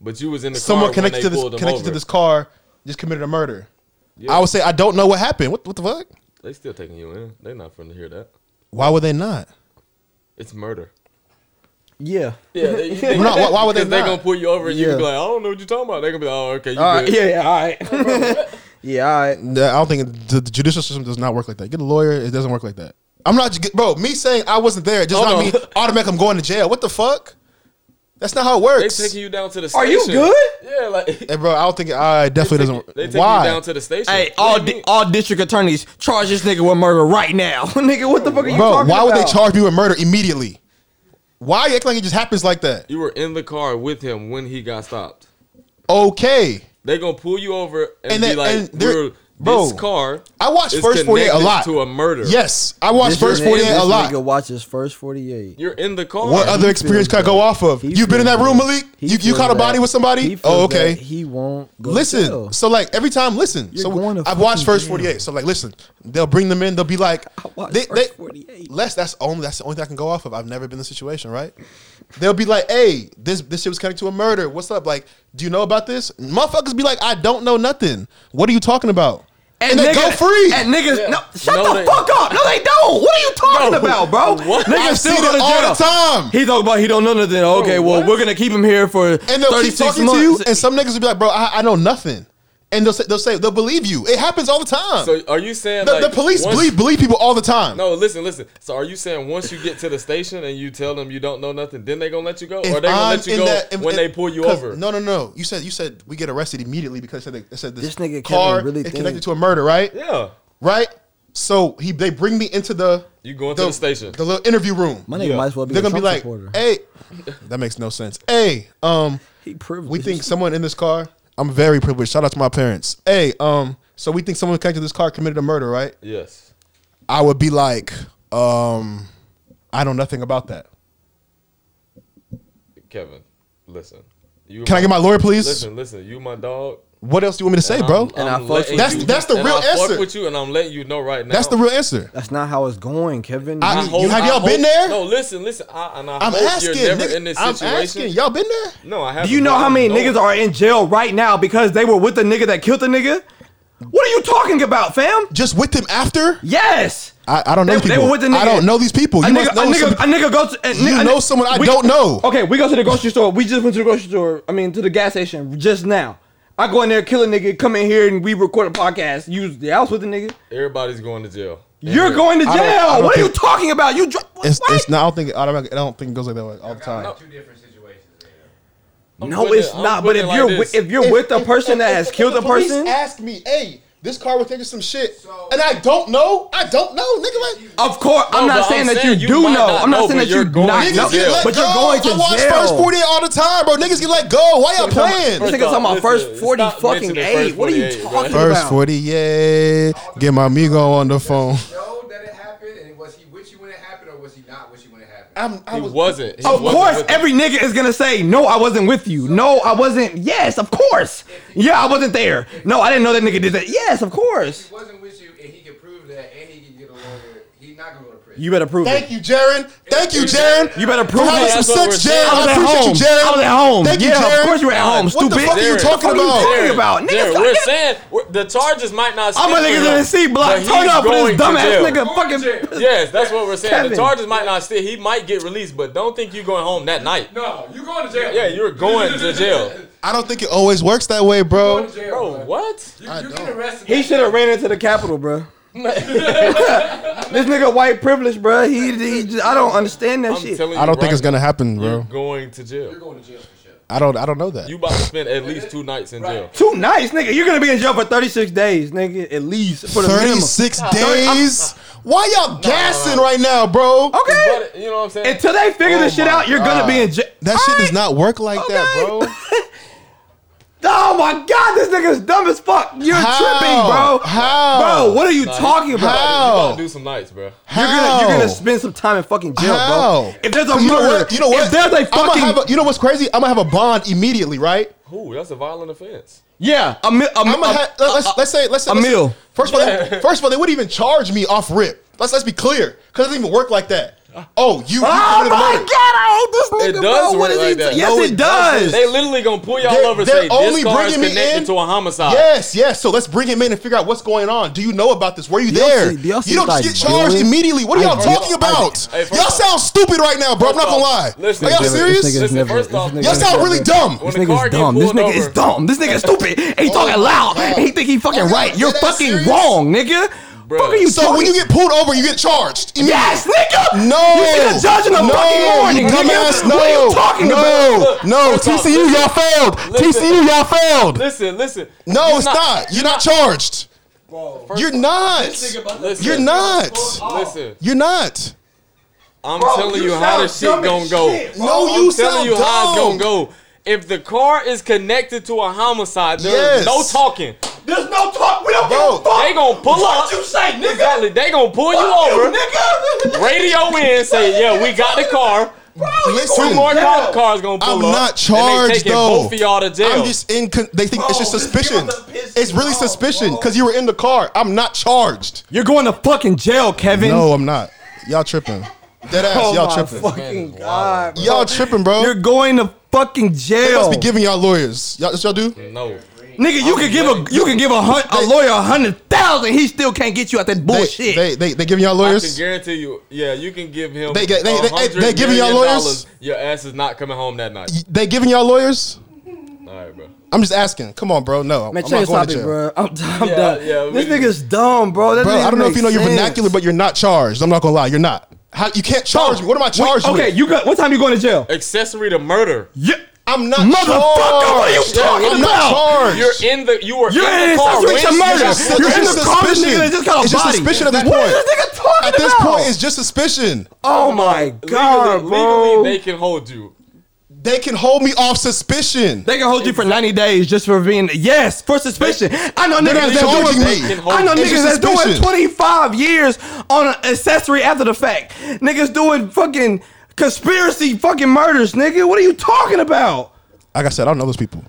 E: but you was in the
D: someone
E: car
D: connected to
E: when they
D: this
E: pulled him
D: connected to
E: over.
D: this car just committed a murder.
E: Yeah.
D: I would say I don't know what happened. What what the fuck?
E: They still taking you in. They not finna hear that.
D: Why would they not?
E: It's murder.
A: Yeah. [LAUGHS]
E: Yeah, they, they,
D: Not- why- why would they
E: 'cause they
D: not?
E: gonna pull you over and you
A: Yeah.
E: be like, I don't know what you're talking about. They gonna be like, oh, okay, you
A: All right.
E: good.
A: Yeah. All right. [LAUGHS] yeah. All right.
D: I don't think the, the judicial system does not work like that. Get a lawyer. It doesn't work like that. I'm not, bro. Me saying I wasn't there does
E: Hold
D: not
E: on.
D: mean automatic. I'm going to jail. What the fuck? That's not how it
E: They
D: works.
E: taking you down to the
A: Are
E: station.
A: you good?
E: Yeah, like [LAUGHS] it
D: Hey, bro, I don't think I definitely doesn't.
E: They taking
D: why?
E: you down to the station.
A: Hey,
E: What
A: all
E: do you
A: di-
E: mean?
A: all district attorneys charge this nigga with murder right now, [LAUGHS] nigga. What the fuck are you
D: Bro, why
A: talking
D: would they
A: about?
D: charge me with murder immediately? Why you act like it just happens like that?
E: you were in the car with him when he got stopped.
D: Okay.
E: They gonna pull you over and,
D: And
E: be
D: that-
E: like,
D: and they're-
E: "We're-
D: bro,
E: this car.
D: I watch
E: is
D: First 48 a
E: connected
D: lot.
E: to a murder.
D: Yes, I watched
A: This
D: First
A: nigga-
D: 48 a
A: this
D: lot.
A: Nigga watches first 48.
E: you're in the car.
D: What other
A: he
D: experience
A: feels
D: could I go
A: that.
D: off of?
A: He
D: You've been in that
A: feels
D: room,
A: that.
D: Malik?
A: He
D: You, you
A: feels
D: caught a
A: that.
D: body with
A: He
D: somebody?
A: feels
D: Oh, okay.
A: that He won't. Go
D: Listen,
A: to jail.
D: so like every time, listen.
A: You're going
D: so
A: to
D: I've watched
A: fucking
D: first
A: jail.
D: forty eight. So like, listen, they'll bring them in. They'll be like,
A: watched
D: they,
A: First
D: they-
A: 48.
D: Les, that's only that's the only thing I can go off of. I've never been in the situation, right? They'll be like, hey, this this shit was connected to a murder. What's up? Like, do you know about this? Motherfuckers be like, I don't know nothing. What are you talking about? And they go free.
A: And niggas, no, shut
E: No,
A: the
E: they-
A: fuck up. No, they don't. What are you talking
E: No.
A: about, bro?
E: [LAUGHS] What?
D: I
A: Niggas
D: see
A: still go
D: that
A: to
D: all
A: jail.
D: the time.
A: He talking about he don't know nothing. Okay, well
E: what?
A: we're gonna keep him here for
D: And they'll keep
A: 36
D: talking
A: months.
D: to you, and some niggas will be like, "Bro, I, I know nothing," and they'll say, they'll say they'll believe you. It happens all the time.
E: So are you saying
D: the,
E: like
D: the police
E: once-
D: believe believe people all the time.
E: No, listen, listen. So are you saying once you get to the station and you tell them you don't know nothing, then they gonna let you go,
D: If
E: or they gonna
D: I'm
E: let you
D: in
E: go
D: that- if-
E: when
D: if-
E: they pull you
D: 'cause-
E: over?
D: No, no, no. You said you said we get arrested immediately because they said, they said this,
A: This nigga Kevin
D: car
A: really
D: is
A: think-
D: connected to a murder, right?
E: Yeah,
D: Right. So he they bring me into the
E: You going to the station.
D: the little interview room.
A: My nigga might as well be
D: They're
A: a
D: gonna be
A: Trump
D: like,
A: supporter.
D: "Hey, [LAUGHS] that makes no sense. Hey, um,
A: He privileged.
D: we
A: [LAUGHS]
D: think someone in this car. I'm very privileged. Shout out to my parents. Hey, um, so we think someone connected to this car committed a murder, right?
E: yes.
D: I would be like, um, I know nothing about that.
E: Kevin, listen. You
D: Can I get my lawyer, please?
E: Listen, listen. You my dog.
D: What else do you want me to say,
E: I'm-
D: bro?
A: And I
E: I'm
A: fuck
E: letting
A: with
D: That's-
E: you-
D: that's the
E: and
D: real
E: I fuck
D: answer.
E: with you, and I'm letting you know right now.
D: That's the real answer.
A: That's not how it's going, Kevin.
D: I-
E: I
D: You-
E: hope-
D: you- have
E: I
D: y'all
E: hope-
D: been there?
E: No, listen, listen. I, and I
D: I'm
E: hope
D: asking.
E: you're never
D: nigga,
E: in this
D: I'm
E: situation.
D: asking. Y'all been there?
E: No, I haven't.
A: Do you know
E: but
A: how
E: I
A: many
E: know.
A: niggas are in jail right now because they were with the nigga that killed the nigga? What are you talking about, fam?
D: Just with them after?
A: Yes.
D: I, I don't know
A: They-
D: people.
A: they were with the
D: I
A: nigga.
D: don't know these people. You
A: a nigga,
D: must know
A: a nigga,
D: some-
A: a nigga goes. a
D: You
A: nigga- a
D: know
A: nigga-
D: someone I don't know.
A: Okay, we go to the grocery store. We just went to the grocery store. I mean, to the gas station just now. I go in there, kill a nigga, come in here, and we record a podcast. You, I was with the nigga.
E: Everybody's going to jail.
A: You're going to jail.
D: I don't- I don't
A: what are you
D: think-
A: talking about? You. Dr- what?
D: It's, it's not, I don't think I don't, I don't think it goes like that all the time.
G: Two different situations. man.
E: I'm
A: no,
E: putting
A: it's
E: it- I'm
A: not. But
E: putting
A: if
E: it like
A: you're
E: this.
A: with, if you're with the person that has killed
D: the
A: the
D: police
A: person,
D: Ask me, hey, this car was into some shit,
G: So-
D: and I don't know. I don't know, nigga. Like,
A: of course, I'm
E: No,
A: not
E: but
A: saying
E: I'm
A: that
E: saying
A: you
E: you
A: do
E: might
A: know.
E: not
A: I'm
E: know,
A: not saying
E: but
A: that you
E: you're going
A: not
E: to
D: niggas
A: know.
E: jail.
D: get let
A: But
D: go.
A: you're going to
D: I watch
A: jail.
D: first forty eight all the time, bro. Niggas get let go. Why y'all
A: This
D: playing?
A: nigga's talking about
E: Listen,
A: first forty
E: stop
A: fucking
E: mentioning first
A: eight. What are you
E: 48,
A: talking
E: bro.
A: about?
D: yeah. Get my amigo on the phone.
G: Know that it happened, and was he with you when it happened, or was he not with you when it happened?
D: I'm, I
E: He
D: was,
E: wasn't. He
A: Of
E: wasn't
A: course,
E: with them.
A: every nigga is gonna say, "No, I wasn't with you. No, I wasn't." Yes, of course. Yeah, I wasn't there. No, I didn't know that nigga did that. Yes, of
G: If
A: course.
G: he wasn't with you, and he can prove that, and he can get a lawyer, he's not gonna go to prison.
A: You better prove it.
D: Thank you, Jaren. Thank you, Jaren.
A: You better
D: For
A: prove
D: having
A: it.
D: some
E: That's what
D: sex,
E: we're
D: Jaren.
E: saying.
A: I was
D: I
A: at
D: appreciate
A: home.
D: you, Jaren.
A: I was at home.
D: Thank you,
A: yeah,
D: Jaren.
A: of course you were at home.
D: What
A: Stupid.
D: the fuck are you
E: Darren,
D: talking
A: what are you
D: about?
A: talking about? Niggas
E: Darren,
A: gotta
E: we're
A: get-
E: saying we're- the charges might not.
A: I'm a
E: stick for
A: niggas in
E: him,
A: the C block.
E: but
A: Turn
E: he's
A: up for
E: going
A: this
E: to
A: dumbass
E: jail.
A: nigga. [LAUGHS] Fucking.
E: Yes, that's what we're saying.
A: Kevin.
E: The charges might not stick. He might get released, but don't think you're going home that night.
G: no, you going to jail.
E: Yeah, you're going to
G: [LAUGHS]
E: jail.
D: I don't think it always works that way,
G: You're going
D: bro.
G: to jail,
E: Bro,
G: bro.
E: what?
A: Ah,
G: You, you get arrested.
A: He
G: that
A: should have
G: day.
A: ran into the Capitol, bro. [LAUGHS] this nigga white privilege, bro. He, he just, I don't understand that
E: I'm
A: shit.
E: telling you.
D: I don't think
E: right
D: it's gonna happen,
E: now, You're
D: bro.
E: going to
G: You're
E: jail.
G: going to jail for sure.
D: I don't. I don't know that.
E: You about to spend at least two nights in jail.
A: Too nice, nigga. You're gonna be in jail for 36 days, nigga, at least for the minimum.
D: 36 days? Why y'all gassing right now, bro?
A: Okay.
E: But, you know what I'm saying?
A: Until they figure
D: Oh
A: this shit
D: my
A: out, you're gonna
D: God.
A: be in jail.
D: That shit does not work like that,
A: Okay.
D: bro.
A: Oh my god, this nigga's dumb as fuck. You're
D: How?
A: tripping, bro.
D: How?
A: Bro, what are you
E: Nah,
A: talking
E: you-
A: about?
E: You about
D: How?
E: to do some nights, bro.
A: You're gonna,
D: How?
A: you're gonna spend some time in fucking jail,
D: How?
A: bro. If there's a
D: You know
A: murder,
D: what? You know what?
A: if there's a
D: I'ma
A: fucking
D: have a- you know what's crazy? I'm gonna have a bond immediately, right?
E: Ooh, that's a violent offense.
A: yeah, a, mi- a,
D: I'm gonna
A: a-
D: have, let's, let's say let's say
A: a
D: let's-
A: meal.
D: First of all, they, [LAUGHS] first of all, they wouldn't even charge me off rip. Let's let's be clear, because it doesn't even work like that. Oh, you, you
A: Oh
D: committed a
A: my
D: murder.
A: god, I hate
E: It
A: this nigga,
E: does
A: bro. What
E: work
A: is he?
E: like
A: t-
E: that.
A: yes,
D: No,
A: it,
D: it
A: does.
D: doesn't.
E: They literally gonna pull y'all
D: They're-
E: over and
D: they're
E: say this
D: only
E: car is
D: bringing me
E: connected
D: in-
E: to a homicide.
D: Yes, yes. So let's bring him in and figure out what's going on. Do you know about this? Were you there?
A: see- do y'all see
D: you don't
A: what
D: just get
A: I
D: charged
A: deal with?
D: immediately. What are y'all
A: I deal-
D: talking about?
E: Hey, first
D: y'all
E: off-
D: sound stupid right now, bro. I'm
E: First
D: not
E: off,
D: gonna lie.
E: listen,
D: are y'all
E: this nigga-
D: serious?
E: nigga's Listen, never- first off,
D: y'all sound really dumb.
E: When
A: This
E: the car
A: nigga's
E: get
A: dumb. This
E: pulled
A: nigga is
E: over-
A: dumb. This nigga is stupid. And
D: [LAUGHS]
A: he talking loud. And he think he fucking
D: Oh,
A: right.
D: yeah,
A: You're
D: that's
A: fucking
D: serious.
A: wrong, nigga.
E: Bruh.
A: Fuck are you
D: So when
A: talking-
D: you get pulled over, you get charged. immediately.
A: Yes, nigga.
D: No.
A: You see the judge in the
D: no,
A: fucking morning,
D: You
A: nigga.
D: dumbass. No.
A: What are you talking
D: no,
E: about?
D: No.
E: First off,
D: TCU, y'all failed.
E: Listen.
D: TCU, y'all failed.
E: Listen, listen.
D: no,
E: You're
D: it's not. You're not, charged. You're not.
E: Listen,
D: You're not.
E: Listen,
D: You're not.
E: I'm telling you, how this shit gonna go.
D: No,
E: I'm telling
D: you sound
E: you how it's gonna
D: dumb.
E: go. If the car is connected to a homicide, there's
D: Yes.
E: no talking.
A: There's no talk. We don't
D: Bro,
A: give a fuck.
E: They gonna pull up.
A: What you say, nigga?
E: Exactly. They gonna pull
A: Fuck
E: you over.
D: [LAUGHS]
A: nigga.
E: radio in, say, yeah, we got the car.
D: Listen.
E: Two more
A: Yeah.
E: cop cars gonna pull
D: I'm
E: up.
D: not
E: and they
D: charged
E: taking
D: though.
E: Both of y'all to jail.
D: I'm just in. Con- they think it's just
A: Bro,
D: suspicion.
A: just give us the piss
D: It's really
A: off,
D: suspicion
A: bro.
D: because you were in the car. I'm not charged.
A: You're going to fucking jail, Kevin.
D: No, I'm not. Y'all tripping. Dead ass.
A: Oh
D: y'all
A: my
D: tripping.
A: fucking god. bro.
D: Y'all tripping, bro.
A: You're going to fucking
D: they
A: jail.
D: must be giving y'all lawyers. Y'all, that's what y'all do?
E: no.
A: Nigga, you can give a you can give a hun, a lawyer a hundred thousand. He still can't get you out that bullshit.
D: They, they, they, they giving y'all
E: I can
D: lawyers.
E: guarantee you. Yeah, you can give him.
D: They get- they- they-
E: $100
D: they giving y'all
E: million
D: lawyers?
E: dollars, Your ass is not coming home that night.
D: They giving y'all lawyers.
E: All right, bro.
D: I'm just asking. Come on, bro. No,
C: Man,
D: I'm
C: change
D: not going to
C: topic,
D: jail.
C: bro. I'm, I'm
E: Yeah,
C: done.
E: yeah,
C: this
E: we-
C: nigga's dumb, bro. That
D: Bro,
C: doesn't
D: I don't know
C: even
D: if you know your
C: make sense.
D: vernacular, but you're not charged. I'm not gonna lie, you're not. How you can't charge me? What am I charged
A: okay,
D: with?
A: you got what time you going to jail?
E: Accessory to murder.
A: Yeah.
D: I'm not
A: Motherfucker,
D: charged.
A: what are you talking
D: I'm
A: about?
D: Not charged.
E: You're in the. You were
A: You're
E: in
A: in
E: the car.
A: accessory to
E: when
A: murder.
E: you-
D: just-
A: You're
D: it's
A: in
D: just
A: the car with a
D: suspicion.
A: nigga that just got a
D: It's just
A: body.
D: suspicion at this
A: What
D: point.
A: is this nigga talking
D: At this
A: about?
D: point, it's just suspicion.
A: oh my god,
E: legally,
A: bro.
E: legally, they can hold you.
D: They can hold me off suspicion.
A: They can hold you for 90 days just for being yes for suspicion. I know
D: not
A: niggas that's
D: charging
A: doing
D: me.
E: They can hold-
A: I know
D: It's
A: niggas that's
D: just
A: doing
D: suspicion.
A: 25 years on an accessory after the fact. Niggas doing fucking conspiracy fucking murders, nigga. What are you talking about?
D: Like I said, I don't know
A: [LAUGHS]
D: those people.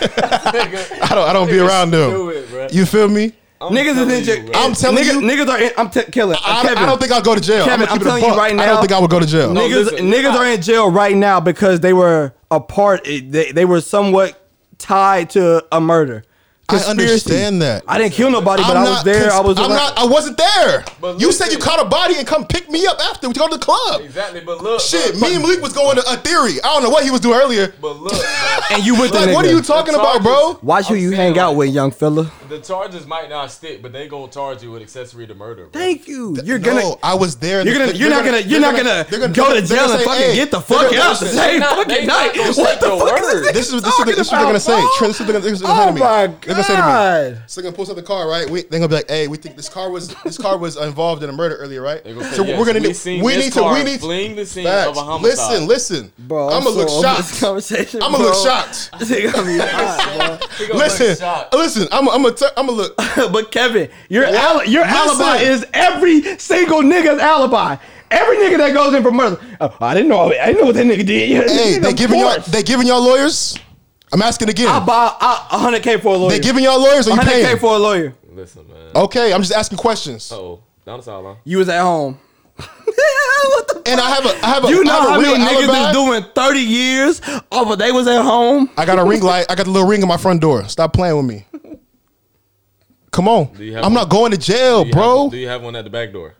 D: I don't. I don't be
E: Niggas
D: around
E: stupid,
D: them.
E: bruh.
D: You feel me?
E: I'm
A: niggas
E: telling
A: is in
E: you,
A: jail.
E: bro.
D: I'm telling
A: niggas,
D: you-
A: Niggas are in, I'm te- killing.
D: I,
A: Kevin.
D: I don't think I'll go to jail.
A: Kevin,
D: I'm,
A: I'm
D: gonna
A: telling
D: keep it a
A: you
D: buck.
A: right
D: I
A: now-
D: don't think I would go to jail.
E: No,
A: niggas,
E: listen,
A: niggas
E: I-
A: are in jail right now because they were a part. eh, They, they were somewhat tied to a murder.
D: I understand that.
A: I didn't kill nobody, but
D: I'm
A: I was
D: not
A: there.
D: cons-
A: I was.
D: I'm
A: around-
D: not. I wasn't there.
E: But
D: you said you
E: listen.
D: caught a body and come pick me up after we go to the club.
E: Exactly, but look.
D: Shit,
E: bro,
D: me and Malik was going to a theory. I don't know what he was doing earlier.
E: But
D: [LAUGHS]
E: look, bro,
A: And you with the
D: Like, what
A: nigga.
D: are you talking
E: The
D: about, bro?
E: charges-
A: Watch who
E: I'm
A: you
E: saying,
A: hang out
E: like-
A: with, young fella.
E: the charges might not stick, but they gonna charge you with accessory to murder. Bro.
A: Thank you. You're
D: no,
A: gonna.
D: I was there.
A: you're gonna.
D: They're
A: You're not gonna. You're
D: they're
A: not gonna,
D: they're gonna-
A: go
D: they're
A: to
D: gonna
A: jail and
D: say,
A: fucking
D: hey,
A: get the
D: they're
A: fuck
D: gonna-
A: out the
D: listen,
A: same
E: not-
A: fucking
E: they not
A: night.
E: gonna
A: What
E: take
A: the
E: your
A: fuck is
E: word.
A: this?
D: This is this is
A: talking
D: the- this is what they're gonna
A: about,
D: say.
A: bro?
D: Trey, This is what they're gonna- this is what
A: Oh
D: they're
A: my
D: gonna say to me. They're gonna say to me.
A: God.
D: So they're gonna pull us out the car, right? We, they're gonna be like, "Hey, we think this car was this car was involved in a murder earlier, right?"
E: They gonna say,
D: So
E: yes,
D: we're gonna do-
E: seen
D: we
E: this
D: need to
E: car
D: we need
E: fleeing the scene
D: Facts.
E: of a homicide.
D: Listen, listen,
C: Bro,
D: I'm gonna look
C: so over this
D: shocked.
C: conversation,
D: I'm gonna
C: bro.
D: look
A: [LAUGHS]
D: shocked.
C: This nigga gonna
D: [LAUGHS]
C: be hot,
E: He gonna look
D: Listen,
E: shocked.
D: listen. I'm I'm gonna I'm
A: [LAUGHS]
D: gonna look.
A: but Kevin, your ali- your
D: Listen.
A: alibi is every single nigga's alibi. Every nigga that goes in for murder. Oh, I didn't know. I didn't know what that nigga did. Yeah,
D: Hey,
A: nigga,
D: they
A: of
D: giving y'all
A: course.
D: they giving y'all lawyers. I'm asking again.
A: I buy a hundred k for a lawyer.
D: They giving y'all lawyers? Are you
A: hundred k
D: paying?
A: for a lawyer.
E: Listen, man.
D: okay, I'm just asking questions.
E: Oh, down the sideline.
A: You was at home. [LAUGHS] what the
D: And I have a I have a
A: You
D: I
A: know
D: have a
A: how
D: real
A: many niggas
D: alibi.
A: is doing 30 years over they was at home?
D: I got a ring light. I got a little ring on my front door. Stop playing
A: [LAUGHS]
D: with me. Come on.
E: you have one?
D: I'm not going to jail,
E: Do you
D: bro.
E: have, do you have one at the back door?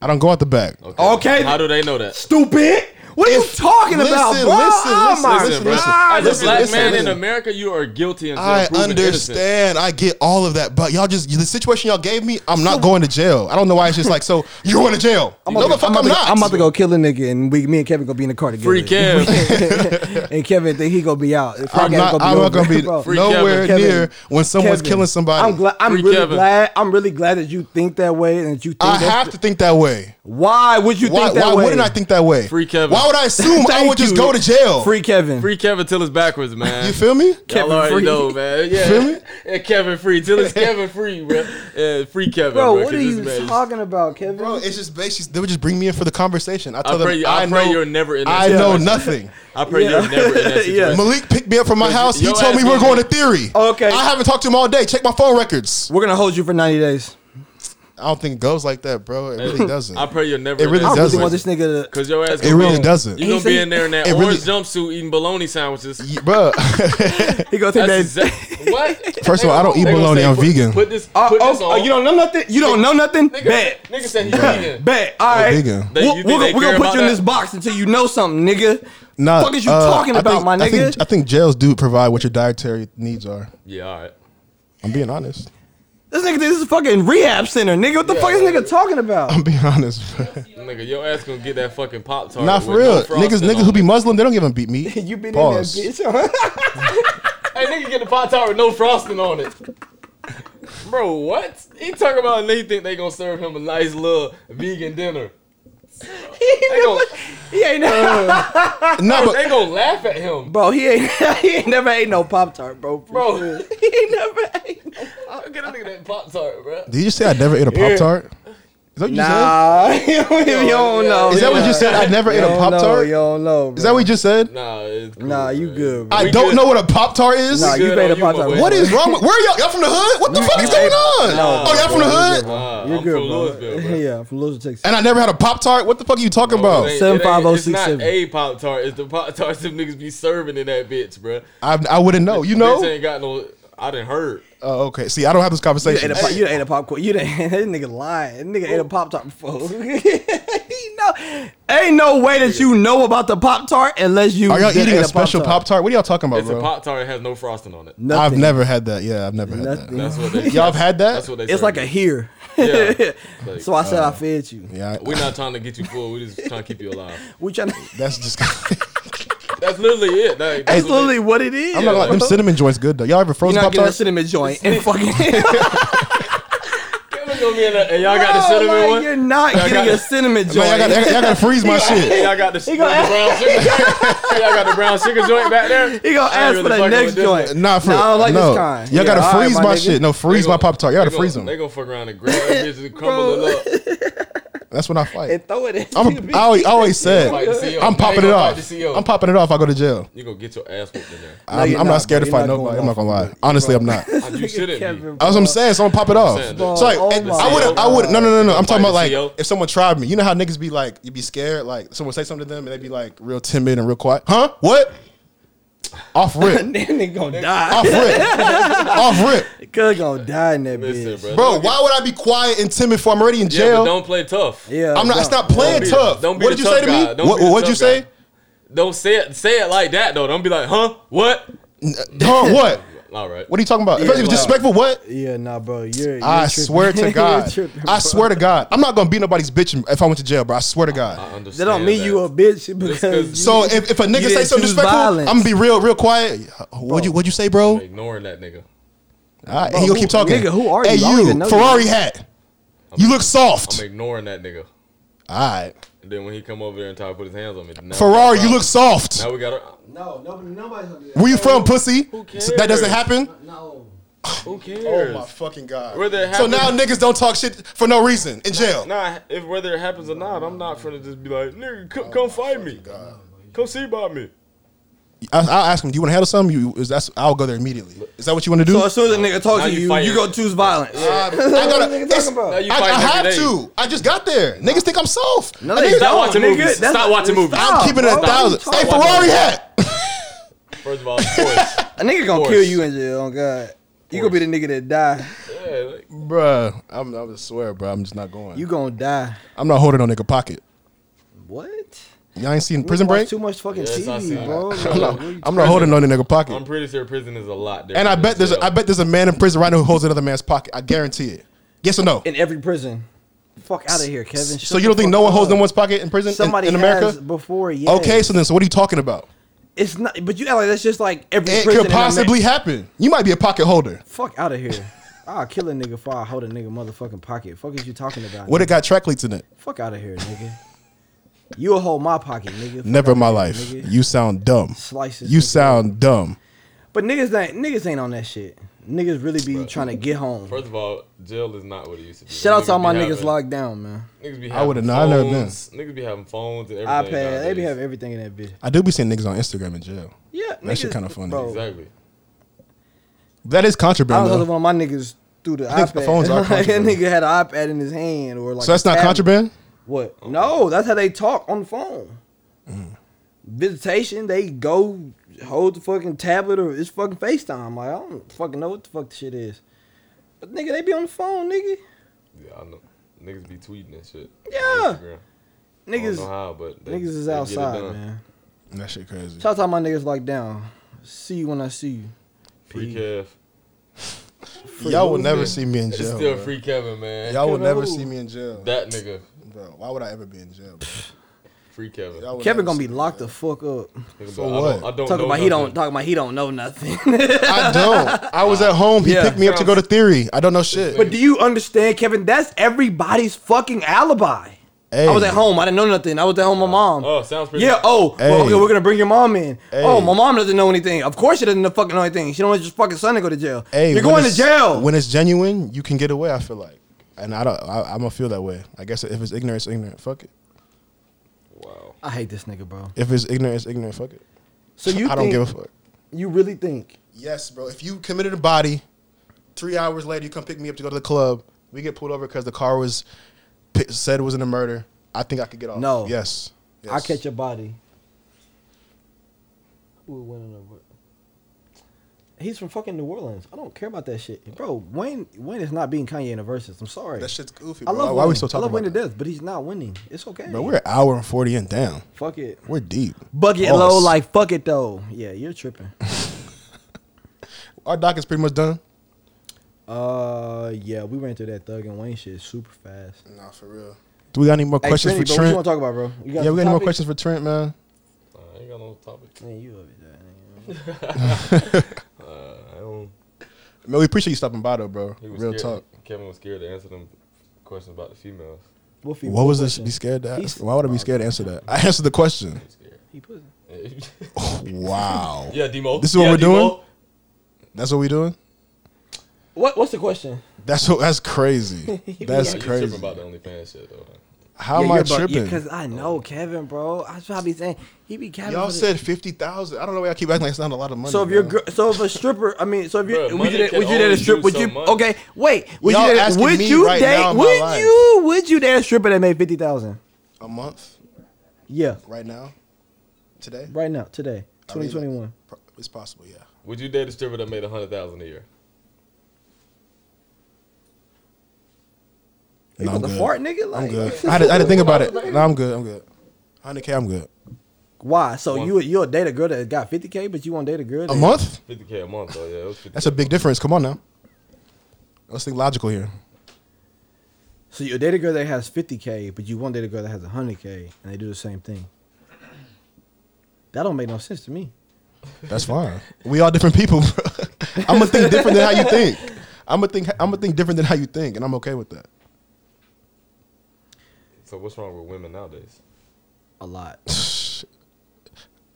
D: I don't go out the back.
A: Okay.
E: How do they know that?
A: Stupid. What are you
D: If-
A: talking about,
D: listen,
A: bro?
D: listen,
A: oh
D: listen,
A: my
D: listen,
E: bro.
D: listen.
A: God.
E: As a
D: Listen,
E: black
D: listen,
E: man
D: listen.
E: in America, you are guilty until
D: I
E: proven innocent.
D: understand. I get all of that, but y'all just the situation y'all gave me. I'm not going to jail. I don't know why it's just like so. You're going to jail. no, the fuck I'm,
A: about to,
D: not.
A: I'm about to go kill a nigga, and we, me and Kevin gonna be in the car together.
E: Free
D: [LAUGHS]
E: Kev.
A: and Kevin think he gonna be out. The
D: I'm
A: podcast
D: not.
A: gonna
D: I'm not going to be
A: over, bro.
D: nowhere
A: Kevin.
D: near when someone's
A: Kevin,
D: killing somebody.
A: I'm glad. I'm
E: Free
A: really
E: Kevin.
A: glad. I'm really glad that you think that way, and that you think.
D: I
A: that's-
D: have to think that way.
A: Why would you
D: Why,
A: think that
D: why
A: way?
D: wouldn't I think that way?
E: Free Kevin.
D: Why would I [LAUGHS] assume I
A: Thank
D: would just
A: you.
D: go to jail?
A: Free Kevin.
E: Free Kevin till it's backwards, man.
D: You feel me?
E: Y'all
A: Kevin
E: already
A: Free.
E: know, man. Yeah.
D: Feel me?
E: Yeah, Kevin Free till
D: [LAUGHS]
E: it's Kevin Free, bro. Yeah, free Kevin,
A: bro,
E: bro. 'cause
A: what are
E: this
A: you
E: man is-
A: talking about, Kevin?
D: Bro, it's just basically they would just bring me in for the conversation. I
E: I
D: tell them
E: pray, you, I pray
D: know,
E: you're never in that
D: I know
E: situation. [LAUGHS]
D: nothing.
E: I pray
A: Yeah.
E: you're never
D: [LAUGHS]
E: in that situation.
A: Yeah.
D: Malik picked me up from my house. He
E: your
D: told
E: ass
D: me we we're
E: gonna
D: going to theory.
A: Okay.
D: I haven't talked to him all day. Check my phone records.
A: We're gonna hold you for 90 days.
D: I don't think it goes like that, bro. It really
E: [LAUGHS]
D: doesn't.
E: I pray you're never
D: It
E: in
D: really
E: that
A: I really
D: doesn't.
A: want this nigga to.
E: Cause your ass.
D: It
E: gonna
D: really
E: be-
D: doesn't.
E: You gonna
A: He
E: be
A: said-
E: in there in that
D: It really-
E: orange jumpsuit eating bologna sandwiches.
D: Y- bro. [LAUGHS]
A: He gonna think
E: That's
A: that.
E: exact- what?
D: First of all, I don't eat
E: They gonna
D: bologna.
E: say,
D: I'm
E: put-
D: vegan. Uh,
E: Put this.
A: Oh,
E: put this
A: oh, oh,
E: on.
A: you don't know nothing. You don't know nothing.
E: Nigga,
A: Bet,
E: nigga said he's vegan.
A: bet. All right.
D: vegan.
E: They-
A: We'll-
E: you think
A: we're
E: they
A: gonna, we're
E: care
A: gonna put you in
E: about
A: this
E: that?
A: box until you know something, nigga.
D: Nah,
A: fuck is you
D: uh,
A: talking
D: I
A: about,
D: think-
A: my
D: I
A: nigga?
D: think, I think jails do provide what your dietary needs are.
E: Yeah, all right.
D: I'm being honest. [LAUGHS]
A: this nigga, this is a fucking rehab center, nigga. What the fuck is this nigga talking about?
D: I'm being honest. bro.
E: Nigga, your ass gonna get that fucking pop tart.
D: Not for real. niggas, niggas who be Muslim, they don't give them beat [LAUGHS] meat.
A: You been
D: Pause.
A: in that bitch? [LAUGHS]
E: Hey, nigga, get the pop tart with no frosting on it. Bro, what? He talking about they think they gonna serve him a nice little vegan dinner.
A: he,
E: They
A: never,
E: gonna,
A: he ain't never,
E: Uh.
D: Nah, [LAUGHS]
E: they
D: but
E: gonna laugh at him.
A: [LAUGHS] bro. He ain't, [LAUGHS] he ain't never ate no pop tart, bro. for
E: Bro.
A: real.
E: [LAUGHS]
A: he ain't never ate. No,
E: Oh, Get a nigga that pop tart, bro.
D: did you say I never ate a pop tart? Is that what you said?
A: nah, [LAUGHS] you don't
E: yeah.
A: know.
D: Is that what you
A: just?
D: said? I never ate a pop tart.
A: You don't know. Bro.
D: Is that what you just said?
E: Nah, it's cool,
A: Nah, you
E: man.
A: good, bro.
D: I
E: We
D: don't
E: good.
D: know what a Pop Tart is.
A: Nah, you
E: good
A: made a
E: on you,
A: pop
E: my
A: tart.
E: boy.
A: [LAUGHS]
D: what is wrong with where y'all? Y'all from the hood? What the fuck is going on?
E: nah,
D: oh, y'all from the hood?
E: Nah,
A: You're
E: I'm
A: good,
E: from
A: bro.
E: Louisville,
A: [LAUGHS]
E: bro.
A: yeah, I'm from Louisville, Texas.
D: And I never had a Pop Tart. What the fuck are you talking
E: It
D: about?
E: ain't-
A: Seven
E: it
A: five
E: ain't-
A: oh
E: It's
A: six
E: not
A: seven.
E: a pop tart. It's the pop tarts them niggas be serving in that bitch, bro.
D: I, I wouldn't know. You know?
E: Bitch ain't got no. I didn't heard.
D: Oh, okay. See, I don't have this
A: You
D: conversation.
A: ate a pop, you done ate a popcorn. You done [LAUGHS] that nigga lying. That nigga ate a pop tart before. [LAUGHS] he know, ain't no way that you know about the pop tart unless you.
D: Are y'all
A: done
D: eating
A: ate
D: a special Pop Tart? What are y'all talking
A: Oh,
D: about,
E: It's a
D: bro?
E: pop tart. It has no frosting on it.
A: Nothing.
D: I've never had that. Yeah, I've never had
A: Nothing.
D: that.
E: That's
A: [LAUGHS]
E: what they.
D: [LAUGHS] Y'all have had that?
E: That's what they.
A: It's like a here.
E: Yeah.
A: [LAUGHS]
E: Like,
A: so I said I fed you.
D: uh, Yeah, I,
E: we're not trying to get you full. We're just trying to keep you
A: [LAUGHS]
E: alive.
A: We trying
D: [LAUGHS]
A: to.
D: that's
A: [LAUGHS]
D: just.
E: That's literally it. Like, that's
A: That's
E: what they-
A: literally what it is.
D: I'm not gonna lie. Them
A: You're
D: cinnamon joints good though. Y'all ever frozen
A: not
D: Pop
A: getting a
D: Tarts?
A: cinnamon
D: [LAUGHS]
A: joint and fucking.
E: Y'all gonna be in that-
A: [LAUGHS]
E: and y'all got the
A: No,
E: cinnamon
A: like,
E: one.
A: You're not getting a cinnamon joint.
D: y'all,
A: [LAUGHS]
D: gotta, y'all gotta freeze my shit.
E: Y'all got the, the brown sugar. y'all got the brown sugar joint back there.
A: He gonna
E: I ain't
A: ask for
E: really
A: the
E: fucking
A: next
E: with this
A: joint.
D: Nah, for
A: Nah, I don't like
D: no.
A: this kind.
D: Y'all
A: Yeah,
D: gotta
A: all right,
D: freeze
A: my
D: my,
A: nigga.
D: shit. No,
E: They
D: freeze my
E: gonna-
D: Pop Tart. Y'all
E: they
D: gotta freeze
E: gonna-
D: them.
E: They gonna fuck around and grab that
A: [LAUGHS]
E: bitch and crumble it up.
D: That's when I fight.
A: and throw it in. [LAUGHS]
D: I'm a, I always, I always said
E: Fight the CEO.
D: I'm
E: Now you
D: popping it
E: gonna fight
D: off.
E: the E CEO.
D: I'm popping it off. I go to jail.
E: You gonna get your ass whooped in there.
D: I'm,
A: you're
D: I'm
A: not,
D: not scared
A: bro.
D: to
A: You're
D: fight
A: not
D: nobody.
A: going
D: I'm not gonna
A: off.
D: lie. Honestly, I'm
A: [LAUGHS]
D: not.
E: And You shouldn't be.
D: [LAUGHS] That's what I'm saying. Someone pop it off.
E: saying,
D: It's like,
A: bro.
D: and
A: Oh
D: I would,
E: my
D: I would. No, no, no, no. I'm talking about
E: Fight
D: like
E: the E CEO.
D: if someone tried me. You know how niggas be like, you be scared. Like someone say something to them and they be like real timid and real quiet. Huh? What? Off
A: [LAUGHS]
D: rip.
A: That nigga gonna die.
D: Off rip. Off rip.
A: Cuz gonna die in that
E: Listen,
A: bitch.
E: bro.
D: Bro, why would I be quiet and timid for I'm already in
E: Yeah, but
D: jail?
E: don't play tough.
A: Yeah,
D: I'm not.
A: don't.
D: Stop playing
E: be the-
D: tough.
E: don't be
D: What
E: the
D: did you
E: tough
D: say to
E: guy.
D: me?
E: Don't
D: What
E: be the
D: would
E: tough
D: you say?
E: Don't say it. Say it like that though. Don't be like, huh? What?
D: [LAUGHS] Huh? What?
E: All right.
D: What are you
E: [LAUGHS]
D: talking about? If it was disrespectful, what?
A: Yeah, nah, bro. You're. you're
D: I
A: tripping.
E: [LAUGHS]
D: swear
A: [LAUGHS]
D: to
A: You're
D: God.
A: tripping, bro.
D: I swear to God. I'm not gonna be nobody's bitch if I went to jail, bro. I swear to
E: I
D: God.
E: understand
A: That don't mean
E: that.
A: you a bitch
E: 'cause-
A: because you- [LAUGHS]
D: So if, if a nigga say
A: didn't
D: something
A: choose
D: disrespectful,
A: violence.
D: I'm gonna be real, real quiet. What you what you say, bro?
E: ignoring that nigga.
D: All right, he gonna keep
A: who-
D: talking.
A: nigga, who are
D: hey,
A: you? I don't even know you.
D: Ferrari hat. You look soft.
E: I'm ignoring that nigga.
D: All right,
E: And then when he come over there and try to put his hands on me, now
D: Ferrari, you
E: we got a
D: look soft.
E: problem. Now we got a.
C: No, nobody, nobody's gonna do that.
D: Where you from, pussy?
E: cares?
D: So that doesn't happen. Oh
C: No.
E: Who cares?
D: fucking god.
E: Where that
D: So
E: happens-
D: now niggas don't talk shit for no reason in jail.
E: Nah, if whether it happens or not, I'm not finna just be like, nigga,
D: Oh
E: come, come fight me. Come see about me.
D: I, I'll ask him. Do you want to handle something? You is that's I'll go there immediately. Is that what you want to do?
A: So as soon as a nigga talks
E: Now
A: to
E: you
A: you,
E: fighting.
A: you gonna choose violence.
D: Uh, I gotta. it's-
E: Now you
D: I, I
E: fighting every
D: have
E: day.
D: to. I just got there. Niggas think I'm soft.
A: No,
D: I
A: they
D: niggas-
E: Stop
A: don't,
E: watching
A: nigga.
E: movies.
A: That's-
E: Stop watching movies.
A: stop.
D: I'm keeping it
A: bro.
D: a thousand.
A: Stop
D: Hey,
E: watching
D: Ferrari
E: movies.
D: hat.
E: First of all, of
A: [LAUGHS]
E: course.
A: A nigga gonna
E: Of
A: kill
E: course.
A: you in jail. Oh God, you gonna be the nigga that die.
E: yeah, like,
D: Bruh, I'm, I'm just swear, bruh. I'm just not going.
A: You gonna die.
D: I'm not holding no nigga pocket.
A: What?
D: Y'all ain't seen Prison
A: You watch
D: Break?
A: Too much fucking
E: Yes, I seen
A: TV,
E: it.
D: [LAUGHS]
A: bro.
D: I'm
A: Like,
D: not,
A: what you-
D: I'm not holding no nigga pocket.
E: I'm pretty sure prison is a lot different.
D: and I
E: than
D: bet there's
E: jail.
D: a, I bet there's a man in prison right now who holds another man's pocket. I guarantee it. Yes or no?
A: in every prison. Fuck out of here, Kevin.
D: so you don't think no one holds no one's pocket in prison in-
A: Somebody
D: in,
A: has
D: America?
A: before? Yeah.
D: Okay, so then so what are you talking about?
A: It's not, but you act like that's just like every
D: It
A: prison.
D: could
A: in Amer-
D: possibly happen. You might be a pocket holder.
A: Fuck out of here. I'll kill a nigga before I hold a nigga motherfucking pocket. Fuck is you talking about?
D: What
A: nigga?
D: it got track leads in it?
A: Fuck out of here, nigga. You'll hold my pocket, nigga. Fuck
D: Never in my
A: outta
D: life.
A: here, nigga.
D: You sound dumb.
A: Slices
D: You
A: nigga.
D: sound dumb.
A: But niggas ain't niggas ain't on that shit. Niggas really be trying to get home.
E: First of all, jail is not what it used to be.
A: Shout out to all my
E: be
A: niggas
E: having-
A: locked down, man.
E: Niggas be
D: I
E: having
D: woulda
E: phones.
D: not- I never
E: Niggas be having phones and
A: iPad,
E: everything.
A: they be
E: nowadays.
A: having everything in that bitch.
D: I do be seeing niggas on Instagram in jail.
A: Yeah,
D: That shit
A: niggas-
D: kinda funny.
A: bro,
E: Exactly.
D: That is
A: I
D: contraband.
A: was talking
D: though.
A: to one of my niggas through the
D: I think
A: iPad. [LAUGHS]
D: phones are
A: that
D: contraband.
A: nigga had an iPad in his hand or like.
D: So that's
A: a
D: not
A: tablet.
D: contraband.
A: What? No, that's how they talk on the phone.
D: Mm-hmm.
A: Visitation, they go hold the fucking tablet or it's fucking FaceTime. Like I don't fucking know what the fuck the shit is. But nigga, they be on the phone, nigga.
E: Yeah, I know. Niggas be tweeting and shit. on
A: Yeah.
E: Instagram. I don't know
A: Niggas,
E: how, but they-
A: niggas is
E: they get it
A: outside,
E: done.
A: man.
D: That shit crazy.
A: Shout out to all my niggas locked down. See you when I see you.
E: Free Kev.
D: Y'all will never see me in
E: It's
D: jail.
E: still
D: bro.
E: free Kevin, man.
D: Y'all will never see me in jail,
E: That nigga,
D: bro. Why would I ever be in jail? bro?
E: free Kevin.
D: Y'all would
A: Kevin
D: never
A: gonna
D: see
A: be
D: me.
A: locked the fuck up.
E: For
D: what?
E: I don't
A: Talking
E: know
A: about he don't
E: nothing.
A: talking about he don't know nothing. [LAUGHS]
D: I don't. I was at home. He
A: Yeah.
D: picked me up to go to theory. I don't know shit.
A: but do you understand, Kevin? That's everybody's fucking alibi.
D: Hey.
A: I was at home. I didn't know nothing. I was at home with my mom.
E: Oh, sounds pretty.
A: Yeah. Oh, well,
D: Hey.
A: okay, we're gonna bring your mom in. Oh,
D: Hey.
A: my mom doesn't know anything. Of course, she doesn't know fucking know anything. She don't want your fucking son to go to jail.
D: Hey,
A: you're
D: when
A: going to
D: it's-
A: jail.
D: When it's genuine, you can get away. I feel like, and I don't. I, I'm gonna feel that way. I guess if it's ignorant, it's ignorant. Fuck it.
E: Wow.
A: I hate this nigga, bro.
D: If it's ignorant, it's ignorant. Fuck it.
A: So you
D: I don't
A: think-
D: give a fuck.
A: You really think?
D: Yes, bro. If you committed a body, three hours later you come pick me up to go to the club. We get pulled over because the car was pi- said it was in a murder. I think I could get off.
A: No.
D: Yes. yes.
A: I catch your body. Who would win in a- He's from fucking New Orleans. I don't care about that shit, bro. Wayne Wayne is not beating Kanye in the verses. I'm sorry.
D: That shit's goofy.
A: I
D: Bro.
A: love.
D: Why are we
A: Wayne.
D: still
A: I
D: talking
A: love Wayne
D: about
A: to
D: that?
A: death, but he's not winning. It's okay.
D: Bro, we're an hour and forty and down.
A: fuck it.
D: We're deep.
A: Bucket
D: Us.
A: low, like fuck it though. Yeah, you're
D: [LAUGHS]
A: tripping.
D: Our doc is pretty much done.
A: Uh, yeah, we ran through that Thug and Wayne shit super fast.
D: Nah, for real. Do we got any more questions
A: Trini,
D: for
A: bro, What you want
D: Trent?
A: to talk about, bro? You
D: Yeah, we got
A: some
D: any more
A: topics?
D: questions for Trent, man? uh,
E: I ain't got no topic.
A: Man, you over there, nigga.
E: Uh, I don't.
D: Man, we appreciate you stopping by though, bro.
E: He was
D: Real
E: scared.
D: talk.
E: Kevin was scared to answer them questions about the females.
A: What, female
D: What was this?
A: question?
D: Be scared to
A: He's-
D: ask? Why would I be scared to answer that? [LAUGHS] I answered the
E: He
D: question.
E: was scared. [LAUGHS]
A: He pussy.
D: Wow.
E: yeah, Demo.
D: This is what
E: Yeah,
D: we're
E: Demo.
D: doing? That's what we doing?
A: What? What's the question?
D: That's what.
A: [LAUGHS]
D: That's crazy.
E: Nah,
D: That's
E: you
D: crazy.
E: tripping about the OnlyFans shit though.
D: How am
A: Yeah,
D: I
A: you're about- yeah,
D: tripping?
A: Cause I know Kevin, bro. I was probably saying he be Kevin.
D: Y'all
A: for the-
D: said fifty thousand. I don't know why I keep acting like it's not a lot of money.
A: So if you're
D: bro.
A: gr- so if a stripper, I mean, so if you
E: Bruh,
A: would
E: money
A: you date-
E: can
A: would you date a
E: only
A: strip?
E: do
A: Would
E: so
A: you
E: much.
A: okay? Wait, would
D: Y'all
A: you date,
D: asking
A: would
D: me
A: you
D: right
A: date
D: now in my
A: would
D: life.
A: you would you date a stripper that made fifty thousand?
D: a month
A: Yeah,
D: right now, today,
A: right now
D: Oh,
A: today, twenty twenty one.
D: Pro- it's possible. Yeah.
E: Would you date a stripper that made a hundred thousand a year?
D: No, I'm
A: the
D: good.
A: fart nigga, like
D: I'm good. I had, to, I had to think about it. No, I'm good. I'm good. Hundred K. I'm good.
A: why? So
E: One.
A: you you'll date a girl that got fifty k, but you won't date a girl
D: A
A: that,
D: month?
E: Fifty k a month though. Yeah, it was 50K.
D: That's a big difference. Come on now. Let's think logical here.
A: So you date a girl that has fifty k, but you won't date a girl that has hundred k, and they do the same thing. That don't make no sense to me.
D: That's fine. We all different people. Bro. [LAUGHS] I'm gonna think different than how you think. I'm gonna think. I'm gonna think different than how you think, and I'm okay with that.
E: So what's wrong with women nowadays?
A: A lot.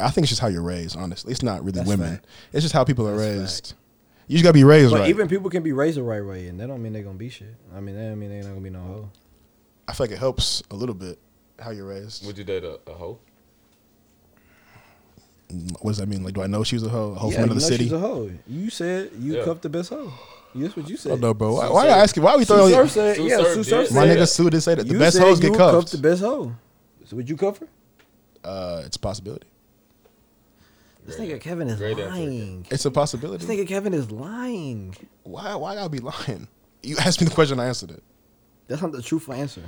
D: I think it's just how you're raised. Honestly, it's not really
A: That's
D: women.
A: fact.
D: It's just how people are
A: That's
D: raised. You just gotta be raised
A: But
D: right.
A: even people can be raised the right way, and that don't mean they're gonna be shit. I mean, that don't mean they're not gonna be no hoe.
D: I feel like it helps a little bit how you're raised.
E: Would you date a, a hoe?
D: what does that mean? Like, do I know she was a hoe? A hoe
A: Yeah,
D: Oh, from
A: you
D: another
A: know
D: city?
A: she's a hoe. You said you
E: Yeah.
A: cuffed the best hoe. That's what you
D: I
A: said.
D: don't know, bro. Why,
E: Sue
D: why are you
E: said-
D: asking? Why are we
A: Sue
D: throwing?
A: Surf said,
E: Sue
A: yeah,
E: Surf
A: Sue
E: did
A: Surf
E: say
D: my
E: said
D: nigga
E: that.
D: Sue did say that the
A: you
D: best
A: said
D: hoes
A: you
D: get
A: would cuff
D: cuffed.
A: the best hoe. So would you cuff her?
D: Uh, it's a possibility.
A: This
E: Great
A: nigga
E: answer.
A: Kevin is
E: Great answer.
A: lying.
D: It's a possibility.
A: This nigga Kevin is lying.
D: why? Why gotta be lying? You asked me the question, I answered it.
A: That's not the truthful answer.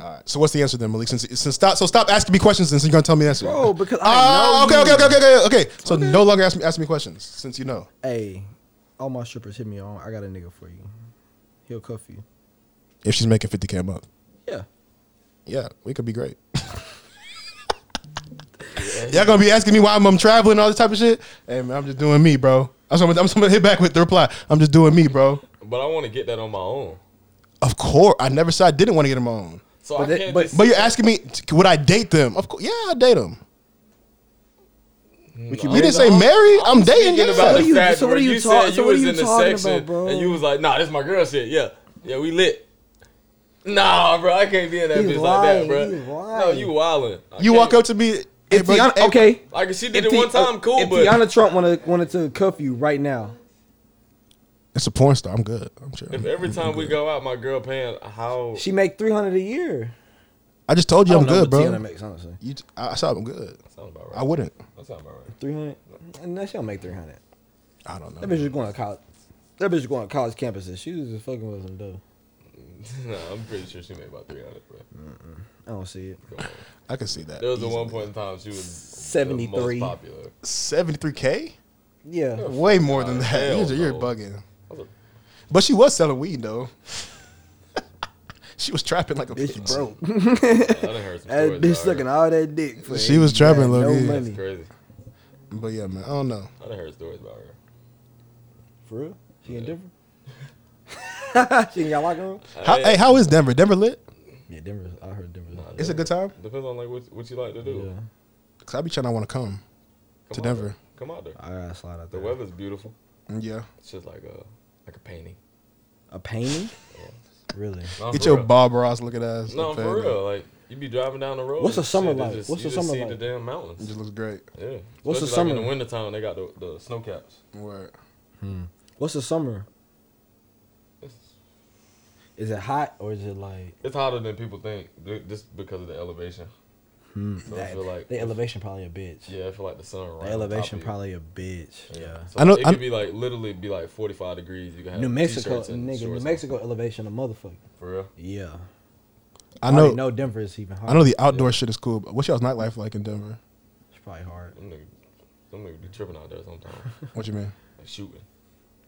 D: All right. So what's the answer then, Malik? Since, since stop, so stop asking me questions, since you're gonna tell me the answer.
A: Bro, because I
D: Ah,
A: know
D: okay,
A: you.
D: okay, okay, okay, okay. So no longer ask me ask me questions since you know.
A: Hey, all my strippers hit me on. I got a nigga for you. He'll cuff you.
D: If she's making 50k a month,
A: Yeah.
D: yeah, we could
A: [LAUGHS]
D: be great. Y'all gonna be asking me why I'm, I'm traveling and all this type of shit? Hey man, I'm just doing me, bro. I'm gonna, I'm gonna hit back with the reply. I'm just doing me, bro.
E: But I want to get that on my own.
D: Of course, I never said I didn't want to get them on.
E: So I
A: that-
E: can't
A: but-
E: just.
D: But you're asking me, t- would I date them? Of course, yeah, I date them.
A: But
D: You didn't say marry. I'm dating.
E: Thinking
D: Yeah.
E: about
A: What
E: the
A: are you-
E: fact
A: so what
E: where
A: are you
E: you
A: talk-
E: said
A: so
E: you
A: what are
E: was
A: you
E: in the
A: talking about,
E: section
A: bro?
E: and you was like, "Nah, this my girl shit." Yeah, yeah, we lit. Nah, bro, I can't be in that
A: He
E: bitch
A: lying,
E: like that, bro.
A: he
E: No,
A: lying.
E: you wildin'. I
D: You walk
E: can't-
D: up to me. hey,
A: If
D: bro,
A: Tiana,
D: hey,
A: okay.
E: like if she did
A: If
E: it
A: Ti-
E: one time, cool.
A: If
E: but
A: Tiana Trump wanted wanted to cuff you right now,
D: It's a porn star. I'm good. I'm chill.
E: if every time we go out, my girl paying how
A: she make three hundred a year.
D: I just told
A: I
D: you I'm
A: don't know
D: good,
A: what Tiana
D: bro.
A: makes honestly.
D: You, t- I I saw I'm good.
E: sound about right.
D: I wouldn't.
E: That sound about right.
A: Three hundred. And that she don't make three hundred.
D: I don't
A: That bitch
D: know.
A: is going to college. That bitch is going to college campuses. She was just fucking with some dough.
E: [LAUGHS] No, I'm pretty sure she made about 300, bro.
A: I don't see it.
E: Come on.
D: I could see that.
E: There was at
D: easily.
E: one point in time she was
A: 73.
E: the most popular.
D: 73k.
A: Yeah.
D: Way more than that.
E: Oh, hell
D: You're, you're
E: no.
D: bugging.
E: That was
D: But she was selling weed though. [LAUGHS] she was trapping like a
A: Bitch [LAUGHS]
D: bitch.
A: broke.
E: a- I done heard some
A: That
E: stories.
A: bitch
E: dog.
A: sucking all that dick. For
D: She was trapping,
A: got No
D: low-key.
E: That's
A: money.
E: crazy.
D: But yeah, man. I don't know.
E: I done heard stories about her.
A: For real? She ain't different? [LAUGHS] she ain't got locker room?
D: How, hey, how is Denver? Denver lit?
A: Yeah, Denver. I heard Denver.
E: Nah,
D: It's a good time.
E: Depends on like what, what you like to do.
A: Yeah.
D: Cause I be trying. I want to come.
E: Come
D: To
E: out
D: Denver.
E: there. Come out there.
A: I gotta slide out
E: The
A: there.
E: weather's beautiful.
D: Yeah.
E: It's just like a like a painting.
A: A painting? really?
E: No,
D: Get
E: for
D: your
E: real.
D: Bob Ross looking ass.
E: No, for real. Like you be driving down the road.
A: What's
E: and
A: the summer
E: shit, it
A: like?
E: Just,
A: What's
E: you
A: the
E: just
A: summer
E: see
A: like?
E: the damn
D: It
E: mountains.
D: just looks great.
E: Yeah.
A: What's the
E: Especially, Like, in
A: summer?
E: the wintertime, they got the, the snow caps.
D: Word.
A: What's the summer?
E: It's,
A: Is it hot or is it like.
E: it's hotter than people think, ju- just because of the elevation. So I feel
A: Hmm.
E: like
A: the elevation probably a bitch.
E: yeah, I feel like the sun. Right
A: The elevation probably a bitch. Yeah.
E: I
D: I know-
E: know. It
D: I'm-
E: could be like literally be like 45 degrees. You can have
A: New Mexico,
E: t-shirts and
A: nigga. New
E: shorts on.
A: Mexico elevation a motherfucker.
E: for real.
A: Yeah.
D: I
A: I
D: know.
A: didn't know Denver is even hard.
D: I know the outdoor shit is cool, but what's y'all's nightlife like in Denver?
A: It's probably hard.
E: Them niggas, them niggas be tripping out there sometimes,
D: What you mean?
E: like shooting.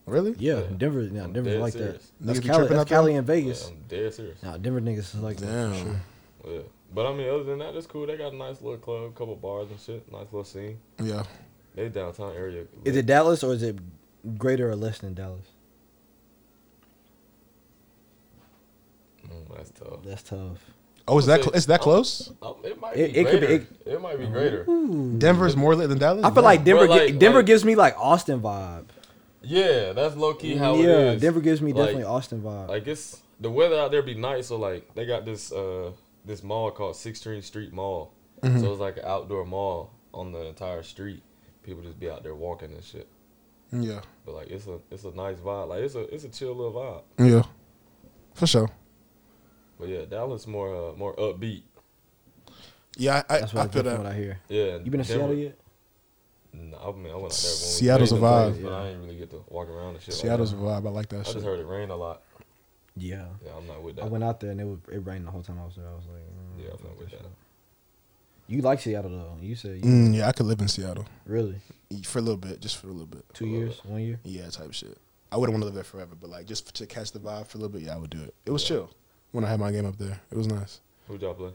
D: Really?
A: Yeah,
E: Yeah.
A: Denver. Now
E: I'm
A: Denver's
E: dead
A: like
E: serious.
A: that. That's
D: Niggas be
A: Cali,
D: tripping
A: that's
D: out there?
A: Cali and
E: Yeah,
A: Vegas.
E: I'm dead serious.
A: Nah, Denver niggas is like that.
D: Damn.
E: Yeah, but I mean, other than that, it's cool. They got a nice little club, couple bars and shit. Nice little scene.
D: Yeah.
E: They downtown area.
A: Is it Dallas or is it greater or less than Dallas?
E: Mm, that's tough.
A: That's tough.
D: Oh, is that cl- it's that close?
E: Um, it might
A: It-
E: be
A: it could be-
E: greater. It, might be greater.
D: Denver's more lit than Dallas.
A: I feel like Denver.
E: like-
A: gi- Denver
E: like-
A: gives me like Austin vibe.
E: Yeah, that's low key how it
A: yeah,
E: is.
A: Denver gives me
E: Like-
A: definitely Austin vibe.
E: Like it's the weather out there be nice. So like they got this uh this mall called 16th Street Mall.
A: Mm-hmm.
E: So it's like an outdoor mall on the entire street. People just be out there walking and shit.
D: yeah,
E: But like it's a it's a nice vibe. Like it's a it's a chill little vibe.
D: yeah, for sure.
E: But yeah, Dallas more uh, more upbeat.
D: Yeah, I, I,
A: That's what I,
D: I feel
A: get from what
D: that.
A: I hear.
E: Yeah.
A: You been to Seattle yet?
E: No, I mean I went out there. When
D: Seattle's
E: we
D: a
E: played in
D: vibe.
E: the But I didn't really get to walk around and shit.
D: Seattle's a
E: Like
D: vibe. I like that
E: that. I
D: shit.
E: just heard it rain a lot.
A: Yeah.
E: Yeah, I'm not with
A: I
E: that.
A: went out there and it was, it rained the whole time I was there. I was like, mm,
E: Yeah, I'm
A: fuck
E: not with
A: this
E: that.
A: shit. You like Seattle though? You said you,
D: Mm, yeah, I could live in Seattle E,
A: really
D: for a little bit, just for a little bit.
A: two
E: Uh,
A: years, one year.
D: Yeah, type shit. I wouldn't want to live there forever, but like just to catch the vibe for a little bit, yeah, I would do it. It was chill when I had my game up there. It was nice.
E: Who'd y'all play?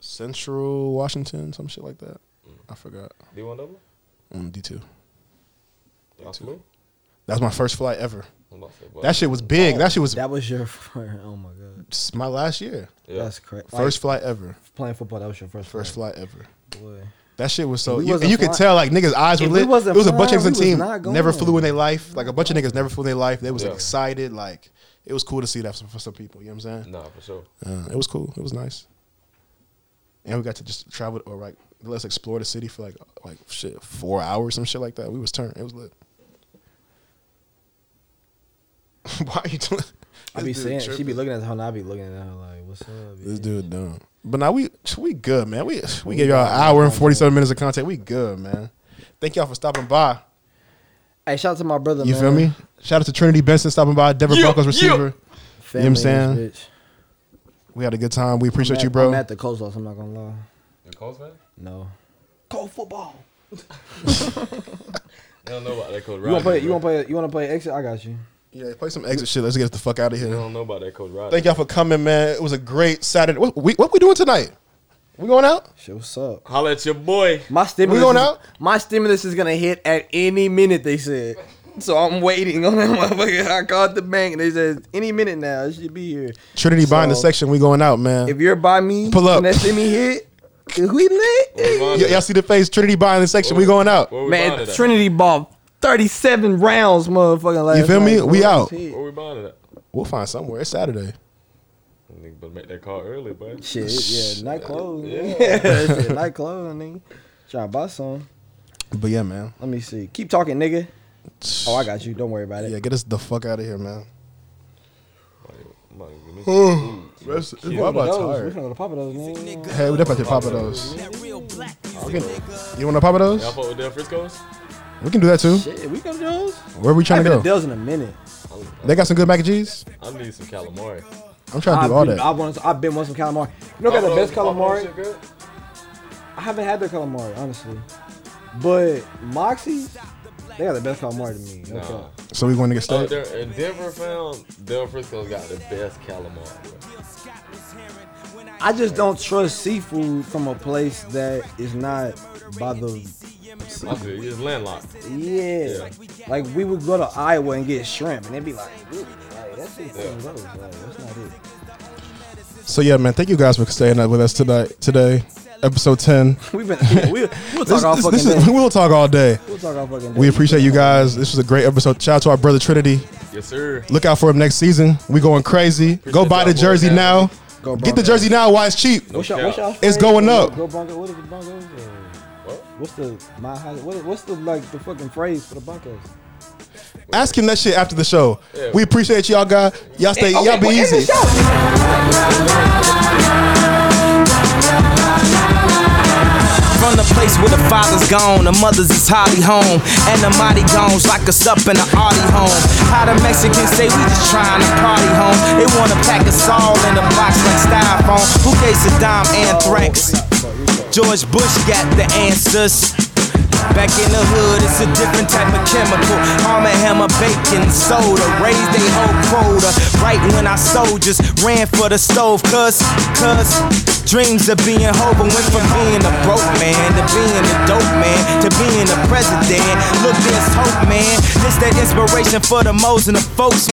D: Central Washington, some shit like that. I forgot.
E: D1 double?
D: Mm, D two.
E: Y'all flew?
D: That was my first flight ever.
E: I'm about to say,
D: That shit was big. That shit was
A: Oh, That was your [LAUGHS] fir- oh my god,
D: s- my last year.
E: Yeah.
A: that's correct.
D: First flight ever.
A: like, playing football, that was your first
D: First
A: flight.
D: flight ever.
A: Boy.
D: That shit was so.
A: we
D: You,
A: wasn't
D: you could
A: fly-
D: tell like niggas' eyes were
A: If we
D: lit.
A: wasn't
D: It was a bunch
A: flying,
D: of niggas
A: we
D: on the
A: was
D: team
A: not
D: never
A: going.
D: flew in their life. Like a bunch of niggas never flew in their life. They was
E: Yeah.
D: excited. Like it was cool to see that for, for some people. You know what I'm saying?
E: Nah, for sure.
D: Uh, it was cool. It was nice. And we got to just travel or like let's explore the city for like like shit four hours some shit like that. We was turned. It was lit. [LAUGHS] Why are you doing?
A: I
D: This
A: be
D: dude
A: saying she
D: tripping.
A: be looking at her and I be looking at her like, what's up?
D: This
A: bitch?"
D: dude dumb. But now we we good, man. We we gave y'all an hour and forty seven minutes of content. We good, man. Thank y'all for stopping by.
A: Hey, shout out to my brother.
D: You
A: man.
D: feel me? Shout out to Trinity Benson stopping by, Denver Broncos receiver.
A: Family
D: You know what I'm saying?
A: in this bitch.
D: We had a good time. We appreciate
A: I'm
D: you,
A: at-
D: bro.
A: I'm at the Colts loss. I'm not gonna lie.
E: You a Colts fan?
A: No. Cold football.
E: They don't know about that Coach Rogers.
A: You wanna play? You
E: bro.
A: wanna play? You wanna play exit? I got you.
D: yeah, play some exit shit. Let's get the fuck out of
E: They
D: here.
E: don't know about that Coach Rogers.
D: Thank y'all for coming, man. It was a great Saturday. What we what we doing tonight? We going out?
A: Shit, what's up?
E: Holla at your boy.
A: My stimulus.
D: going
A: is,
D: out?
A: My stimulus is gonna hit at any minute. They said. So I'm waiting on that [LAUGHS] motherfucker. I called the bank and they said any minute now it should be here.
D: Trinity buying the
A: So-
D: section. We going out, man.
A: If you're by me,
D: Pull up.
A: And that stimmy hit. If we [LAUGHS] lit.
E: Where
D: Y- y'all see the face? Trinity buying the section. We going out.
E: Where we buying
A: Man,
E: it at?
A: Trinity bought 37 rounds, motherfucking last
D: You feel me?
A: night.
D: We out.
A: Shit.
E: Where we buying it at?
D: We'll find somewhere. It's Saturday.
E: Nigga, better make that call
A: [LAUGHS]
E: early, boy.
A: Shit, yeah, night [LAUGHS] closed.
E: Yeah.
A: Yeah, [LAUGHS] shit, night closed, nigga. Try to buy some.
D: But yeah, man.
A: Let me see. Keep talking, nigga. Oh, I got you. Don't worry about it.
D: Yeah, get us the fuck out of here, man.
E: I'm about to
A: [LAUGHS]
E: give me some food.
D: That's,
A: We
D: why
A: finna
D: am I
A: go to those. We
D: tired?
A: finna go to Papa Do's, nigga.
D: Hey, we definitely Papa those.
B: That real black
D: You want to Papa those?
E: Y'all fuck with Del Frisco's?
D: We can do that too.
A: Shit, we go to those.
D: Where we
A: I
D: trying
A: haven't
D: to
A: been to
D: go?
A: Dell's in a minute.
D: They got some good mac and cheese.
E: I need some calamari.
D: I'm trying to
A: I've
D: do all
A: been, I
D: that.
A: want. I've been wanting some calamari. You know, got the
E: Papa
A: best
E: Do's- Papa Do's
A: calamari.
E: Oh, shit good?
A: I haven't had their calamari, honestly. But Moxie's, they got the best calamari to me. No
E: Nah.
A: cap.
D: So we going to get
E: Out
D: started.
E: there in Denver, found Del Frisco's got the best calamari. Bro.
A: I just don't trust seafood from a place that is not by the
E: I feel you. It's landlocked.
A: Yeah. Like we would go to Iowa and get shrimp, and they'd be like, "Dude, like, that shit's
E: Yeah.
A: gross. Like, that's not it." [LAUGHS]
D: So yeah, man. Thank you guys for staying up with us tonight. Today, episode ten.
A: We've
D: [LAUGHS]
A: been yeah, we, we'll
D: This,
A: talk all
D: this-
A: fucking
D: this is,
A: day.
D: [LAUGHS] we'll talk all day.
A: We'll talk all fucking day.
D: We appreciate you guys. This was a great episode. Shout out to our brother Trinity.
E: Yes, sir.
D: Look out for him next season. We going crazy. Go
E: Appreciate
D: buy the
E: y'all, boy.
D: jersey
E: Yeah.
D: now.
A: Go
D: Get the
A: Broncos.
D: jersey now while it's cheap.
A: What's y'all, what's y'all
D: It's
A: favorite-
D: going up.
A: Go Broncos. What is the Broncos? Uh,
E: What?
A: What's the my high- what, What's the like the fucking phrase for the Broncos?
D: Ask him that shit after the show. We appreciate y'all, guys. Y'all stay. Y'all be easy.
B: From the place where the father's gone, the mother's is hardly home. And the mighty gone's like us up in the arty home. How the Mexicans say we just trying to party home. They wanna pack us all in a box like styrofoam. Who gave Saddam anthrax? George Bush got the answers. Back in the hood, it's a different type of chemical. Arm and hammer, bacon, soda. Raised they whole quota. Right when our soldiers ran for the stove, cuz, cuz. Dreams of being hope and went from being a broke man to being a dope man to being a president. Look, there's hope, man. This that inspiration for the moles and the folks,